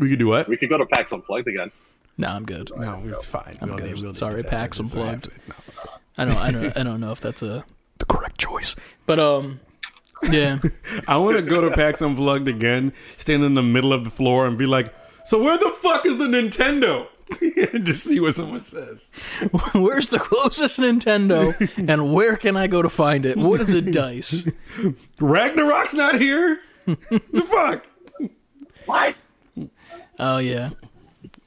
Speaker 8: We could do what?
Speaker 9: We could go to PAX Unplugged again.
Speaker 1: No, I'm good.
Speaker 8: No, it's fine. We don't
Speaker 1: good.
Speaker 8: need- we don't need
Speaker 1: Sorry,
Speaker 8: to do that.
Speaker 1: PAX
Speaker 8: It's not
Speaker 1: unplugged.
Speaker 8: happening. No.
Speaker 1: I don't. I don't. I don't know if that's a the correct choice. But um, yeah.
Speaker 8: I want to go to PAX Unplugged again, stand in the middle of the floor and be like, "So where the fuck is the Nintendo?" and just see what someone says.
Speaker 1: Where's the closest Nintendo, and where can I go to find it? What is a dice?
Speaker 8: Ragnarok's not here. the fuck.
Speaker 9: What?
Speaker 1: Oh yeah,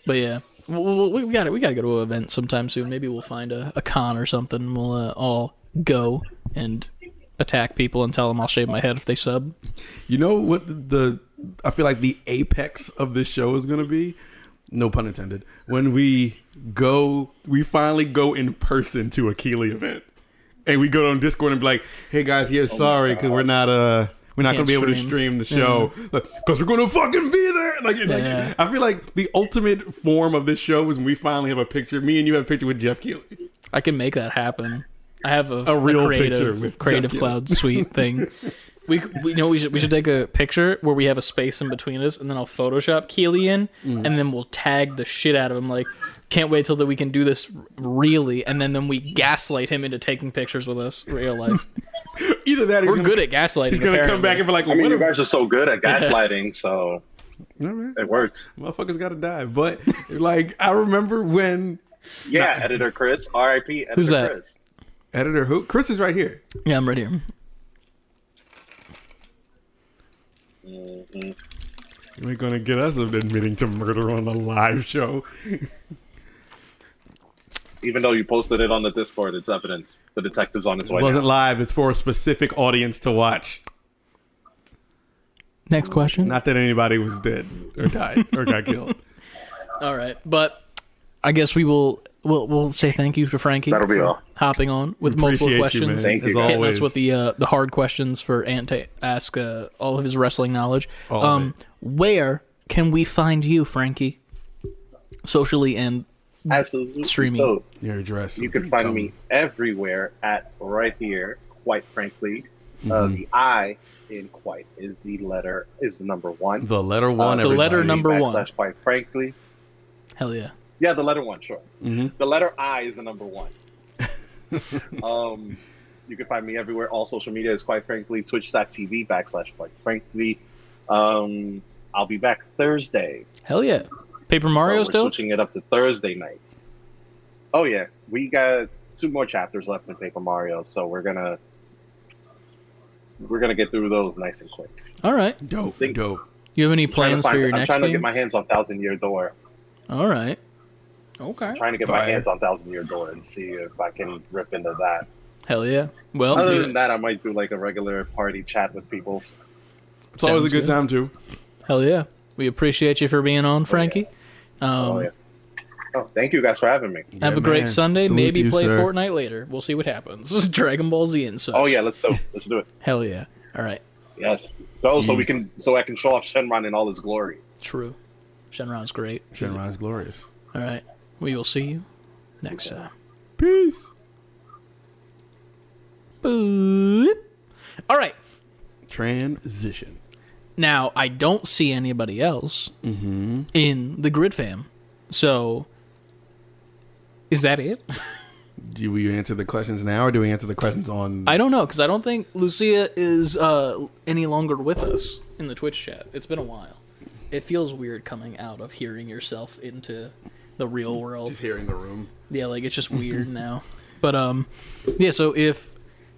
Speaker 1: but yeah, we, we, we got to We got to go to an event sometime soon. Maybe we'll find a, a con or something. and We'll uh, all go and attack people and tell them I'll shave my head if they sub.
Speaker 8: You know what the I feel like the apex of this show is gonna be, no pun intended, when we go we finally go in person to a Keeley event. and we go on Discord and be like, "Hey guys, yeah, sorry, because we're not uh." We're not
Speaker 10: Can't
Speaker 8: gonna be able to
Speaker 10: stream.
Speaker 8: stream the show because we're gonna fucking be there. Like, it- like,
Speaker 10: Yeah.
Speaker 8: I feel like the ultimate form of this show is when we finally have a picture. Me and you have a picture with Jeff Keighley.
Speaker 1: I can make that happen. I have a, a
Speaker 8: real
Speaker 1: creative,
Speaker 8: picture with
Speaker 1: creative
Speaker 8: Jeff Gill.
Speaker 1: cloud suite thing. We, c- we you know we should we should take a picture where we have a space in between us, and then I'll Photoshop Keely in,
Speaker 8: Mm.
Speaker 1: and then we'll tag the shit out of him. Like, can't wait till that we can do this r- really, and then then we gaslight him into taking pictures with us real life.
Speaker 8: Either that, or
Speaker 1: We're
Speaker 8: he's
Speaker 1: good
Speaker 8: gonna-
Speaker 1: at gaslighting.
Speaker 8: He's gonna come back and be like,
Speaker 9: I mean,
Speaker 8: "What
Speaker 9: you
Speaker 8: if-
Speaker 9: guys are so good at gaslighting, so
Speaker 8: Yeah, man.
Speaker 9: it works.
Speaker 8: Motherfuckers gotta die. But like I remember when
Speaker 9: Yeah, editor Chris, R.I.P. Editor
Speaker 1: Who's that?
Speaker 9: Chris.
Speaker 8: editor who Chris is right here.
Speaker 1: yeah, I'm right here.
Speaker 8: You're gonna get us admitting to murder on a live show.
Speaker 9: Even though you posted it on the Discord, it's evidence. The detective's on his way.
Speaker 8: wasn't
Speaker 9: Now.
Speaker 8: live, it's for a specific audience to watch.
Speaker 1: Next question.
Speaker 8: Not that anybody was dead or died or got killed.
Speaker 1: All right, but I guess we will we'll, we'll say thank you to Frankie.
Speaker 9: That'll be
Speaker 1: for
Speaker 9: all.
Speaker 1: Hopping on with multiple
Speaker 8: Appreciate
Speaker 1: questions.
Speaker 8: you, man.
Speaker 9: Thank
Speaker 8: as
Speaker 9: you.
Speaker 1: hitting
Speaker 8: always.
Speaker 1: us with the uh, the hard questions for Ant to ask uh, all of his wrestling knowledge.
Speaker 8: of
Speaker 1: um, where can we find you, Frankie? Socially and
Speaker 9: Absolutely.
Speaker 1: Streaming.
Speaker 9: So
Speaker 8: your address.
Speaker 9: you can find me everywhere at right here. Quite frankly, uh,
Speaker 1: Mm-hmm.
Speaker 9: the I in quite is the letter is the number one.
Speaker 8: the letter one.
Speaker 1: Uh, the letter
Speaker 8: everybody.
Speaker 1: number one.
Speaker 9: Backslash quite frankly.
Speaker 1: hell yeah,
Speaker 9: Yeah, the letter one, sure.
Speaker 8: Mhm.
Speaker 9: The letter I is the number one. um, you can find me everywhere. All social media is quite frankly twitch.tv backslash quite frankly. Um, I'll be back Thursday.
Speaker 1: hell yeah. Paper Mario
Speaker 9: so we're
Speaker 1: still.
Speaker 9: switching it up to Thursday night. Oh yeah, we got two more chapters left in Paper Mario, so we're gonna we're gonna get through those nice and quick.
Speaker 1: All right.
Speaker 8: Dope,
Speaker 9: Think-
Speaker 8: dope.
Speaker 1: You have any
Speaker 9: Trying to
Speaker 1: plans
Speaker 9: find-
Speaker 1: for your
Speaker 9: I'm
Speaker 1: next
Speaker 9: trying to
Speaker 1: game?
Speaker 9: get my hands on Thousand Year Door.
Speaker 1: all right. Okay.
Speaker 9: I'm trying to get my
Speaker 8: Fire.
Speaker 9: hands on Thousand Year Door and see if I can rip into that.
Speaker 1: Hell yeah. Well,
Speaker 9: Other
Speaker 1: Oh, dude,
Speaker 9: than that, I might do like a regular party chat with people.
Speaker 8: It's always a
Speaker 1: Sounds good.
Speaker 8: good, time too.
Speaker 1: hell yeah. We appreciate you for being on, Frankie. Um,
Speaker 9: oh yeah. Oh, thank you guys for having me.
Speaker 1: Have
Speaker 8: Yeah,
Speaker 1: a great
Speaker 8: man.
Speaker 1: Sunday.
Speaker 8: Salute
Speaker 1: Maybe
Speaker 8: you,
Speaker 1: play
Speaker 8: sir.
Speaker 1: Fortnite later. We'll see what happens. Dragon Ball Z and such.
Speaker 9: Oh yeah, let's do it. Let's do it.
Speaker 1: Hell yeah. All right.
Speaker 9: Yes. Go so we
Speaker 8: Jeez.
Speaker 9: can so I can show off Shenron in all his glory.
Speaker 1: True. Shenron's great.
Speaker 8: Shenron's glorious.
Speaker 1: All right. We will see you next time.
Speaker 8: Peace.
Speaker 1: Boop. All right.
Speaker 8: Transition.
Speaker 1: Now, I don't see anybody else
Speaker 8: Mm-hmm.
Speaker 1: in the grid fam. So, is that it?
Speaker 8: Do we answer the questions now, or do we answer the questions on?
Speaker 1: I don't know because I don't think Lucia is uh, any longer with us in the Twitch chat. It's been a while. It feels weird coming out of hearing yourself into the real world.
Speaker 8: Just hearing the room.
Speaker 1: Yeah, like it's just weird now. But um, yeah. So if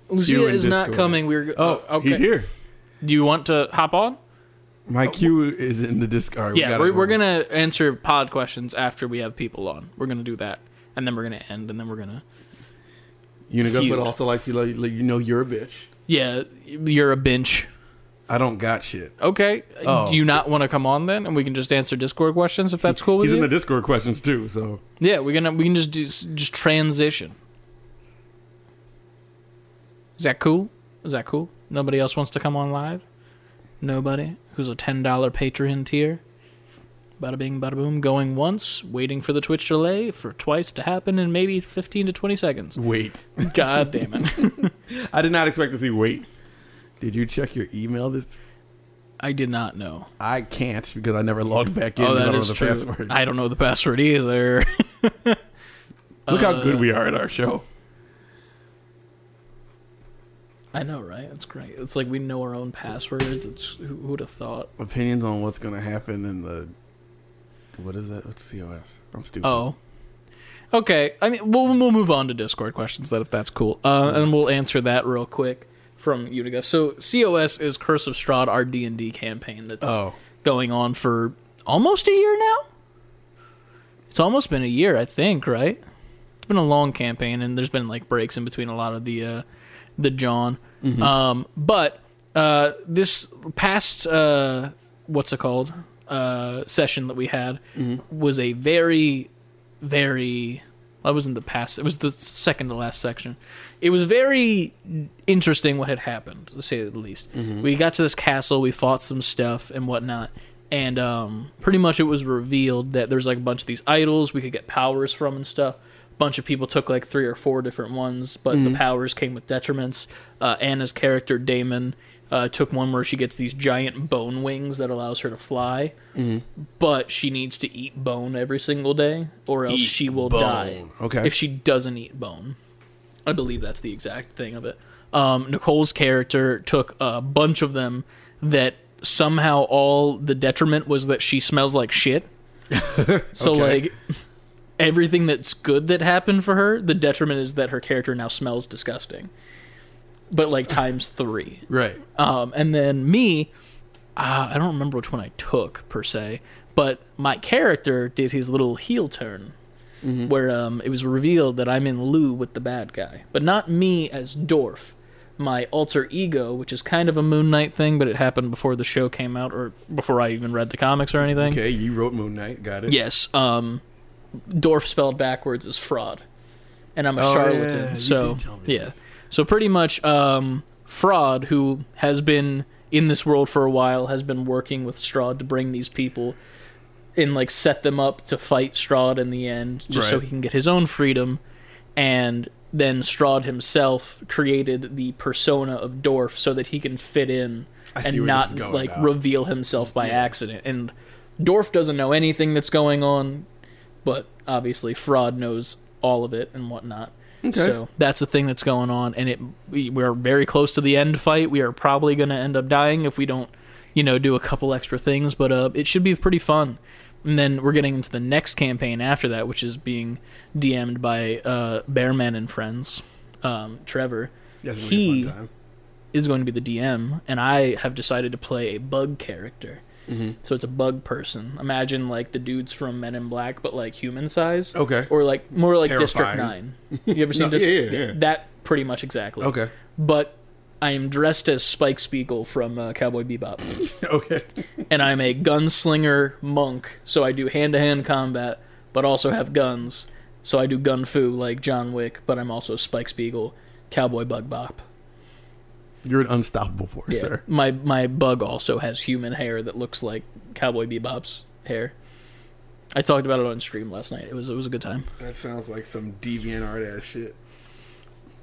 Speaker 1: Lucia
Speaker 8: Cue in
Speaker 1: is not
Speaker 8: Discord.
Speaker 1: coming, we're
Speaker 8: Oh, he's here.
Speaker 1: Do you want to hop on?
Speaker 8: My cue is in the Discord.
Speaker 1: Yeah, we're, we're gonna answer pod questions after we have people on. We're gonna do that, and then we're gonna end, and then we're gonna.
Speaker 8: Unigo
Speaker 1: feud.
Speaker 8: would also like to let you let you know you're a bitch.
Speaker 1: Yeah, you're a bench.
Speaker 8: I don't got shit.
Speaker 1: Okay,
Speaker 8: Oh.
Speaker 1: do you not want to come on then, and we can just answer Discord questions if that's cool with
Speaker 8: He's in
Speaker 1: you?
Speaker 8: the Discord questions too, so
Speaker 1: yeah, we're gonna we can just do just transition. Is that cool? Is that cool? Nobody else wants to come on live. Nobody who's a ten dollar Patreon tier. Bada bing, bada boom. Going once, waiting for the Twitch delay for twice to happen in maybe fifteen to twenty seconds.
Speaker 8: wait.
Speaker 1: God damn it!
Speaker 8: I did not expect to see wait. Did you check your email this?
Speaker 1: I did not know.
Speaker 8: I can't because I never logged back in.
Speaker 1: Oh,
Speaker 8: because I
Speaker 1: that
Speaker 8: don't
Speaker 1: is
Speaker 8: know the
Speaker 1: true.
Speaker 8: password.
Speaker 1: I don't know the password either.
Speaker 8: Look how
Speaker 1: uh,
Speaker 8: good we are at our show.
Speaker 1: I know, right? That's great. It's like we know our own passwords. It's who would have thought?
Speaker 8: Opinions on what's going to happen in the what is that? What's COS? I'm stupid.
Speaker 1: Oh, okay. I mean, we'll we'll move on to Discord questions then, if that's cool, uh, and we'll answer that real quick from Uniguff. So COS is Curse of Strahd, our D and D campaign that's
Speaker 8: Oh.
Speaker 1: going on for almost a year now. It's almost been a year, I think. Right? It's been a long campaign, and there's been like breaks in between a lot of the uh, the John. Um, but uh, this past uh, what's it called uh, session that we had was a very, very Well, it wasn't the past. It was the second to last section. It was very interesting what had happened, to say the least. We got to this castle. We fought some stuff and whatnot. And um, pretty much it was revealed that there's like a bunch of these idols we could get powers from and stuff. A bunch of people took like three or four different ones, but the powers came with detriments. Uh, Anna's character, Damon, uh, took one where she gets these giant bone wings that allows her to fly but she needs to eat bone every single day or else she will die
Speaker 2: Okay.
Speaker 1: if she doesn't eat bone i believe that's the exact thing of it um, nicole's character took a bunch of them that somehow all the detriment was that she smells like shit so
Speaker 2: Okay.
Speaker 1: like everything that's good that happened for her the detriment is that her character now smells disgusting but like times three
Speaker 2: right.
Speaker 1: um, and then me, uh, I don't remember which one I took per se, but my character did his little heel turn, where um, it was revealed that I'm in Lou with the bad guy, but not me as Dorf. My alter ego, which is kind of a Moon Knight thing, but it happened before the show came out or before I even read the comics or anything.
Speaker 2: Okay, you wrote Moon Knight. Got it.
Speaker 1: Yes, um, Dorf spelled backwards is fraud, and I'm a charlatan.
Speaker 2: Oh, yeah, you
Speaker 1: so
Speaker 2: did tell me
Speaker 1: yeah.
Speaker 2: this.
Speaker 1: so pretty much, um, fraud who has been in this world for a while has been working with Strahd to bring these people and like set them up to fight Strahd in the end, just so
Speaker 2: Right.
Speaker 1: he can get his own freedom. And then Strahd himself created the persona of Dorf so that he can fit in
Speaker 2: see
Speaker 1: and
Speaker 2: where this
Speaker 1: not
Speaker 2: is going
Speaker 1: like
Speaker 2: now.
Speaker 1: reveal himself by accident. And Dorf doesn't know anything that's going on, but obviously Fraud knows all of it and whatnot. So that's the thing that's going on, and it we, we are very close to the end fight. We are probably going to end up dying if we don't, you know, do a couple extra things. But uh, it should be pretty fun. And then we're getting into the next campaign after that, which is being DM'd by uh, Bearman and friends, um, Trevor.
Speaker 2: That's gonna
Speaker 1: he
Speaker 2: be a fun time.
Speaker 1: is going to be the DM, and I have decided to play a bug character.
Speaker 2: Mm-hmm.
Speaker 1: So it's a bug person. Imagine like the dudes from Men in Black, but like human size.
Speaker 2: Okay.
Speaker 1: Or like more like District
Speaker 2: Terrifying.
Speaker 1: Nine. You ever seen
Speaker 2: No, yeah,
Speaker 1: District?
Speaker 2: yeah, yeah.
Speaker 1: That pretty much exactly.
Speaker 2: Okay.
Speaker 1: But I am dressed as Spike Spiegel from uh, Cowboy Bebop
Speaker 2: Okay.
Speaker 1: and I'm a gunslinger monk, so I do hand to hand combat, but also have guns. So I do gun fu like John Wick, but I'm also Spike Spiegel, Cowboy Bug Bop.
Speaker 2: You're an unstoppable force, sir.
Speaker 1: My my bug also has human hair that looks like Cowboy Bebop's hair. I talked about it on stream last night. It was it was a good time.
Speaker 2: That sounds like some deviant art ass shit.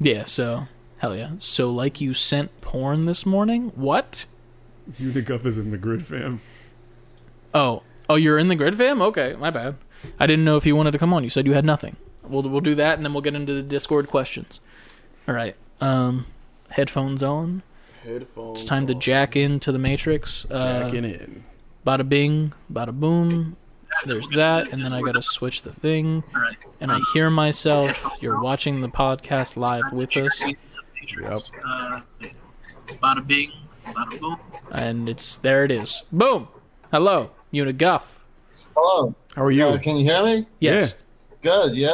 Speaker 1: Yeah, so hell yeah. So like you sent porn this morning? What?
Speaker 2: Uniguff is in the grid, fam.
Speaker 1: Oh, oh, you're in the grid, fam. Okay, my bad. I didn't know if you wanted to come on. You said you had nothing. We'll we'll do that, and then we'll get into the Discord questions. All right. Um, headphones on.
Speaker 2: Headphones.
Speaker 1: It's time to jack into the matrix. Uh,
Speaker 2: Jacking in.
Speaker 1: Bada bing, bada boom. There's that, and then I gotta switch the thing, and I hear myself. You're watching the podcast live with us,
Speaker 11: Bada bing, bada boom.
Speaker 1: and it's there. It is. Boom. Hello, Uniguff.
Speaker 12: Hello.
Speaker 2: How are you?
Speaker 12: Uh, can you hear me?
Speaker 1: Yes.
Speaker 12: Good. Yeah.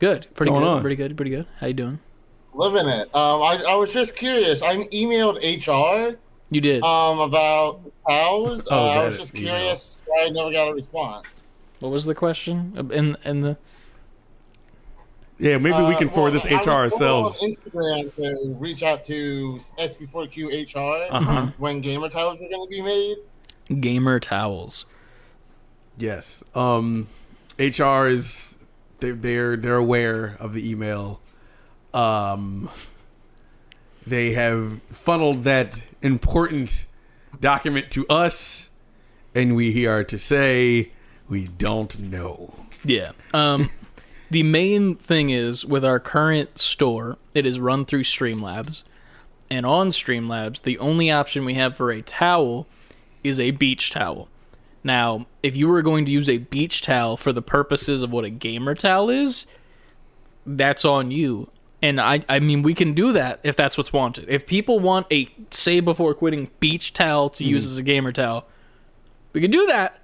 Speaker 1: Good. Pretty
Speaker 2: going
Speaker 1: good.
Speaker 2: on?
Speaker 1: Pretty good. Pretty good. How you doing?
Speaker 12: Living it. Um, I, I was just curious. I emailed HR
Speaker 1: You did.
Speaker 12: um, about
Speaker 2: Oh,
Speaker 12: cows. uh, I
Speaker 2: that
Speaker 12: was just
Speaker 2: email.
Speaker 12: curious why I never got a response.
Speaker 1: What was the question? Uh, In in the
Speaker 2: Yeah, maybe we
Speaker 12: Uh,
Speaker 2: can forward
Speaker 12: well,
Speaker 2: this
Speaker 12: I was
Speaker 2: HR ourselves.
Speaker 12: going on Instagram to reach out to SB4Q HR
Speaker 2: Uh-huh.
Speaker 12: when gamer titles are going to be made.
Speaker 1: gamer towels.
Speaker 2: Yes. Um, HR is they, they're they're aware of the email. Um, they have funneled that important document to us, and we are to say we don't know.
Speaker 1: Yeah. Um, the main thing is with our current store, it is run through Streamlabs, and on Streamlabs, the only option we have for a towel is a beach towel. Now, if you were going to use a beach towel for the purposes of what a gamer towel is, that's on you. And I, I mean, we can do that if that's what's wanted. If people want a say before quitting beach towel to use as a gamer towel, we can do that.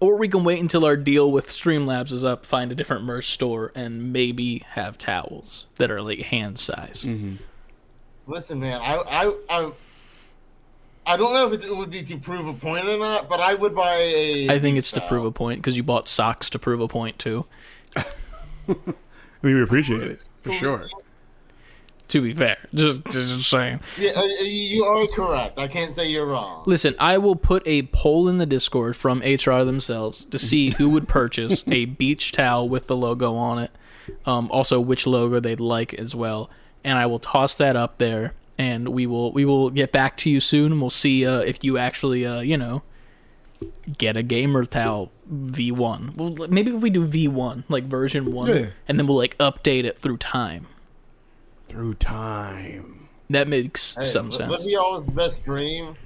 Speaker 1: Or we can wait until our deal with Streamlabs is up, find a different merch store, and maybe have towels that are like hand size.
Speaker 12: Listen, man, I, I, I, I don't know if it would be to prove a point or not, but I would buy a.
Speaker 1: I think it's to
Speaker 12: Wow.
Speaker 1: prove a point because you bought socks to prove a point too.
Speaker 8: I mean, we appreciate it for sure.
Speaker 1: To be fair, just, just saying.
Speaker 12: Yeah, uh, uh, you are correct. I can't say you're wrong.
Speaker 1: Listen, I will put a poll in the Discord from HR themselves to see who would purchase a beach towel with the logo on it. Um, also, which logo they'd like as well, and I will toss that up there, and we will we will get back to you soon. and We'll see uh, if you actually uh, you know get a gamer towel V one. Well, l- maybe if we do V one like version one,
Speaker 8: Yeah.
Speaker 1: and then we'll like update it through time.
Speaker 8: Through time,
Speaker 1: That makes
Speaker 12: Hey,
Speaker 1: some
Speaker 12: let-
Speaker 1: sense.
Speaker 12: Let me always best dream.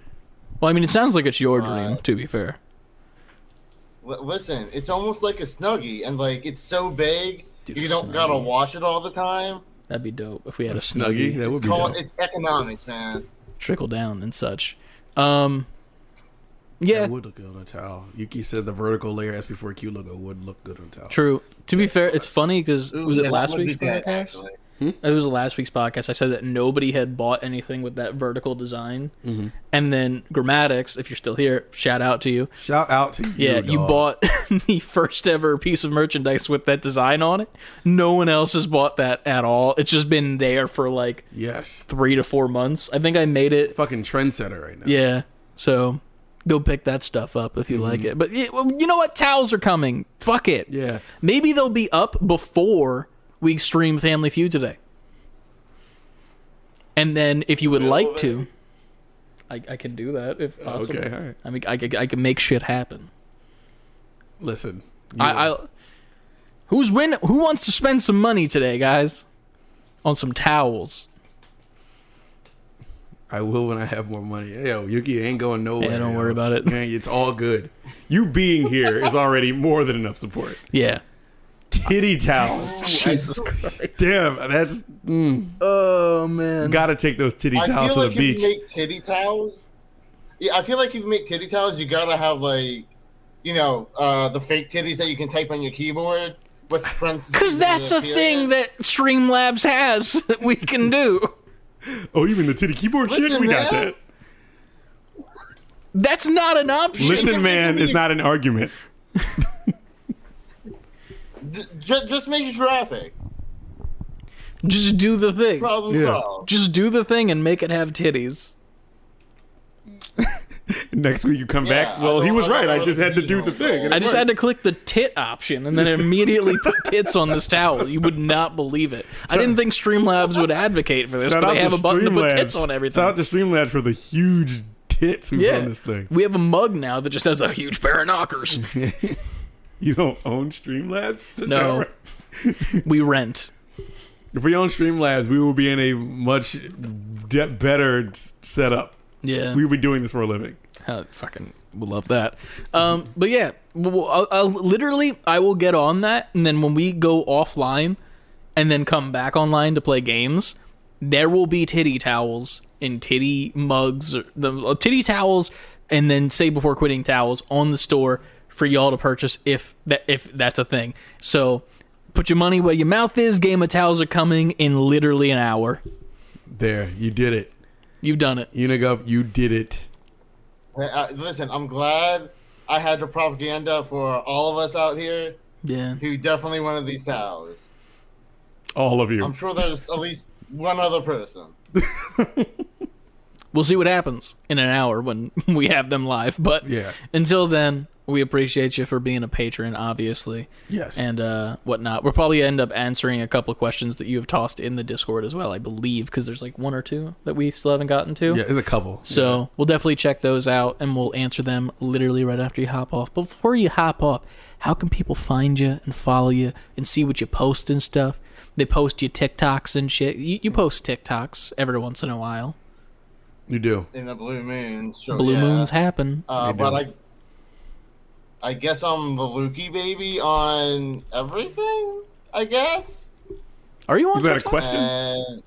Speaker 1: well, I mean, it sounds like it's your dream.
Speaker 12: Alright.
Speaker 1: To be fair,
Speaker 12: L- listen, it's almost like a snuggie, and like it's so big,
Speaker 1: Dude,
Speaker 12: you
Speaker 1: a
Speaker 12: don't gotta
Speaker 1: Snuggie.
Speaker 12: wash it all the time.
Speaker 1: that'd be dope if we had a,
Speaker 8: Snuggie. That would
Speaker 12: It's
Speaker 8: be
Speaker 12: called
Speaker 8: dope.
Speaker 12: it's economics, man.
Speaker 1: trickle down and such. Um, yeah,
Speaker 8: That would look good on a towel. Yuki says the vertical layer S before Q logo would look good on a towel.
Speaker 1: true. To be fair, it's funny because was
Speaker 12: Ooh,
Speaker 1: it
Speaker 12: yeah, that
Speaker 1: last
Speaker 12: would be
Speaker 1: week's
Speaker 12: good,
Speaker 1: podcast?
Speaker 12: actually.
Speaker 1: It was the last week's podcast. I said that nobody had bought anything with that vertical design,
Speaker 8: Mm-hmm.
Speaker 1: and then Grammatics, if you're still here, shout out to you.
Speaker 8: Shout out to you.
Speaker 1: Yeah, you
Speaker 8: dog.
Speaker 1: bought the first ever piece of merchandise with that design on it. No one else has bought that at all. It's just been there for like
Speaker 8: Yes.
Speaker 1: three to four months. I think I made it
Speaker 8: Fucking trendsetter right now.
Speaker 1: Yeah. So go pick that stuff up if you like it. But yeah, well, you know what? Towels are coming. Fuck it.
Speaker 8: Yeah.
Speaker 1: Maybe they'll be up before we stream Family Feud today. And then if you would like to, I, I can do that if possible.
Speaker 8: Okay. All right.
Speaker 1: I mean, I, could- I can make shit happen.
Speaker 8: Listen.
Speaker 1: I, I who's win? Who wants to spend some money today, guys, on some towels?
Speaker 8: I will when I have more money. Yo, Yuki ain't going nowhere.
Speaker 1: Yeah, don't
Speaker 8: yo.
Speaker 1: worry about it.
Speaker 8: Man, it's all good. You being here is already more than enough support.
Speaker 1: Yeah.
Speaker 8: Titty towels.
Speaker 1: Jesus Christ.
Speaker 8: Damn, that's mm.
Speaker 1: Oh man.
Speaker 8: gotta take those titty
Speaker 12: I
Speaker 8: towels
Speaker 12: feel
Speaker 8: to
Speaker 12: like
Speaker 8: the
Speaker 12: if
Speaker 8: beach.
Speaker 12: you make titty towels, yeah, I feel like if you make titty towels, you gotta have like, you know, uh, the fake titties that you can type on your keyboard with parentheses.
Speaker 1: Because
Speaker 12: and
Speaker 1: that's a
Speaker 12: period.
Speaker 1: thing that Streamlabs has that we can do.
Speaker 8: oh, even the titty keyboard shit?
Speaker 12: Listen,
Speaker 8: We got
Speaker 12: man.
Speaker 8: that.
Speaker 1: That's not an option.
Speaker 8: Listen, man, is not an argument.
Speaker 12: D- ju- just make it graphic.
Speaker 1: Just do the thing.
Speaker 12: Problem
Speaker 8: Yeah.
Speaker 12: solved.
Speaker 1: Just do the thing and make it have titties.
Speaker 8: Next week you come
Speaker 12: Yeah,
Speaker 8: back.
Speaker 12: I
Speaker 8: Well, he
Speaker 12: don't-
Speaker 8: was
Speaker 12: I don't
Speaker 8: right. I
Speaker 12: know
Speaker 8: just
Speaker 12: the
Speaker 8: had to do the
Speaker 12: details,
Speaker 8: thing.
Speaker 12: though.
Speaker 8: and it
Speaker 1: I just
Speaker 8: worked.
Speaker 1: had to click the tit option and then immediately put tits on this towel. You would not believe it. I didn't think Streamlabs would advocate for this,
Speaker 8: Shout
Speaker 1: but
Speaker 8: out
Speaker 1: they have
Speaker 8: to
Speaker 1: a button to put tits
Speaker 8: Streamlabs.
Speaker 1: on everything.
Speaker 8: Shout out to Streamlabs for the huge tits we put
Speaker 1: yeah.
Speaker 8: on this thing.
Speaker 1: We have a mug now that just has a huge pair of knockers.
Speaker 8: You don't own Streamlabs? Sit
Speaker 1: No.
Speaker 8: down.
Speaker 1: we rent.
Speaker 8: If we own Streamlabs, we will be in a much de- better s- setup.
Speaker 1: Yeah.
Speaker 8: We will be doing this for a living.
Speaker 1: Uh, fucking we love that. Um, but yeah, well, I'll, I'll, literally, I will get on that, and then when we go offline, and then come back online to play games, there will be titty towels and titty mugs, or the uh, titty towels, and then say before quitting towels on the store for y'all to purchase if that if that's a thing. So. Put your money where your mouth is. Game of Towels are coming in literally an hour.
Speaker 8: There, you did it.
Speaker 1: You've done it.
Speaker 8: Unigov, you did it.
Speaker 12: Hey, I- listen, I'm glad I had the propaganda for all of us out here
Speaker 1: Yeah.
Speaker 12: who definitely wanted these towels.
Speaker 8: All of
Speaker 1: Um,
Speaker 12: I'm
Speaker 8: you.
Speaker 12: sure there's at least one other person.
Speaker 1: We'll see what happens in an hour when we have them live. But
Speaker 8: Yeah.
Speaker 1: until then, we appreciate you for being a patron, obviously,
Speaker 8: Yes.
Speaker 1: and uh, whatnot. We'll probably end up answering a couple questions that you have tossed in the Discord as well, I believe, because there's like one or two that we still haven't gotten to.
Speaker 8: yeah, it's a couple.
Speaker 1: So we'll definitely check those out and we'll answer them literally right after you hop off. Before you hop off, how can people find you and follow you and see what you post and stuff? They post your TikToks and shit. You, you post TikToks every once in a while.
Speaker 8: You do.
Speaker 12: In the blue moons, sure,
Speaker 1: Blue
Speaker 12: yeah.
Speaker 1: moons happen.
Speaker 12: Uh,
Speaker 8: They
Speaker 12: but
Speaker 8: do.
Speaker 12: I, I guess I'm the Lukey baby on everything. I guess.
Speaker 1: Are you on
Speaker 8: Is that a
Speaker 1: TikTok?
Speaker 8: question?
Speaker 12: And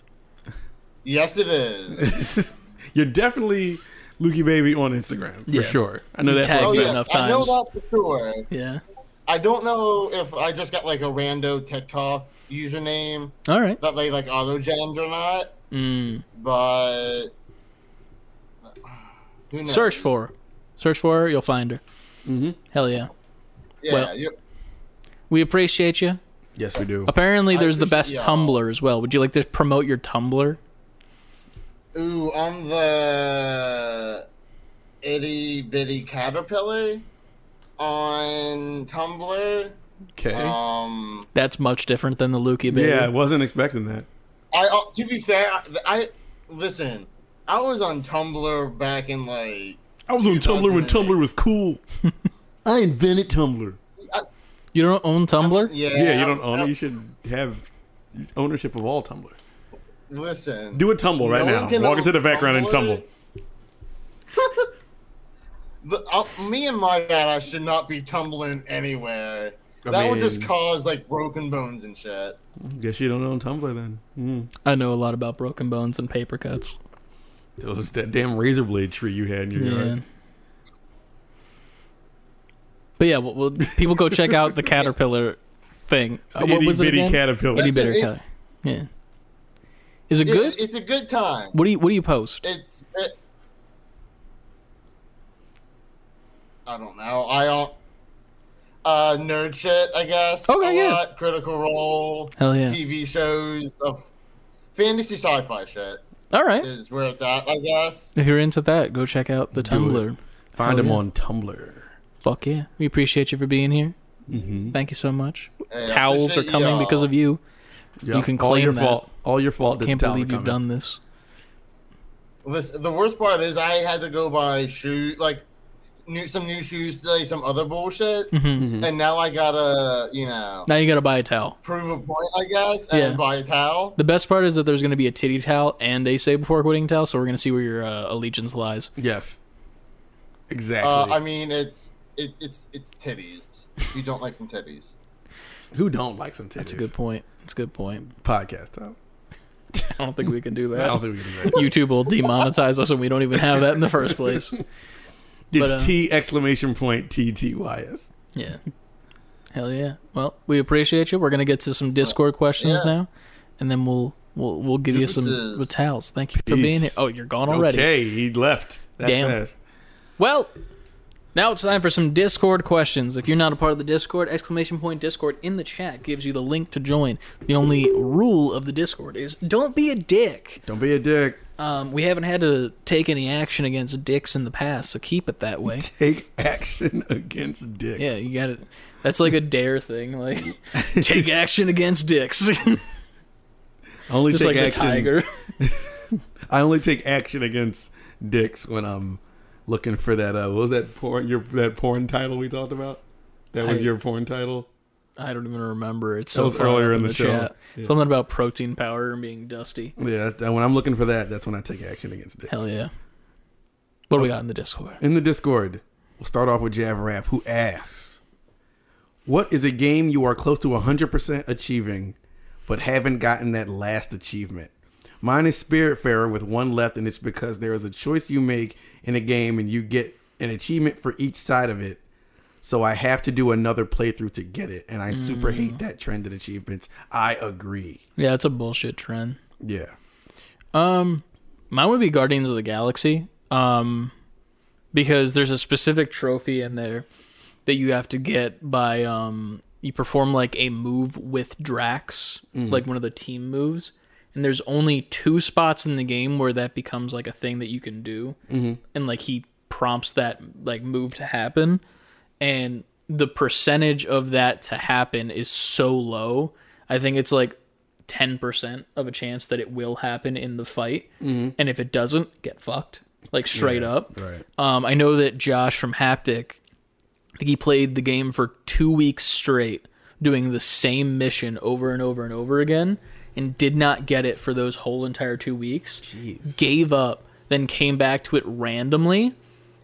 Speaker 12: yes, it is.
Speaker 8: You're definitely Lukey Baby on Instagram.
Speaker 1: Yeah.
Speaker 8: For sure. I know that.
Speaker 1: Tag
Speaker 8: for a
Speaker 12: oh
Speaker 1: me.
Speaker 8: fact.
Speaker 12: yes,
Speaker 1: enough
Speaker 12: I know
Speaker 1: times.
Speaker 12: that for sure.
Speaker 1: Yeah.
Speaker 12: I don't know if I just got like a rando TikTok username
Speaker 1: All right.
Speaker 12: that they like auto gened or not,
Speaker 1: Mm.
Speaker 12: but who knows?
Speaker 1: Search for her. Search for her. You'll find her. Mm-hmm. Hell yeah.
Speaker 12: Yeah,
Speaker 1: well-
Speaker 12: you-
Speaker 1: We appreciate you.
Speaker 8: Yes, we do.
Speaker 1: Apparently,
Speaker 12: I
Speaker 1: there's the best
Speaker 12: appreciate y'all.
Speaker 1: Tumblr as well. Would you like to promote your Tumblr?
Speaker 12: Ooh, I'm the itty bitty caterpillar on Tumblr.
Speaker 8: Okay.
Speaker 12: Um,
Speaker 1: That's much different than the Lukey baby.
Speaker 8: yeah, I wasn't expecting that.
Speaker 12: I uh, to be fair, I, I listen. I was on Tumblr back in like
Speaker 8: I was on Tumblr when
Speaker 12: 2008.
Speaker 8: Tumblr was cool. I invented Tumblr.
Speaker 1: You don't own Tumblr?
Speaker 12: yeah.
Speaker 8: Yeah, you don't own
Speaker 12: I-
Speaker 8: it. You should have ownership of all Tumblr.
Speaker 12: uh, Listen,
Speaker 8: Do a tumble right
Speaker 12: No one
Speaker 8: now.
Speaker 12: can
Speaker 8: Walk into
Speaker 12: own
Speaker 8: the background and
Speaker 12: Tumblr.
Speaker 8: tumble.
Speaker 12: the, i me and my dad, I should not be tumbling anywhere.
Speaker 8: I
Speaker 12: that would just
Speaker 8: mean-
Speaker 12: cause like broken bones and shit.
Speaker 8: Guess you don't own Tumblr then. Mm.
Speaker 1: I know a lot about broken bones and paper cuts.
Speaker 8: That was that damn razor blade tree you had in your
Speaker 1: Yeah.
Speaker 8: yard.
Speaker 1: But yeah, well, well, people go check out the caterpillar thing. Uh,
Speaker 8: The
Speaker 1: what
Speaker 8: itty
Speaker 1: was it
Speaker 8: bitty
Speaker 1: again?
Speaker 8: caterpillar.
Speaker 1: Itty bitty
Speaker 12: It-
Speaker 1: caterpillar. Yeah. Is it
Speaker 12: It-
Speaker 1: good?
Speaker 12: it's a good time.
Speaker 1: What do you What do you post?
Speaker 12: It's. It, I don't know. I don't. Uh, nerd shit, I guess.
Speaker 1: Okay,
Speaker 12: a
Speaker 1: yeah.
Speaker 12: Lot, critical role,
Speaker 1: Hell yeah!
Speaker 12: TV shows, of fantasy sci-fi shit
Speaker 1: All right.
Speaker 12: is where it's at, I guess.
Speaker 1: If you're into that, go check out the
Speaker 8: Do it.
Speaker 1: Tumblr.
Speaker 8: Find
Speaker 1: Oh,
Speaker 8: him
Speaker 1: yeah.
Speaker 8: on Tumblr.
Speaker 1: Fuck yeah! We appreciate you for being here.
Speaker 8: Mm-hmm.
Speaker 1: Thank you so much.
Speaker 12: Hey, I
Speaker 1: Towels are
Speaker 12: appreciate
Speaker 1: coming
Speaker 12: y'all.
Speaker 1: because of you.
Speaker 8: Yeah,
Speaker 1: You can
Speaker 8: all
Speaker 1: claim
Speaker 8: your
Speaker 1: that.
Speaker 8: fault. All your fault. that
Speaker 1: Can't
Speaker 8: the towels
Speaker 1: believe
Speaker 8: are
Speaker 1: you've done
Speaker 8: coming.
Speaker 1: this.
Speaker 12: Listen, the worst part is I had to go buy shoe like new some new shoes today, some other bullshit,
Speaker 1: Mm-hmm,
Speaker 12: and now I gotta you know
Speaker 1: Now you gotta buy a towel.
Speaker 12: prove a point, I guess, and
Speaker 1: Yeah.
Speaker 12: buy a towel.
Speaker 1: The best part is that there's going to be a titty towel and a say before quitting towel, so we're going to see where your uh, allegiance lies.
Speaker 8: Yes. Exactly.
Speaker 12: Uh, I mean, it's it's it's it's titties. You don't like some titties.
Speaker 8: Who don't like some titties?
Speaker 1: That's a good point. That's a good point.
Speaker 8: podcast. Tom.
Speaker 1: I don't think we can do
Speaker 8: I don't
Speaker 1: that.
Speaker 8: think we can do that.
Speaker 1: YouTube will demonetize us, and we don't even have that in the first place.
Speaker 8: It's
Speaker 1: But, uh,
Speaker 8: T exclamation point T T Y S.
Speaker 1: Yeah. Hell yeah. Well, we appreciate you. We're going to get to some Discord questions
Speaker 12: Yeah.
Speaker 1: now, and then we'll we'll we'll give you some
Speaker 12: Deuces.
Speaker 1: the towels. Thank you for being
Speaker 8: Peace.
Speaker 1: here. Oh, you're gone already.
Speaker 8: Okay, he left. That
Speaker 1: Damn.
Speaker 8: fast.
Speaker 1: Well, now it's time for some Discord questions. If you're not a part of the Discord, exclamation point Discord in the chat gives you the link to join. The only rule of the Discord is don't be a dick.
Speaker 8: Don't be a dick.
Speaker 1: Um, we haven't had to take any action against dicks in the past, so keep it that way.
Speaker 8: Take action against dicks.
Speaker 1: Yeah, you got it. That's like a dare thing. Like, take action against dicks. Just
Speaker 8: only take
Speaker 1: like the
Speaker 8: action.
Speaker 1: tiger.
Speaker 8: I only take action against dicks when I'm looking for that. Uh, what was that porn? Your that porn title we talked about. That was
Speaker 1: I-
Speaker 8: your porn title.
Speaker 1: I don't even remember. It's so
Speaker 8: was
Speaker 1: far
Speaker 8: earlier
Speaker 1: up
Speaker 8: in the show.
Speaker 1: chat.
Speaker 8: Yeah.
Speaker 1: Something about protein powder and being dusty.
Speaker 8: Yeah, that- when I'm looking for that, that's when I take action against dicks.
Speaker 1: Hell yeah. What do
Speaker 8: Oh.
Speaker 1: we got in the Discord?
Speaker 8: in the Discord, we'll start off with Javraf, who asks, "What is a game you are close to 100% achieving, but haven't gotten that last achievement?" Mine is Spiritfarer with one left, and it's because there is a choice you make in a game, and you get an achievement for each side of it. So I have to do another playthrough to get it, and I super
Speaker 1: Mm-hmm.
Speaker 8: hate that trend in achievements. I agree.
Speaker 1: Yeah, it's a bullshit trend.
Speaker 8: Yeah,
Speaker 1: Mine would be Guardians of the Galaxy, um, because there's a specific trophy in there that you have to get by um, you perform like a move with Drax, like one of the team moves, and there's only two spots in the game where that becomes like a thing that you can do, and like he prompts that like move to happen, and the percentage of that to happen is so low. I think it's like 10% of a chance that it will happen in the fight. And if it doesn't, get fucked. Like straight up.
Speaker 8: right.
Speaker 1: Um, I know that Josh from Haptic, I think he played the game for two weeks straight, doing the same mission over and over and over again, and did not get it for those whole entire two weeks. Jeez. Gave up, then came back to it randomly,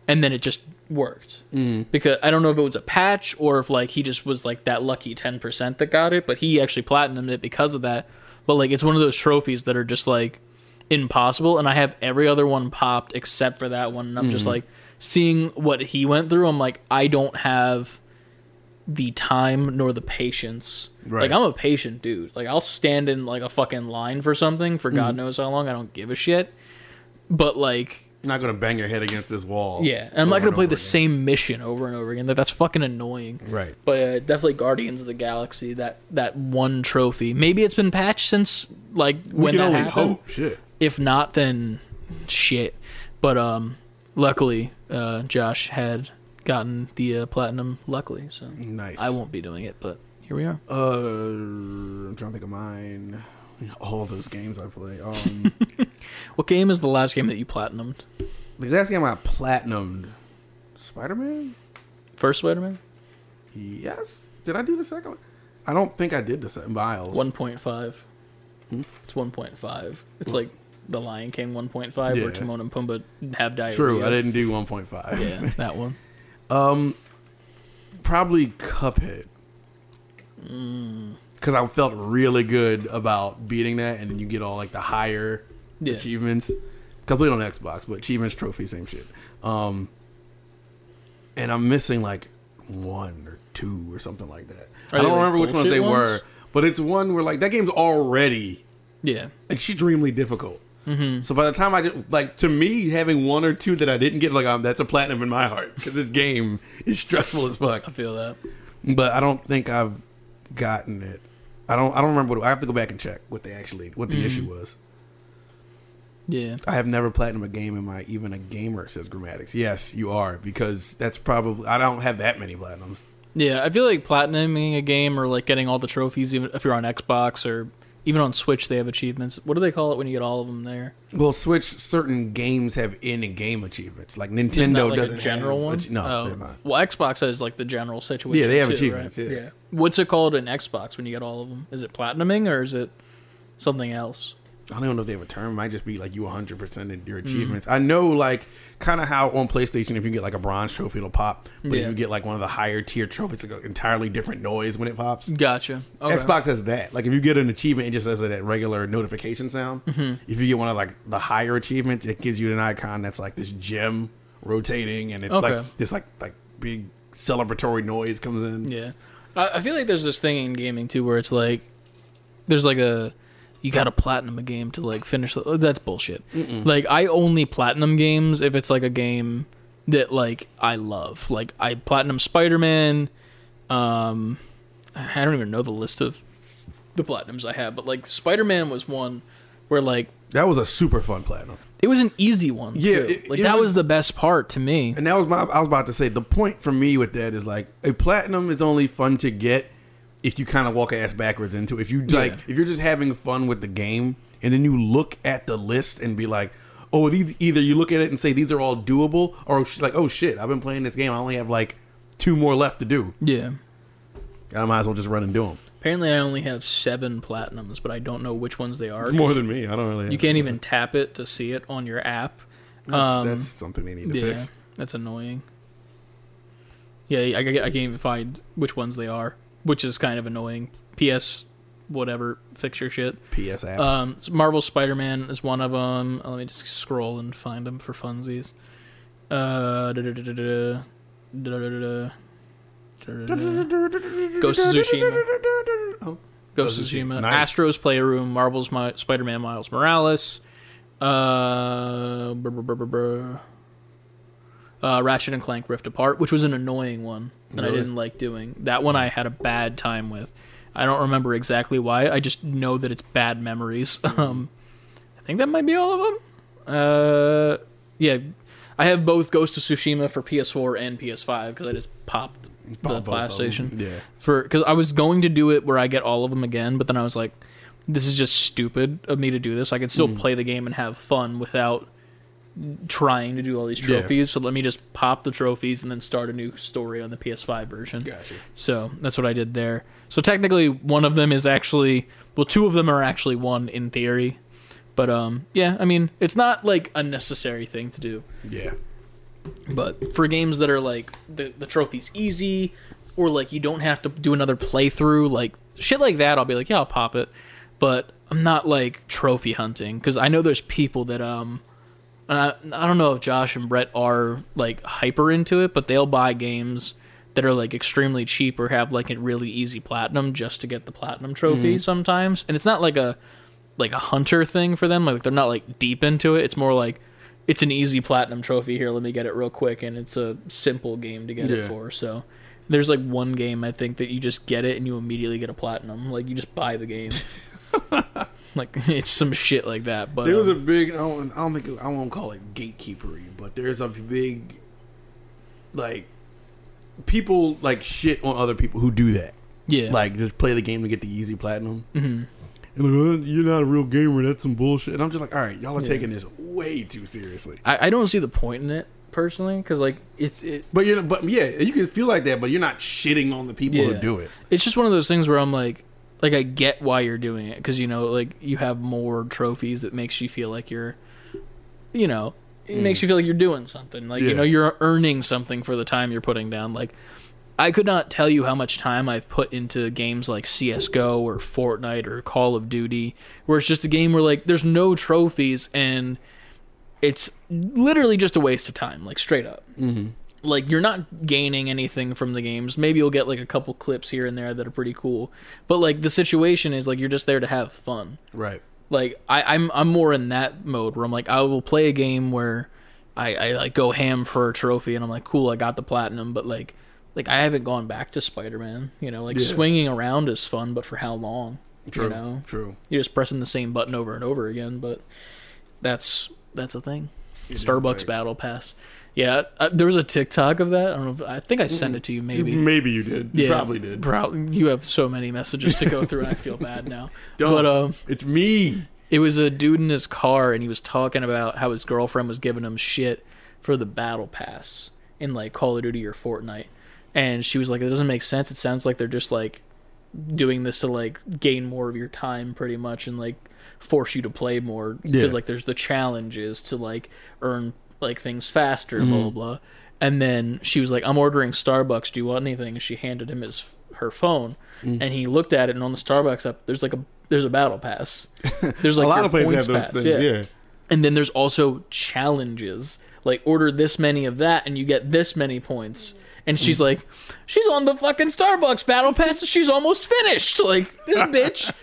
Speaker 1: and then it just worked. Because I don't know if it was a patch or if like he just was like that lucky 10% that got it, but he actually platinumed it because of that. But like it's one of those trophies that are just like impossible and I have every other one popped except for that one and I'm just like seeing what he went through, I'm like I don't have the time nor the patience.
Speaker 8: Right.
Speaker 1: Like I'm a patient dude. Like I'll stand in like a fucking line for something for god knows how long. I don't give a shit. But like
Speaker 8: You're not gonna bang your head against this wall.
Speaker 1: Yeah, and I'm not
Speaker 8: over
Speaker 1: gonna play
Speaker 8: over
Speaker 1: the same mission over and over again. Like that's fucking annoying.
Speaker 8: again. Right.
Speaker 1: But uh, definitely Guardians of the Galaxy. That that one trophy. Maybe it's been patched since like
Speaker 8: We
Speaker 1: when
Speaker 8: can
Speaker 1: that
Speaker 8: only
Speaker 1: happened.
Speaker 8: hope. Shit.
Speaker 1: If not, then shit. But um, luckily, uh, Josh had gotten the uh, platinum. Luckily, so
Speaker 8: Nice.
Speaker 1: I won't be doing it. But here we are.
Speaker 8: Uh, I'm trying to think of mine. All those games I play. Um,
Speaker 1: What game is the last game that you platinumed?
Speaker 8: the last game I platinumed, Spider Man.
Speaker 1: First Spider Man.
Speaker 8: Yes. Did I do the second one? I don't think I did the second. Miles.
Speaker 1: One point five.
Speaker 8: Hmm?
Speaker 1: It's one point five. It's like the Lion King one point five, where
Speaker 8: Yeah.
Speaker 1: Timon and Pumbaa have diarrhea.
Speaker 8: True. I didn't do 1.5.
Speaker 1: Yeah, that one.
Speaker 8: Probably Cuphead.
Speaker 1: Mm.
Speaker 8: Because I felt really good about beating that, and then you get all like the higher
Speaker 1: Yeah.
Speaker 8: achievements. Complete on Xbox, but achievements, trophy, same shit. Um, and I'm missing like one or two or something like that. I
Speaker 1: they,
Speaker 8: don't
Speaker 1: like,
Speaker 8: remember which ones
Speaker 1: bullshit
Speaker 8: they
Speaker 1: ones?
Speaker 8: were, but it's one where like that game's already
Speaker 1: Yeah.
Speaker 8: extremely difficult.
Speaker 1: Mm-hmm.
Speaker 8: So by the time I just, like to me having one or two that I didn't get like um, that's a platinum in my heart because this game is stressful as fuck.
Speaker 1: I feel that.
Speaker 8: But I don't think I've gotten it. I don't. I don't remember. What, I have to go back and check what they actually what the
Speaker 1: Mm-hmm.
Speaker 8: issue was.
Speaker 1: Yeah.
Speaker 8: I have never platinum a game in my even a gamer says grammatics. Yes, you are because that's probably I don't have that many platinums.
Speaker 1: Yeah. I feel like platinuming a game or like getting all the trophies, even if you're on Xbox or even on Switch, they have achievements. What do they call it when you get all of them there?
Speaker 8: Well, Switch certain games have in game achievements. Like Nintendo
Speaker 1: Not like
Speaker 8: doesn't
Speaker 1: a general
Speaker 8: have
Speaker 1: one.
Speaker 8: ach- No,
Speaker 1: Oh.
Speaker 8: they're not.
Speaker 1: Well, Xbox has like the general situation.
Speaker 8: Yeah, they have
Speaker 1: too,
Speaker 8: achievements,
Speaker 1: right?
Speaker 8: yeah.
Speaker 1: What's it called in Xbox when you get all of them? Is it platinuming or is it something else?
Speaker 8: I don't know if they have a term. It might just be like you 100% in your
Speaker 1: Mm-hmm.
Speaker 8: achievements. I know, like, kind of how on PlayStation, if you get like a bronze trophy, it'll pop. But if
Speaker 1: Yeah.
Speaker 8: you get like one of the higher tier trophies, it's like an entirely different noise when it pops.
Speaker 1: Gotcha. Okay.
Speaker 8: Xbox has that. Like, if you get an achievement, it just has that regular notification sound.
Speaker 1: Mm-hmm.
Speaker 8: If you get one of like the higher achievements, it gives you an icon that's like this gem rotating, and it's
Speaker 1: Okay.
Speaker 8: like this like like big celebratory noise comes in.
Speaker 1: Yeah, I, I feel like there's this thing in gaming too where it's like there's like a you got to platinum a game to like finish. The, that's bullshit. Like I only platinum games if it's like a game that like I love. Like I platinum Spider Man. Um, I don't even know the list of the platinums I have, but like Spider Man was one where like
Speaker 8: That was a super fun platinum.
Speaker 1: it was an easy one.
Speaker 8: Yeah,
Speaker 1: too.
Speaker 8: it-
Speaker 1: like
Speaker 8: it
Speaker 1: that was,
Speaker 8: was-
Speaker 1: the best part to me.
Speaker 8: And that was my I was about to say the point for me with that is like a platinum is only fun to get if you kind of walk ass backwards into it. if you like if you're just having fun with the game and then you look at the list and be like oh these either you look at it and say these are all doable or she's like oh shit I've been playing this game I only have like two more left to do
Speaker 1: Yeah.
Speaker 8: I might as well just run and do them.
Speaker 1: Apparently, I only have seven platinums, but I don't know which ones they are.
Speaker 8: More than me I don't really
Speaker 1: You can't even tap it to see it on your app.
Speaker 8: that's,
Speaker 1: um,
Speaker 8: that's something they need to
Speaker 1: yeah,
Speaker 8: fix.
Speaker 1: that's annoying. Yeah, I, I can't I can't even find which ones they are, which is kind of annoying. P.S. Whatever, fix your shit.
Speaker 8: PS app
Speaker 1: Um, Marvel Spider-Man is one of them. Let me just scroll and find them for funsies. Uh, da-da-da-da-da, da-da-da-da-da, da-da-da-da. Ghost of Tsushima. Oh. Ghost of Tsushima.
Speaker 8: Nice.
Speaker 1: Astro's Playroom. Marvel's My- Spider-Man. Miles Morales. Uh, brr, brr, brr, brr, brr. uh, Ratchet and Clank Rift Apart, which was an annoying one that I didn't like doing. That one I had a bad time with. I don't remember exactly why. I just know that it's bad memories. Um, I think that might be all of them. Uh, yeah, I have both Ghost of Tsushima for PS4 and PS5 because I just popped the
Speaker 8: Both of them.
Speaker 1: PlayStation
Speaker 8: Yeah.
Speaker 1: for because I was going to do it where I get all of them again, but then I was like, this is just stupid of me to do this. I could still
Speaker 8: Mm.
Speaker 1: play the game and have fun without trying to do all these
Speaker 8: Yeah.
Speaker 1: trophies. So let me just pop the trophies and then start a new story on the PS5 version.
Speaker 8: Gotcha.
Speaker 1: So that's what I did there. So technically, one of them is actually well, two of them are actually one in theory. But um, yeah, I mean, it's not like a necessary thing to do.
Speaker 8: Yeah.
Speaker 1: But for games that are like the the trophy's easy, or like you don't have to do another playthrough, like shit like that, I'll be like, yeah, I'll pop it. But I'm not like trophy hunting because I know there's people that um, and I I don't know if Josh and Brett are like hyper into it, but they'll buy games that are like extremely cheap or have like a really easy platinum just to get the platinum trophy
Speaker 8: Mm-hmm.
Speaker 1: sometimes, and it's not like a like a hunter thing for them. Like they're not like deep into it. It's more like it's an easy platinum trophy here. Let me get it real quick, and it's a simple game to get
Speaker 8: Yeah.
Speaker 1: it for. So there's like one game I think that you just get it and you immediately get a platinum. Like you just buy the game. like it's some shit like that. But
Speaker 8: There was a
Speaker 1: um,
Speaker 8: big. I don't, I don't think I won't call it gatekeepery, but there's a big, like, people like shit on other people who do that.
Speaker 1: yeah,
Speaker 8: Like, just play the game to get the easy platinum. Mm-hmm. And like, "Uh, you're not a real gamer. That's some bullshit. And I'm just like, all right, y'all are taking this way too seriously.
Speaker 1: I, I don't see the point in it personally because like it's it,
Speaker 8: But you're, but yeah, you can feel like that, but you're not shitting on the people who
Speaker 1: Yeah.
Speaker 8: do it.
Speaker 1: it's just one of those things where I'm like, like I get why you're doing it because you know, like you have more trophies that makes you feel like you're, you know, it makes you feel like you're doing something. Like
Speaker 8: Yeah.
Speaker 1: you know, you're earning something for the time you're putting down. Like I could not tell you how much time I've put into games like CS:GO or Fortnite or Call of Duty, where it's just a game where like there's no trophies and it's literally just a waste of time, like straight up like you're not gaining anything from the games. Maybe you'll get like a couple clips here and there that are pretty cool. But like the situation is like you're just there to have fun.
Speaker 8: Right.
Speaker 1: Like I, I'm I'm more in that mode where I'm like I will play a game where I, I like go ham for a trophy and I'm like cool I got the platinum but like like I haven't gone back to Spider Man. You know like swinging around is fun but for how long?
Speaker 8: True.
Speaker 1: You know
Speaker 8: True.
Speaker 1: you're just pressing the same button over and over again but that's that's a thing starbucks battle pass yeah uh, there was a tiktok of that i don't know if, i think i sent it to you maybe
Speaker 8: Maybe you did. You
Speaker 1: yeah,
Speaker 8: probably did.
Speaker 1: prob- you have so many messages to go through and i feel bad now but um
Speaker 8: it's me.
Speaker 1: it was a dude in his car and he was talking about how his girlfriend was giving him shit for the battle pass in like Call of Duty or Fortnite. And she was like, It doesn't make sense. It sounds like they're just like doing this to like gain more of your time pretty much and like force you to play more. Because
Speaker 8: Yeah.
Speaker 1: like there's the challenges to like earn like things faster, blah
Speaker 8: Mm-hmm.
Speaker 1: blah blah. And then she was like, I'm ordering Starbucks, do you want anything? And she handed him his her phone
Speaker 8: Mm.
Speaker 1: and he looked at it and on the Starbucks app there's like a there's a battle pass. There's like
Speaker 8: A lot
Speaker 1: your
Speaker 8: of places
Speaker 1: points
Speaker 8: have
Speaker 1: pass,
Speaker 8: those things. Yeah.
Speaker 1: And then there's also challenges. Like order this many of that and you get this many points. And
Speaker 8: Mm.
Speaker 1: she's like, she's on the fucking Starbucks battle pass. and She's almost finished. Like this bitch.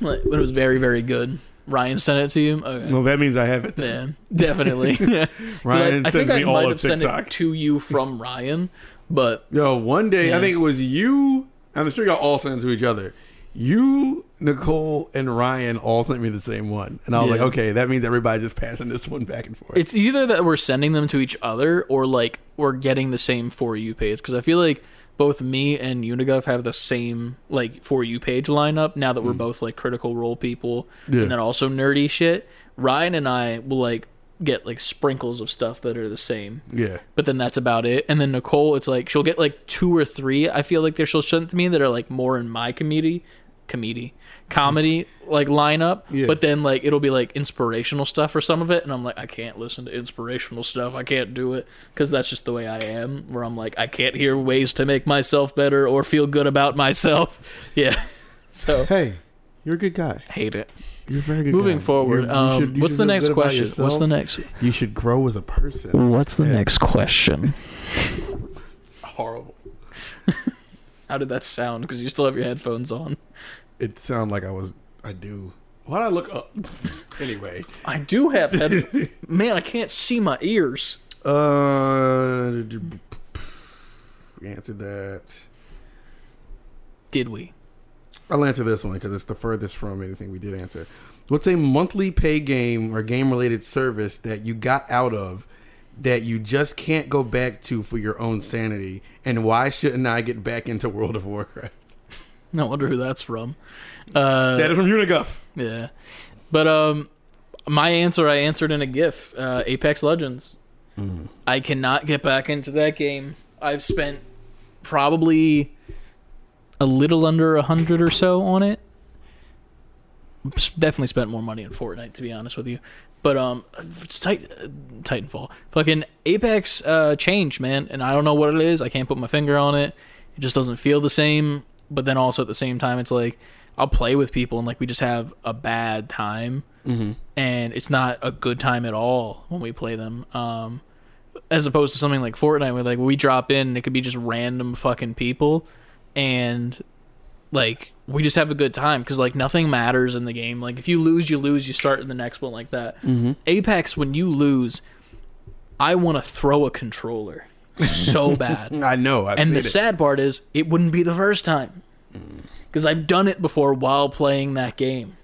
Speaker 1: Like, but it was very very good. Ryan sent it to you. Okay.
Speaker 8: Well, that means I have it.
Speaker 1: Yeah, definitely. Yeah. 'Cause
Speaker 8: Ryan
Speaker 1: I, I think
Speaker 8: sends
Speaker 1: I
Speaker 8: me all
Speaker 1: might
Speaker 8: of
Speaker 1: have sent
Speaker 8: TikTok.
Speaker 1: it to you from Ryan, but
Speaker 8: Yo, one day I
Speaker 1: Yeah.
Speaker 8: think it was you. I'm sure y'all all sent it to each other. You, Nicole, and Ryan all sent me the same one, and I was
Speaker 1: Yeah.
Speaker 8: like, okay, that means everybody's just passing this one back and forth.
Speaker 1: it's either that we're sending them to each other or like we're getting the same for you page because I feel like both me and Unigov have the same like for you page lineup now that we're both like critical role people
Speaker 8: Yeah.
Speaker 1: and then also nerdy shit. Ryan and I will like get like sprinkles of stuff that are the same.
Speaker 8: yeah,
Speaker 1: But then that's about it. And then Nicole, it's like she'll get like two or three. I feel like there she'll send to me that are like more in my comedy, comedy, comedy like lineup.
Speaker 8: Yeah.
Speaker 1: But then like it'll be like inspirational stuff for some of it, and I'm like, I can't listen to inspirational stuff. I can't do it because that's just the way I am. Where I'm like, I can't hear ways to make myself better or feel good about myself. Yeah. So
Speaker 13: Hey, you're a good guy.
Speaker 1: hate it.
Speaker 13: You're a very good.
Speaker 1: Moving
Speaker 13: guy.
Speaker 1: forward,
Speaker 13: You- you
Speaker 1: um,
Speaker 13: should- you
Speaker 1: what's
Speaker 13: should
Speaker 1: the
Speaker 13: feel
Speaker 1: next
Speaker 13: good about
Speaker 1: question? What's
Speaker 13: yourself.
Speaker 1: the next?
Speaker 13: You should grow as a person.
Speaker 1: What's the next question?
Speaker 8: horrible.
Speaker 1: How did that sound? Because you still have your headphones on.
Speaker 8: It sounded like I was. I do. Why would I look up? anyway,
Speaker 1: I do have head. Man, I can't see my ears.
Speaker 8: uh, we answered that.
Speaker 1: Did we?
Speaker 8: I'll answer this one because it's the furthest from anything we did answer. What's a monthly pay game or game related service that you got out of that you just can't go back to for your own sanity? And why shouldn't I get back into World of Warcraft?
Speaker 1: No wonder who that's from. Uh,
Speaker 8: That is from Uniguff.
Speaker 1: yeah, but um, my answer I answered in a GIF. Uh, Apex Legends.
Speaker 8: Hmm.
Speaker 1: I cannot get back into that game. I've spent probably a little under a hundred or so on it. S- Definitely spent more money on Fortnite to be honest with you, but um, Tit- uh, Titanfall, fucking Apex, uh, changed man, and I don't know what it is. I can't put my finger on it. It just doesn't feel the same. But then also at the same time, it's like I'll play with people and like we just have a bad time, and it's not a good time at all when we play them. Um, as opposed to something like Fortnite, where like we drop in and it could be just random fucking people, and like we just have a good time because like nothing matters in the game. Like if you lose, you lose. You start in the next one like that. Apex, when you lose, I want to throw a controller so bad.
Speaker 8: I know. I've
Speaker 1: and
Speaker 8: seen
Speaker 1: the
Speaker 8: it. Mm.
Speaker 1: sad part is, it wouldn't be the first time because I've done it before while playing that game.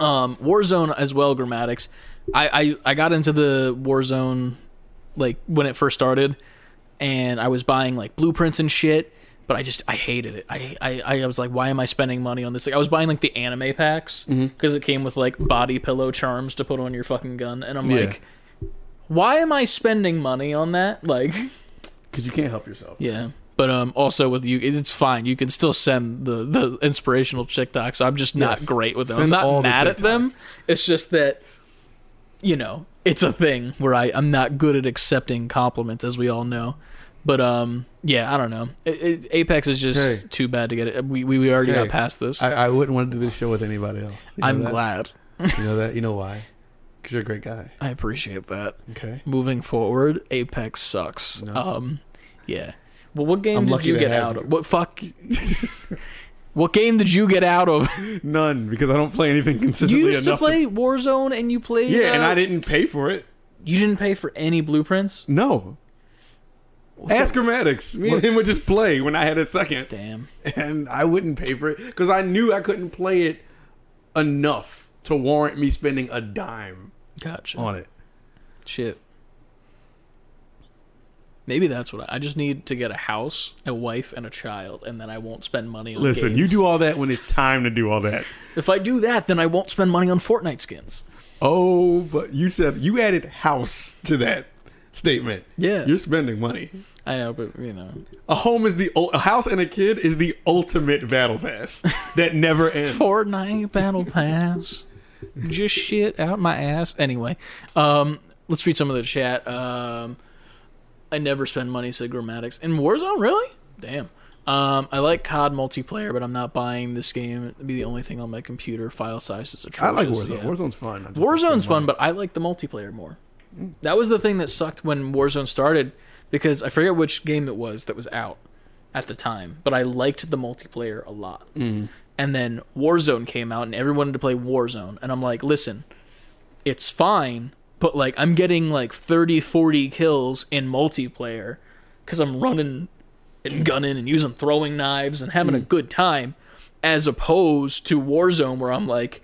Speaker 1: Um, Warzone as well, grammatics. I, I I got into the Warzone like when it first started, and I was buying like blueprints and shit. But I just I hated it. I I, I was like, why am I spending money on this? Like I was buying like the anime packs because
Speaker 8: Mm-hmm.
Speaker 1: it came with like body pillow charms to put on your fucking gun, and I'm
Speaker 8: Yeah.
Speaker 1: like, why am I spending money on that? Like.
Speaker 8: because you can't help yourself.
Speaker 1: Yeah. But um, also with you, it's fine. You can still send the, the inspirational TikToks. I'm just not
Speaker 8: Yes.
Speaker 1: great with them. I'm
Speaker 8: Send all
Speaker 1: not
Speaker 8: the
Speaker 1: mad at them.
Speaker 8: TikToks.
Speaker 1: It's just that, you know, it's a thing where I, I'm not good at accepting compliments, as we all know. But um, yeah, I don't know. It, it, Apex is just
Speaker 8: Hey.
Speaker 1: too bad to get it. We we, we already got
Speaker 8: Hey.
Speaker 1: past this. I,
Speaker 8: I, I wouldn't want to do this show with anybody else. You know
Speaker 1: am
Speaker 8: that?
Speaker 1: glad.
Speaker 8: You know that. You know why? Because you're a great guy.
Speaker 1: I appreciate that.
Speaker 8: Okay.
Speaker 1: Moving forward, Apex sucks. Um, yeah. Well, what game
Speaker 8: I'm
Speaker 1: did
Speaker 8: lucky
Speaker 1: you
Speaker 8: to
Speaker 1: get
Speaker 8: have
Speaker 1: out
Speaker 8: you.
Speaker 1: of? What fuck? what game did you get out of?
Speaker 8: None because I don't play anything consistently
Speaker 1: You used to
Speaker 8: enough.
Speaker 1: play Warzone and you played.
Speaker 8: yeah, and
Speaker 1: uh,
Speaker 8: I didn't pay for it.
Speaker 1: You didn't pay for any blueprints.
Speaker 8: No. Ask Grammatics. Me and him would just play when I had a second.
Speaker 1: Damn.
Speaker 8: and I wouldn't pay for it because I knew I couldn't play it enough to warrant me spending a dime
Speaker 1: Gotcha.
Speaker 8: on it.
Speaker 1: Shit. Maybe that's what I, I just need to get a house, a wife, and a child, and then I won't spend money on.
Speaker 8: Listen, you
Speaker 1: games.
Speaker 8: do all that when it's time to do all that.
Speaker 1: If I do that, then I won't spend money on Fortnite skins.
Speaker 8: Oh, but you said you added house to that statement.
Speaker 1: Yeah.
Speaker 8: You're spending money.
Speaker 1: I know, but you know,
Speaker 8: A home is the ul- a house and a kid is the ultimate battle pass that never ends.
Speaker 1: Fortnite Battle Pass. Just shit out my ass. Anyway, um, let's read some of the chat. Um, I never spend money, said Grammatics. In Warzone, really? Damn. Um, I like COD multiplayer, but I'm not buying this game. It'd be the only thing on my computer. File size is
Speaker 8: I
Speaker 1: atrocious.
Speaker 8: like Warzone.
Speaker 1: Yeah.
Speaker 8: Warzone's fun. I just don't spend
Speaker 1: Warzone's fun,
Speaker 8: money.
Speaker 1: but I like the multiplayer more. That was the thing that sucked when Warzone started because I forget which game it was that was out at the time, but I liked the multiplayer a lot. And then Warzone came out and everyone wanted to play Warzone and I'm like, "Listen, it's fine, but like I'm getting like 30 40 kills in multiplayer cuz I'm running and gunning and using throwing knives and having a good time as opposed to Warzone where I'm like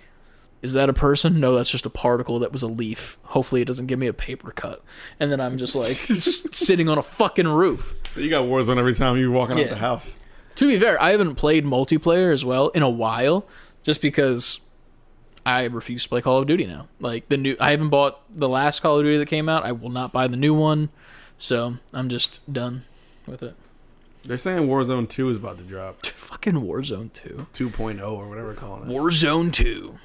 Speaker 1: is that a person? No, that's just a particle that was a leaf. Hopefully, it doesn't give me a paper cut. And then I'm just like s- sitting on a fucking roof.
Speaker 8: so you got Warzone every time you're walking out
Speaker 1: Yeah.
Speaker 8: the house.
Speaker 1: To be fair, I haven't played multiplayer as well in a while, just because I refuse to play Call of Duty now. Like the new, I haven't bought the last Call of Duty that came out. I will not buy the new one, so I'm just done with it.
Speaker 8: They're saying Warzone 2 is about to drop.
Speaker 1: Fucking Warzone Two.
Speaker 8: 2.0 or whatever they're calling it.
Speaker 1: Warzone Two.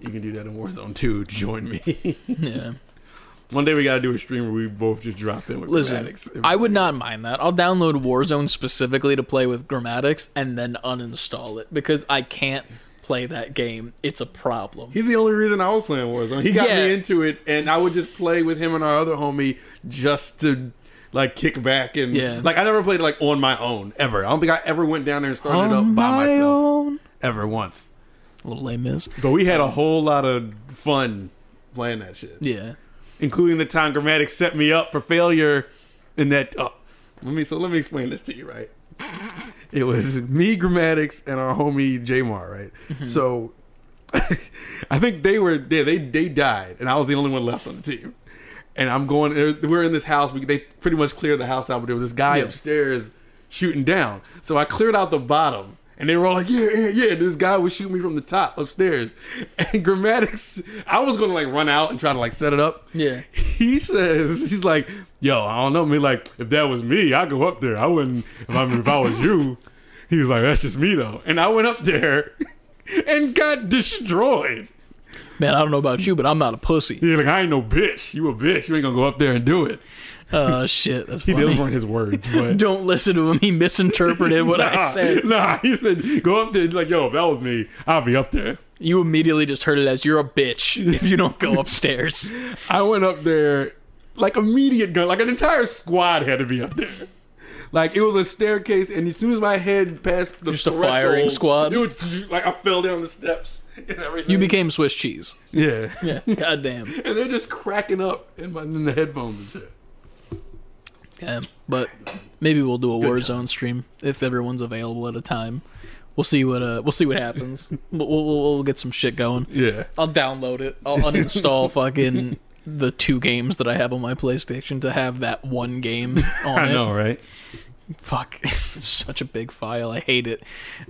Speaker 8: You can do that in Warzone 2. Join me.
Speaker 1: Yeah.
Speaker 8: One day we gotta do a stream where we both just drop in with
Speaker 1: Listen,
Speaker 8: Fanatics.
Speaker 1: I would not mind that. I'll download Warzone specifically to play with Grammatics and then uninstall it because I can't play that game. It's a problem.
Speaker 8: He's the only reason I was playing Warzone. He got
Speaker 1: Yeah.
Speaker 8: me into it, and I would just play with him and our other homie just to like kick back and
Speaker 1: Yeah.
Speaker 8: like I never played like on my own ever. I don't think I ever went down there and started up by myself
Speaker 1: own.
Speaker 8: ever once.
Speaker 1: Little lame is.
Speaker 8: But we had a whole lot of fun playing that shit,
Speaker 1: Yeah.
Speaker 8: including the time Grammatic set me up for failure. In that, oh, let me so let me explain this to you, right? It was me, Grammatics, and our homie Jamar, right? So I think they were yeah, they they died, and I was the only one left on the team. And I'm going. er, We're in this house. We, they pretty much cleared the house out, but there was this guy upstairs shooting down. So I cleared out the bottom, and they were all like, "Yeah, yeah, yeah." This guy was shooting me from the top upstairs, and grammatics. I was going to like run out and try to like set it up.
Speaker 1: Yeah.
Speaker 8: He says he's like, "Yo, I don't know." Me like, if that was me, I would go up there. I wouldn't. If I mean, if I was you, he was like, "That's just me though." And I went up there and got destroyed.
Speaker 1: Man, I don't know about you, but I'm not a pussy.
Speaker 8: He's like, I ain't no bitch. You a bitch. You ain't gonna go up there and do it.
Speaker 1: Oh shit, that's
Speaker 8: He those
Speaker 1: funny.
Speaker 8: weren't his words, but
Speaker 1: Don't listen to him. He misinterpreted what I
Speaker 8: nah,
Speaker 1: said.
Speaker 8: nah, he said, go up there. He's like, yo, if that was me, I'll be up there.
Speaker 1: You immediately just heard it as you're a bitch if you don't go upstairs.
Speaker 8: I went up there like immediate gun, like an entire squad had to be up there. Like it was a staircase, and as soon as my head passed the
Speaker 1: Just a firing
Speaker 8: threshold,
Speaker 1: squad?
Speaker 8: it was like I fell down the steps.
Speaker 2: and everything.
Speaker 1: You became Swiss cheese.
Speaker 2: yeah,
Speaker 1: Yeah. Goddamn.
Speaker 2: and they're just cracking up in my in the headphones and shit.
Speaker 1: Yeah. But maybe we'll do a Warzone stream if everyone's available at a time. We'll see what uh we'll see what happens. we'll, we'll we'll get some shit going.
Speaker 2: Yeah,
Speaker 1: I'll download it. I'll uninstall fucking the two games that I have on my PlayStation to have that one game on it.
Speaker 2: right?
Speaker 1: Fuck, such a big file. I hate it.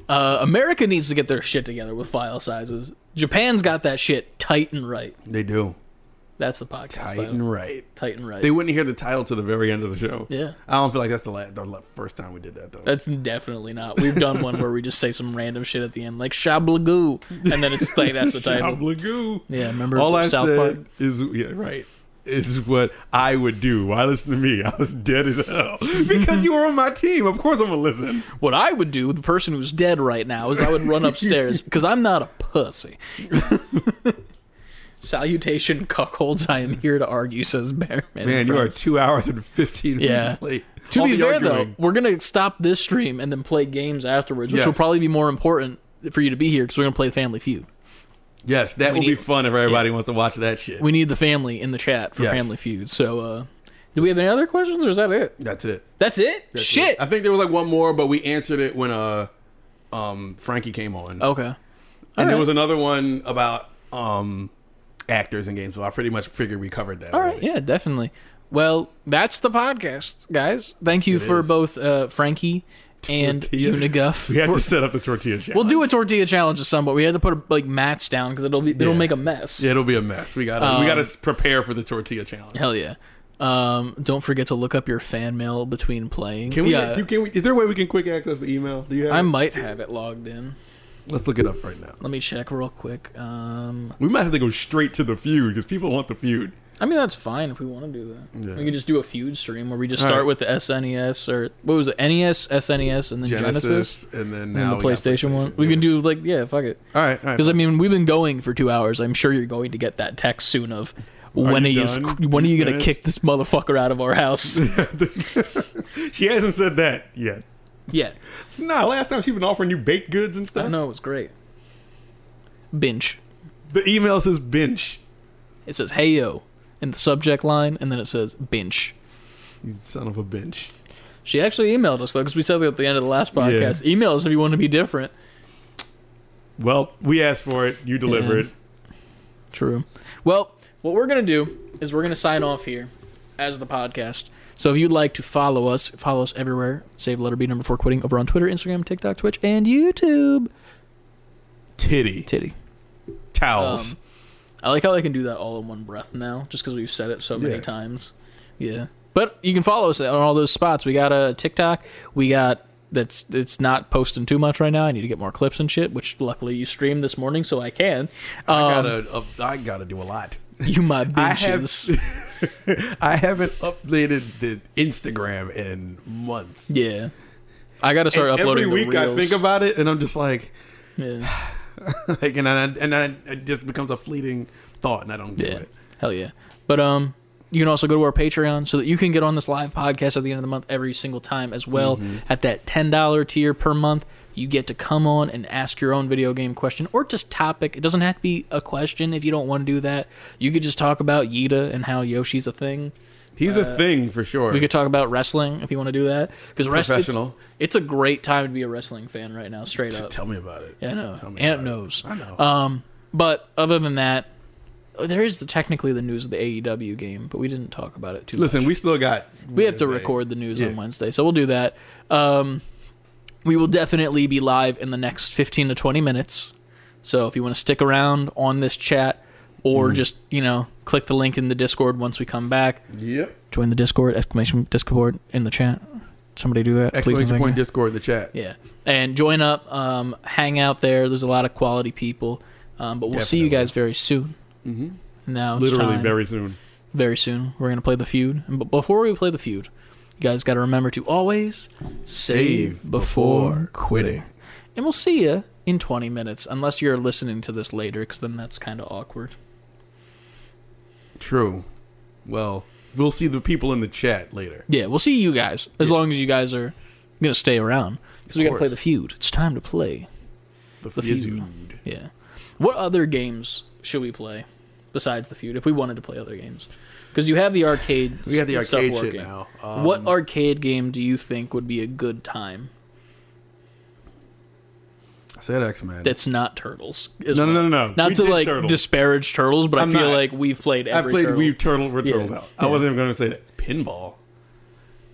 Speaker 1: Uh, America needs to get their shit together with file sizes. Japan's got that shit tight and right.
Speaker 2: They do.
Speaker 1: That's the podcast. Tight
Speaker 2: Tight and right.
Speaker 1: tight and right.
Speaker 2: They wouldn't hear the title to the very end of the show.
Speaker 1: Yeah.
Speaker 2: I don't feel like that's the last, the la- first time we did that though.
Speaker 1: That's definitely not. We've done one where we just say some random shit at the end, like shablagoo, and then it's like that's the title.
Speaker 2: Oblagoo.
Speaker 1: Yeah, remember
Speaker 2: All I
Speaker 1: South
Speaker 2: said
Speaker 1: Park?
Speaker 2: is yeah, right. Is what I would do. Why listen to me? I was dead as hell because you were on my team. Of course, I'm gonna listen.
Speaker 1: What I would do, the person who's dead right now, is I would run upstairs because I'm not a pussy. Salutation cuckolds. I am here to argue, says Bear.
Speaker 2: Man, you are
Speaker 1: Friends.
Speaker 2: two hours and fifteen
Speaker 1: Yeah.
Speaker 2: minutes late.
Speaker 1: To
Speaker 2: I'll
Speaker 1: be fair,
Speaker 2: arguing.
Speaker 1: though, we're gonna stop this stream and then play games afterwards, which will
Speaker 2: Yes.
Speaker 1: probably be more important for you to be here because we're gonna play Family Feud.
Speaker 2: yes, that would be
Speaker 1: need-
Speaker 2: fun if everybody wants to watch that shit.
Speaker 1: We need the family in the chat for
Speaker 2: Yes.
Speaker 1: Family Feud. So, uh, do we have any other questions, or is that it?
Speaker 2: That's it.
Speaker 1: That's it. Shit.
Speaker 2: I think there was like one more, but we answered it when uh, um, Frankie came on.
Speaker 1: Okay.
Speaker 2: and
Speaker 1: right.
Speaker 2: there was another one about um, actors in games. Well, I pretty much figured we covered that.
Speaker 1: All
Speaker 2: already.
Speaker 1: right. Yeah, definitely. Well, that's the podcast, guys. Thank you for
Speaker 2: is.
Speaker 1: both uh, Frankie and
Speaker 2: Tortilla.
Speaker 1: Uniguff.
Speaker 2: We had
Speaker 1: We're-
Speaker 2: to set up the tortilla challenge.
Speaker 1: We'll do a tortilla challenge at some, but we had to put like mats down because it'll be it'll
Speaker 2: Yeah.
Speaker 1: make a mess.
Speaker 2: It'll be a mess. We gotta we gotta s- prepare for the tortilla challenge.
Speaker 1: Hell Um, yeah. Um, don't forget to look up your fan mail between playing.
Speaker 2: Can we?
Speaker 1: yeah,
Speaker 2: you- can we? Is there a way we can quick access the email? Do you have?
Speaker 1: I
Speaker 2: it?
Speaker 1: might have it logged in.
Speaker 2: Let's look it up right now.
Speaker 1: Let me check real quick. Um,
Speaker 2: We might have to go straight to the feud because people want the feud.
Speaker 1: I mean that's fine if we want to do that.
Speaker 2: Yeah.
Speaker 1: We can just do a feud stream where we just start
Speaker 2: right.
Speaker 1: with the SNES or what was it? E NES, SNES, and then Genesis,
Speaker 2: and then
Speaker 1: and
Speaker 2: now
Speaker 1: the
Speaker 2: we got Uh,
Speaker 1: PlayStation, one. We
Speaker 2: yeah.
Speaker 1: can do like yeah, fuck it.
Speaker 2: All right, all right.
Speaker 1: Because I mean, we've been going for two hours. I'm sure you're going to get that text soon of when are
Speaker 2: you
Speaker 1: you s-
Speaker 2: done?
Speaker 1: when are
Speaker 2: You
Speaker 1: you going to
Speaker 2: finished?"
Speaker 1: kick this motherfucker out of our house?
Speaker 2: she hasn't said that yet.
Speaker 1: yeah,
Speaker 2: Nah, last time she been offering you baked goods and
Speaker 1: I
Speaker 2: stuff.
Speaker 1: know it was great. Binge.
Speaker 2: The email says bench.
Speaker 1: It says "Hey yo" in the subject line, and then it says "Binge."
Speaker 2: You son of a bench.
Speaker 1: She actually emailed us though, because we said that at the end of the last podcast. Email us if you want to be different.
Speaker 2: Well, we asked for it. You deliver
Speaker 1: Yeah.
Speaker 2: it.
Speaker 1: True. Well, what we're gonna do is we're gonna sign off here as the podcast. So if you'd like to follow us, follow us everywhere. Save letter B number four quitting over on Twitter, Instagram, TikTok, Twitch, and YouTube.
Speaker 2: Titty
Speaker 1: Titty.
Speaker 2: towels.
Speaker 1: Um, I like how I can do that all in one breath now, just because we've said it so many
Speaker 2: Yeah.
Speaker 1: times. Yeah, but you can follow us on all those spots. We got a TikTok. We got that's it's not posting too much right now. I need to get more clips and shit, which luckily you streamed this morning, so I can. Um,
Speaker 2: I gotta, uh, I gotta do a lot.
Speaker 1: you my
Speaker 2: I have-
Speaker 1: bitches.
Speaker 2: I haven't updated the Instagram in months.
Speaker 1: yeah, I gotta start
Speaker 2: And
Speaker 1: uploading
Speaker 2: every week.
Speaker 1: the reels.
Speaker 2: I think about it, and I'm just like,
Speaker 1: yeah.
Speaker 2: like, and I, and I, it just becomes a fleeting thought, and I don't do
Speaker 1: yeah,
Speaker 2: it.
Speaker 1: hell yeah. But um, you can also go to our Patreon so that you can get on this live podcast at the end of the month every single time as well.
Speaker 2: Mm-hmm.
Speaker 1: At that ten dollar tier per month, you get to come on and ask your own video game question or just topic. It doesn't have to be a question if you don't want to do that. You could just talk about Yida and how Yoshi's a thing.
Speaker 2: He's a thing for sure.
Speaker 1: Uh, We could talk about wrestling if you want to do that because
Speaker 2: Professional.
Speaker 1: It's, it's a great time to be a wrestling fan right now, straight up.
Speaker 2: Tell me about it.
Speaker 1: Yeah, I know.
Speaker 2: Tell me
Speaker 1: Ant
Speaker 2: about it.
Speaker 1: knows.
Speaker 2: I know.
Speaker 1: Um, but other than that, oh, there is the, technically the news of the AEW game, but we didn't talk about it too
Speaker 2: Listen, we still got.
Speaker 1: much. We have to record the news
Speaker 2: Yeah.
Speaker 1: on Wednesday, so we'll do that. Um, we will definitely be live in the next 15 to 20 minutes. So if you want to stick around on this chat
Speaker 2: Mm-hmm.
Speaker 1: or just, you know, click the link in the Discord once we come back,
Speaker 2: Yep.
Speaker 1: join the Discord, exclamation Discord in the chat. Somebody do that. please and
Speaker 2: Exclamation
Speaker 1: thank
Speaker 2: point
Speaker 1: you.
Speaker 2: Discord in the chat.
Speaker 1: Yeah, and join up, um, hang out there. There's a lot of quality people, um, but we'll see you
Speaker 2: Definitely.
Speaker 1: guys very soon. Mm-hmm. Now, it's
Speaker 2: Literally
Speaker 1: time.
Speaker 2: very soon.
Speaker 1: very soon, we're gonna play the feud. And- But before we play the feud, you guys got to remember to always save before,
Speaker 2: quitting.
Speaker 1: and we'll see you in 20 minutes, unless you're listening to this later, because then that's kind of awkward.
Speaker 2: True. Well, we'll see the people in the chat later.
Speaker 1: Yeah, we'll see you guys as long as you guys are gonna stay around, because we gotta play
Speaker 2: course.
Speaker 1: the feud. It's time to play
Speaker 2: The,
Speaker 1: feud.
Speaker 2: feud.
Speaker 1: Yeah. What other games should we play besides the feud if we wanted to play other games? Because you have the arcade.
Speaker 2: We got the
Speaker 1: stuff
Speaker 2: arcade shit
Speaker 1: working.
Speaker 2: now.
Speaker 1: what
Speaker 2: Um,
Speaker 1: arcade game do you think would be a good time
Speaker 2: I said X Men.
Speaker 1: that's not Turtles? as
Speaker 2: No, no,
Speaker 1: well?
Speaker 2: no, no, no.
Speaker 1: Not
Speaker 2: We
Speaker 1: to
Speaker 2: did
Speaker 1: like
Speaker 2: Turtles.
Speaker 1: disparage Turtles, but i
Speaker 2: I'm
Speaker 1: feel
Speaker 2: not.
Speaker 1: like we've played
Speaker 2: I
Speaker 1: every
Speaker 2: played
Speaker 1: Turtle.
Speaker 2: We've Turtle We're
Speaker 1: Yeah.
Speaker 2: Turtled Out. I
Speaker 1: Yeah.
Speaker 2: wasn't even going to say that. Pinball.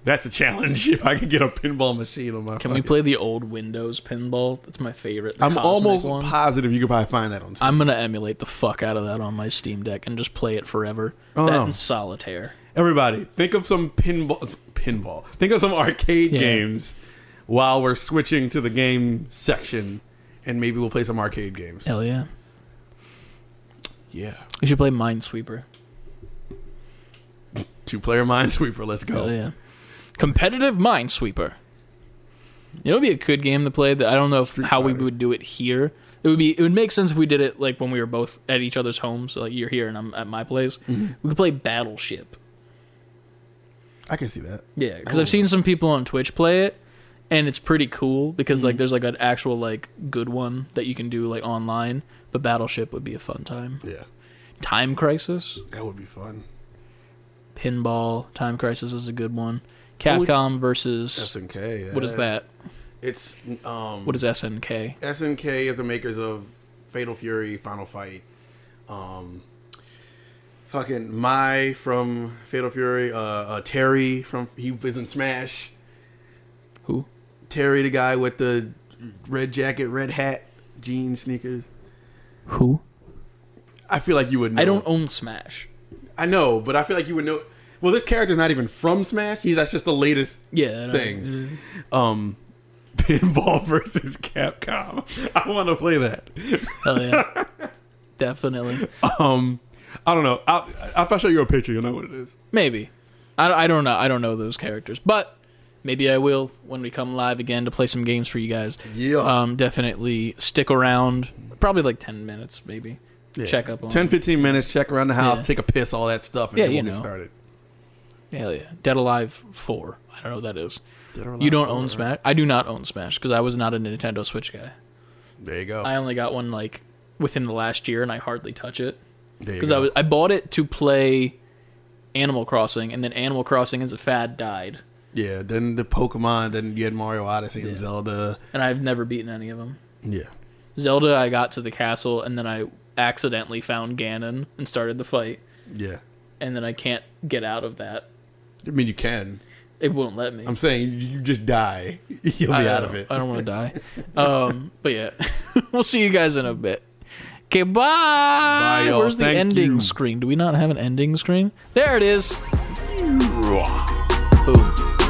Speaker 2: That's a challenge if I could get a pinball machine on my
Speaker 1: Can we
Speaker 2: fucking-
Speaker 1: play the old Windows pinball? That's my favorite. the
Speaker 2: I'm
Speaker 1: cosmic
Speaker 2: almost
Speaker 1: one.
Speaker 2: positive you could probably find that on Steam.
Speaker 1: I'm gonna emulate the fuck out of that on my Steam Deck and just play it forever.
Speaker 2: Oh,
Speaker 1: that
Speaker 2: no.
Speaker 1: and solitaire.
Speaker 2: Everybody, think of some pinball. Pinball. Think of some arcade
Speaker 1: Yeah.
Speaker 2: games while we're switching to the game section, and maybe we'll play some arcade games.
Speaker 1: Hell yeah.
Speaker 2: Yeah,
Speaker 1: We should play Minesweeper.
Speaker 2: two-player Minesweeper. Let's go.
Speaker 1: Hell yeah. Competitive Minesweeper. You know, it'd be a good game to play. That I don't know if how we
Speaker 2: Fighter.
Speaker 1: would do it here. It would be. It would make sense if we did it like when we were both at each other's homes. So, like you're here and I'm at my place.
Speaker 2: Mm-hmm.
Speaker 1: We could play Battleship.
Speaker 2: I can see that.
Speaker 1: Yeah, because I've seen some people on Twitch play it, and it's pretty cool because
Speaker 2: Mm-hmm.
Speaker 1: like there's like an actual like good one that you can do like online. But Battleship would be a fun time.
Speaker 2: Yeah,
Speaker 1: Time Crisis,
Speaker 2: that would be fun.
Speaker 1: pinball. Time Crisis is a good one.
Speaker 2: would-
Speaker 1: Capcom versus
Speaker 2: SNK.
Speaker 1: what is that?
Speaker 2: It's um.
Speaker 1: What is SNK?
Speaker 2: SNK is the makers of Fatal Fury, Final Fight, um, fucking Mai from Fatal Fury, uh, uh, Terry from he was in Smash,
Speaker 1: Who?
Speaker 2: Terry the guy with the red jacket, red hat, jeans, sneakers.
Speaker 1: Who?
Speaker 2: I feel like you would. know.
Speaker 1: I don't own Smash.
Speaker 2: I know, but I feel like you would know. Well, this character's not even from Smash. He's that's just the latest
Speaker 1: Yeah. I don't-
Speaker 2: Thing. um pinball versus Capcom. I want to play that.
Speaker 1: Hell yeah. Definitely.
Speaker 2: Um, I don't know. I, if I show you a picture, you'll know what it is.
Speaker 1: Maybe. I, I don't know. I don't know those characters, but maybe I will when we come live again to play some games for you guys.
Speaker 2: Yeah.
Speaker 1: Um, definitely stick around. Probably like ten minutes, maybe. Check up on
Speaker 2: 10, 15 minutes, check around the house,
Speaker 1: Yeah.
Speaker 2: take a piss, all that stuff, and
Speaker 1: Yeah,
Speaker 2: then we'll
Speaker 1: you
Speaker 2: get
Speaker 1: know.
Speaker 2: started.
Speaker 1: Hell yeah. Dead Alive Four. I don't know what that is. You don't own Smash. I do not own Smash because I was not a Nintendo Switch guy.
Speaker 2: There you go.
Speaker 1: I only got one like within the last year, and I hardly touch it.
Speaker 2: There you
Speaker 1: because I
Speaker 2: go.
Speaker 1: was I bought it to play Animal Crossing, and then Animal Crossing as a fad died,
Speaker 2: yeah, then the Pokemon, then you had Mario Odyssey and Zelda.
Speaker 1: and I've never beaten any of them.
Speaker 2: Yeah.
Speaker 1: Zelda, I got to the castle, and then I accidentally found Ganon and started the fight,
Speaker 2: Yeah.
Speaker 1: and then I can't get out of that.
Speaker 2: I mean, you can.
Speaker 1: It won't let me.
Speaker 2: I'm saying you- you just die. You'll be
Speaker 1: I,
Speaker 2: out
Speaker 1: don't-
Speaker 2: of it.
Speaker 1: I don't want to die. um, but yeah, we'll see you guys in a bit. Okay, bye.
Speaker 2: Bye, y'all.
Speaker 1: Where's the
Speaker 2: Thank
Speaker 1: ending
Speaker 2: you.
Speaker 1: screen? Do we not have an ending screen? There it is. Boom.